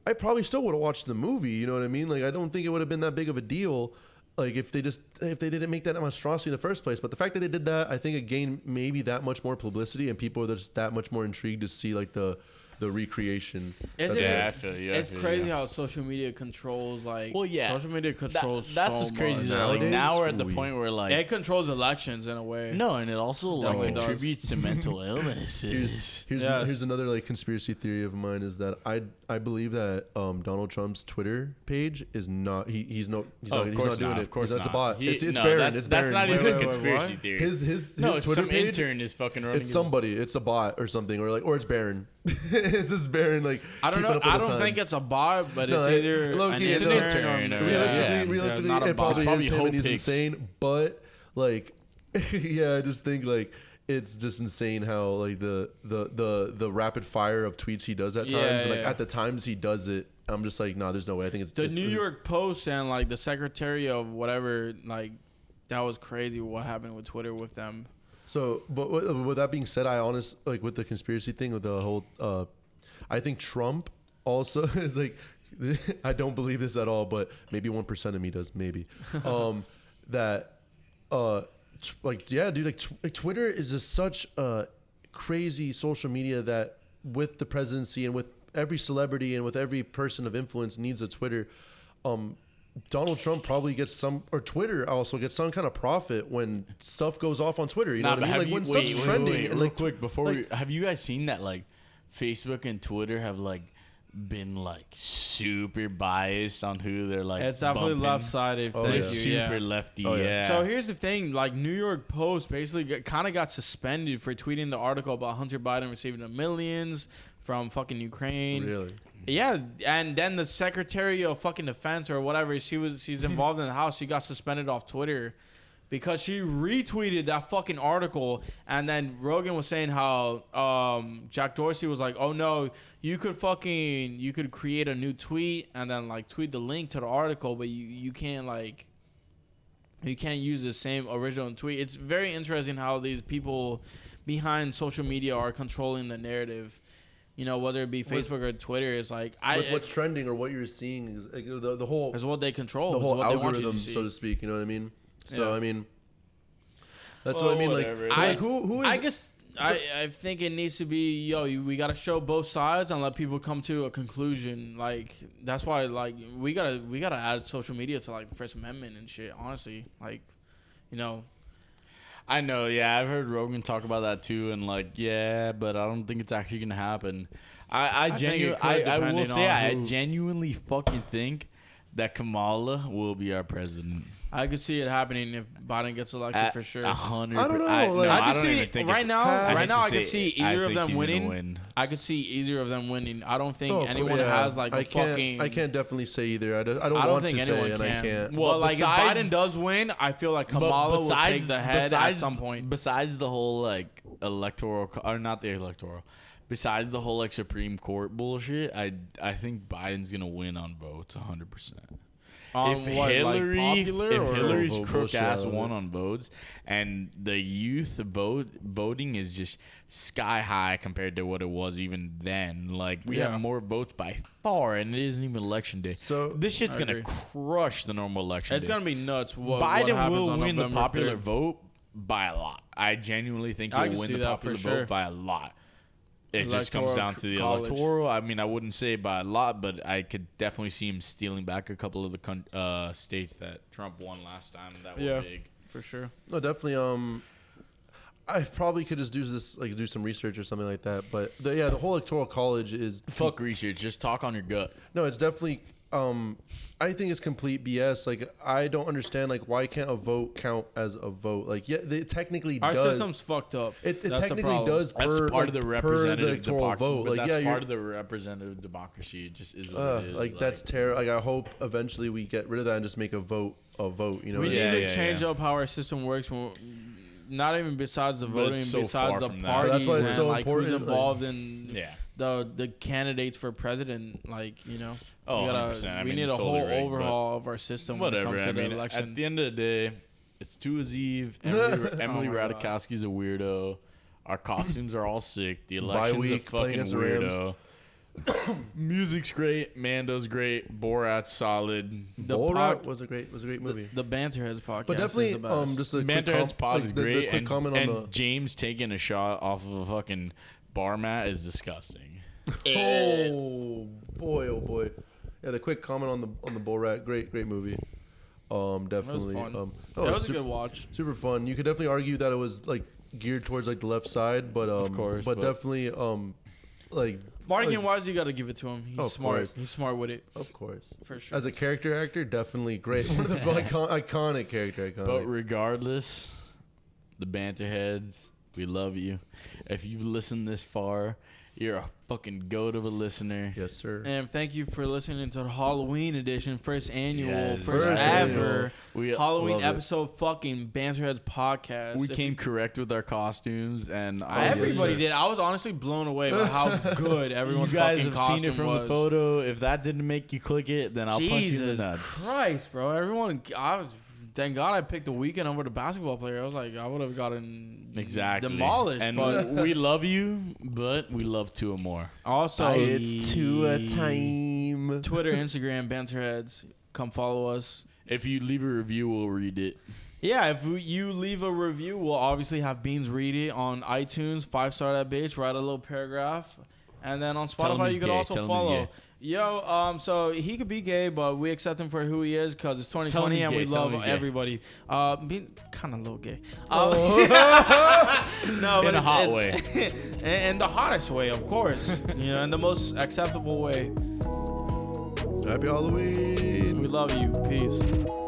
I probably still would have watched the movie. You know what I mean? Like I don't think it would have been that big of a deal. Like if they just if they didn't make that monstrosity in the first place, but the fact that they did that, I think it gained maybe that much more publicity and people are just that much more intrigued to see like the the recreation. Isn't of it- the- it's crazy how social media controls like. Well, yeah. Social media That- controls. that's so what's crazy much. is that, like, Nowadays, now we're at the ooh-wee. point where, like- it controls elections in a way. No, and it also like Definitely does. contributes to mental illnesses. Here's here's, Yes. here's another like conspiracy theory of mine is that I I believe that um, Donald Trump's Twitter page is not he, he's no he's Oh, not, of he's course not doing not, it of course that's a not. bot He- it's it's no, barren that's- it's that's not barren Wait, even a wait, wait, conspiracy what? theory. his his, No, his it's Twitter some page, intern is fucking running it's his- somebody it's a bot or something or like or it's barren it's just barren like I don't keeping know. up with I the don't think times. it's a bar, but No, it's it- either low-key, an it's intern, an or realistically, yeah. realistically, Not a bot. it probably, Probably is him hope and he's pics. insane. But like, yeah, I just think like it's just insane how like the the the the rapid fire of tweets he does at times. Yeah, and, like yeah. at the times he does it, I'm just like, nah, there's no way. I think it's the it- New York Post and like the secretary of whatever, like that was crazy. What happened with Twitter with them? So, but with, with that being said, I honest like with the conspiracy thing with the whole. Uh, I think Trump also is like. I don't believe this at all, but maybe one percent of me does. Maybe um, that, uh, t- like yeah, dude, like, tw- like Twitter is just such a crazy social media that with the presidency and with every celebrity and with every person of influence needs a Twitter. Um, Donald Trump probably gets some, or Twitter also gets some kind of profit when stuff goes off on Twitter. You know Nah, what but I mean? have Like you- when wait, stuff's wait, trending, wait, and, real like, quick before like, we, have you guys seen that like Facebook and Twitter have like been like super biased on who they're like. It's definitely bumping? Oh, left sided. Oh, They're super lefty. yeah. So here's the thing: like New York Post basically kind of got suspended for tweeting the article about Hunter Biden receiving the millions from fucking Ukraine. Really? Yeah, and then the Secretary of fucking Defense or whatever she was, she's involved in the house. She got suspended off Twitter because she retweeted that fucking article, and then Rogan was saying how um, Jack Dorsey was like, "Oh no, you could fucking you could create a new tweet and then like tweet the link to the article, but you you can't like." you can't use the same original tweet. It's very interesting how these people behind social media are controlling the narrative. You know, whether it be What- Facebook or Twitter, it's like I with what's trending or what you're seeing is like, the, the whole It's what they control. the It's whole what they want you to algorithm, see. so to speak. You know what I mean? So Yeah. I mean, that's what I mean. Like, I like who who is? I guess I, I think it needs to be yo. you- We gotta show both sides and let people come to a conclusion. Like that's why like we gotta we gotta add social media to like the First Amendment and shit. Honestly, like you know, I know, yeah. I've heard Rogan talk about that too, and like, yeah, but I don't think it's actually gonna happen. I, I, I think it genuinely, could, I, I will depending say, on I who- genuinely fucking think that Kamala will be our president. I could see it happening if Biden gets elected At for sure. a hundred I don't per- know, I- like- no, I, I could don't see even think right it's- now. I hate right now, to I could say see it. I either of think them he's gonna winning. win. I could see either of them winning. I don't think Oh, of course, anyone yeah. has like a I can't, fucking. I can't definitely say either. I don't, I don't, want to say, and I can't. Well, like if Biden does win, I feel like But Kamala will take the head besides- at some point. Besides the whole like electoral co- or not the electoral, besides the whole like Supreme Court bullshit, I I think Biden's gonna win on votes 100. percent On if what, like, Hillary, popular if or- Hillary's Vote crook bullshit ass out of won it. on votes, and the youth vote voting is just sky high compared to what it was even then. Like we Yeah. have more votes by far, and it isn't even election day. So this shit's I gonna agree. crush the normal election. It's day. gonna be nuts what- what Biden happens will on win the November popular 3rd. vote by a lot. I genuinely think I he'll can win see the that for popular sure. vote by a lot. It just comes Electoral down c- to the college. electoral. I mean, I wouldn't say by a lot, but I could definitely see him stealing back a couple of the con- uh, states that Trump won last time that were Yeah, big. for sure. No, definitely. Um, I probably could just do this, like do some research or something like that. But the, yeah, the whole electoral college is fuck research. Just talk on your gut. No, it's definitely. Um, I think it's complete BS. Like I don't understand. Like why can't a vote count as a vote? Like yeah, it technically Our does. system's fucked up. It, it That's the technically problem. does. That's per, part like, of the per representative electoral democracy. vote. But Like that's yeah, you're- part of the representative democracy. It just is what Ugh, it is. like, that's terrible. Like I hope eventually we get rid of that and just make a vote a vote. You know, we what I mean? need to change up how our system works. When, not even besides the But it's voting, so besides far the from parties that. But that's why it's and so like who's important, like- involved in Yeah. the the candidates for president. Like you know, Oh, we, 100%. I we mean, need it's a totally whole rigged, overhaul but of our system Whatever. when it comes to I mean, the election. at the end of the day, it's Tua's Eve. Emily, Emily Oh my God. Ratajkowski's a weirdo. Our costumes are all sick. The Bye election's week, a playing fucking against the Rams. weirdo. Music's great. Mando's great. Borat's solid. The Borat pod- was a great was a great movie. the Banterheads podcast, But is definitely, the best. um, just a quick Mandarins com- pod like, is the- the great. quick and comment on and the- James taking a shot off of a fucking bar mat is disgusting. oh boy, oh boy. Yeah, the quick comment on the on the bull rat. Great, great movie. Um, definitely. fun. Um, That it's was a good watch. Super fun. You could definitely argue that it was like geared towards like the left side, but um, Of course, but, but- definitely um, like Marketing like- wise, you got to give it to him. He's Of smart. course. He's smart with it. Of course. For sure. as a character actor, definitely great. One of the icon- iconic character iconic. But regardless, the banter heads, we love you. If you've listened this far, you're a fucking goat of a listener. Yes, sir. And thank you for listening to the Halloween edition, first annual, Yes. first, First annual. ever We Halloween love it. episode fucking Banterheads podcast. We If came you- correct with our costumes, and I was- Everybody did. I was honestly blown away by how good everyone's You guys fucking have seen costume it from was. the photo. If that didn't make you click it, then I'll punch you in Jesus the nuts. Christ, bro! Everyone, I was. Thank God I picked the weekend over the basketball player. I was like, I would have gotten Exactly. demolished. And but we love you, but we love Tua more. Also, a Twitter, Instagram, Banterheads. Come follow us. If you leave a review, we'll read it. Yeah, if we- you leave a review, we'll obviously have Beans read it on iTunes. Five star that bitch. Write a little paragraph, and then on Tell him Spotify he's you can gay. also Tell him he's follow. gay. Yo, um, so he could be gay, but we accept him for who he is because it's 2020 he's and we gay. Tell him love he's gay. everybody. Uh, being kind of little gay. Um, Oh. no, but In a it's- hot it's- and, and the hottest way, of course. you know, in the most acceptable way. Happy Halloween. We love you. Peace.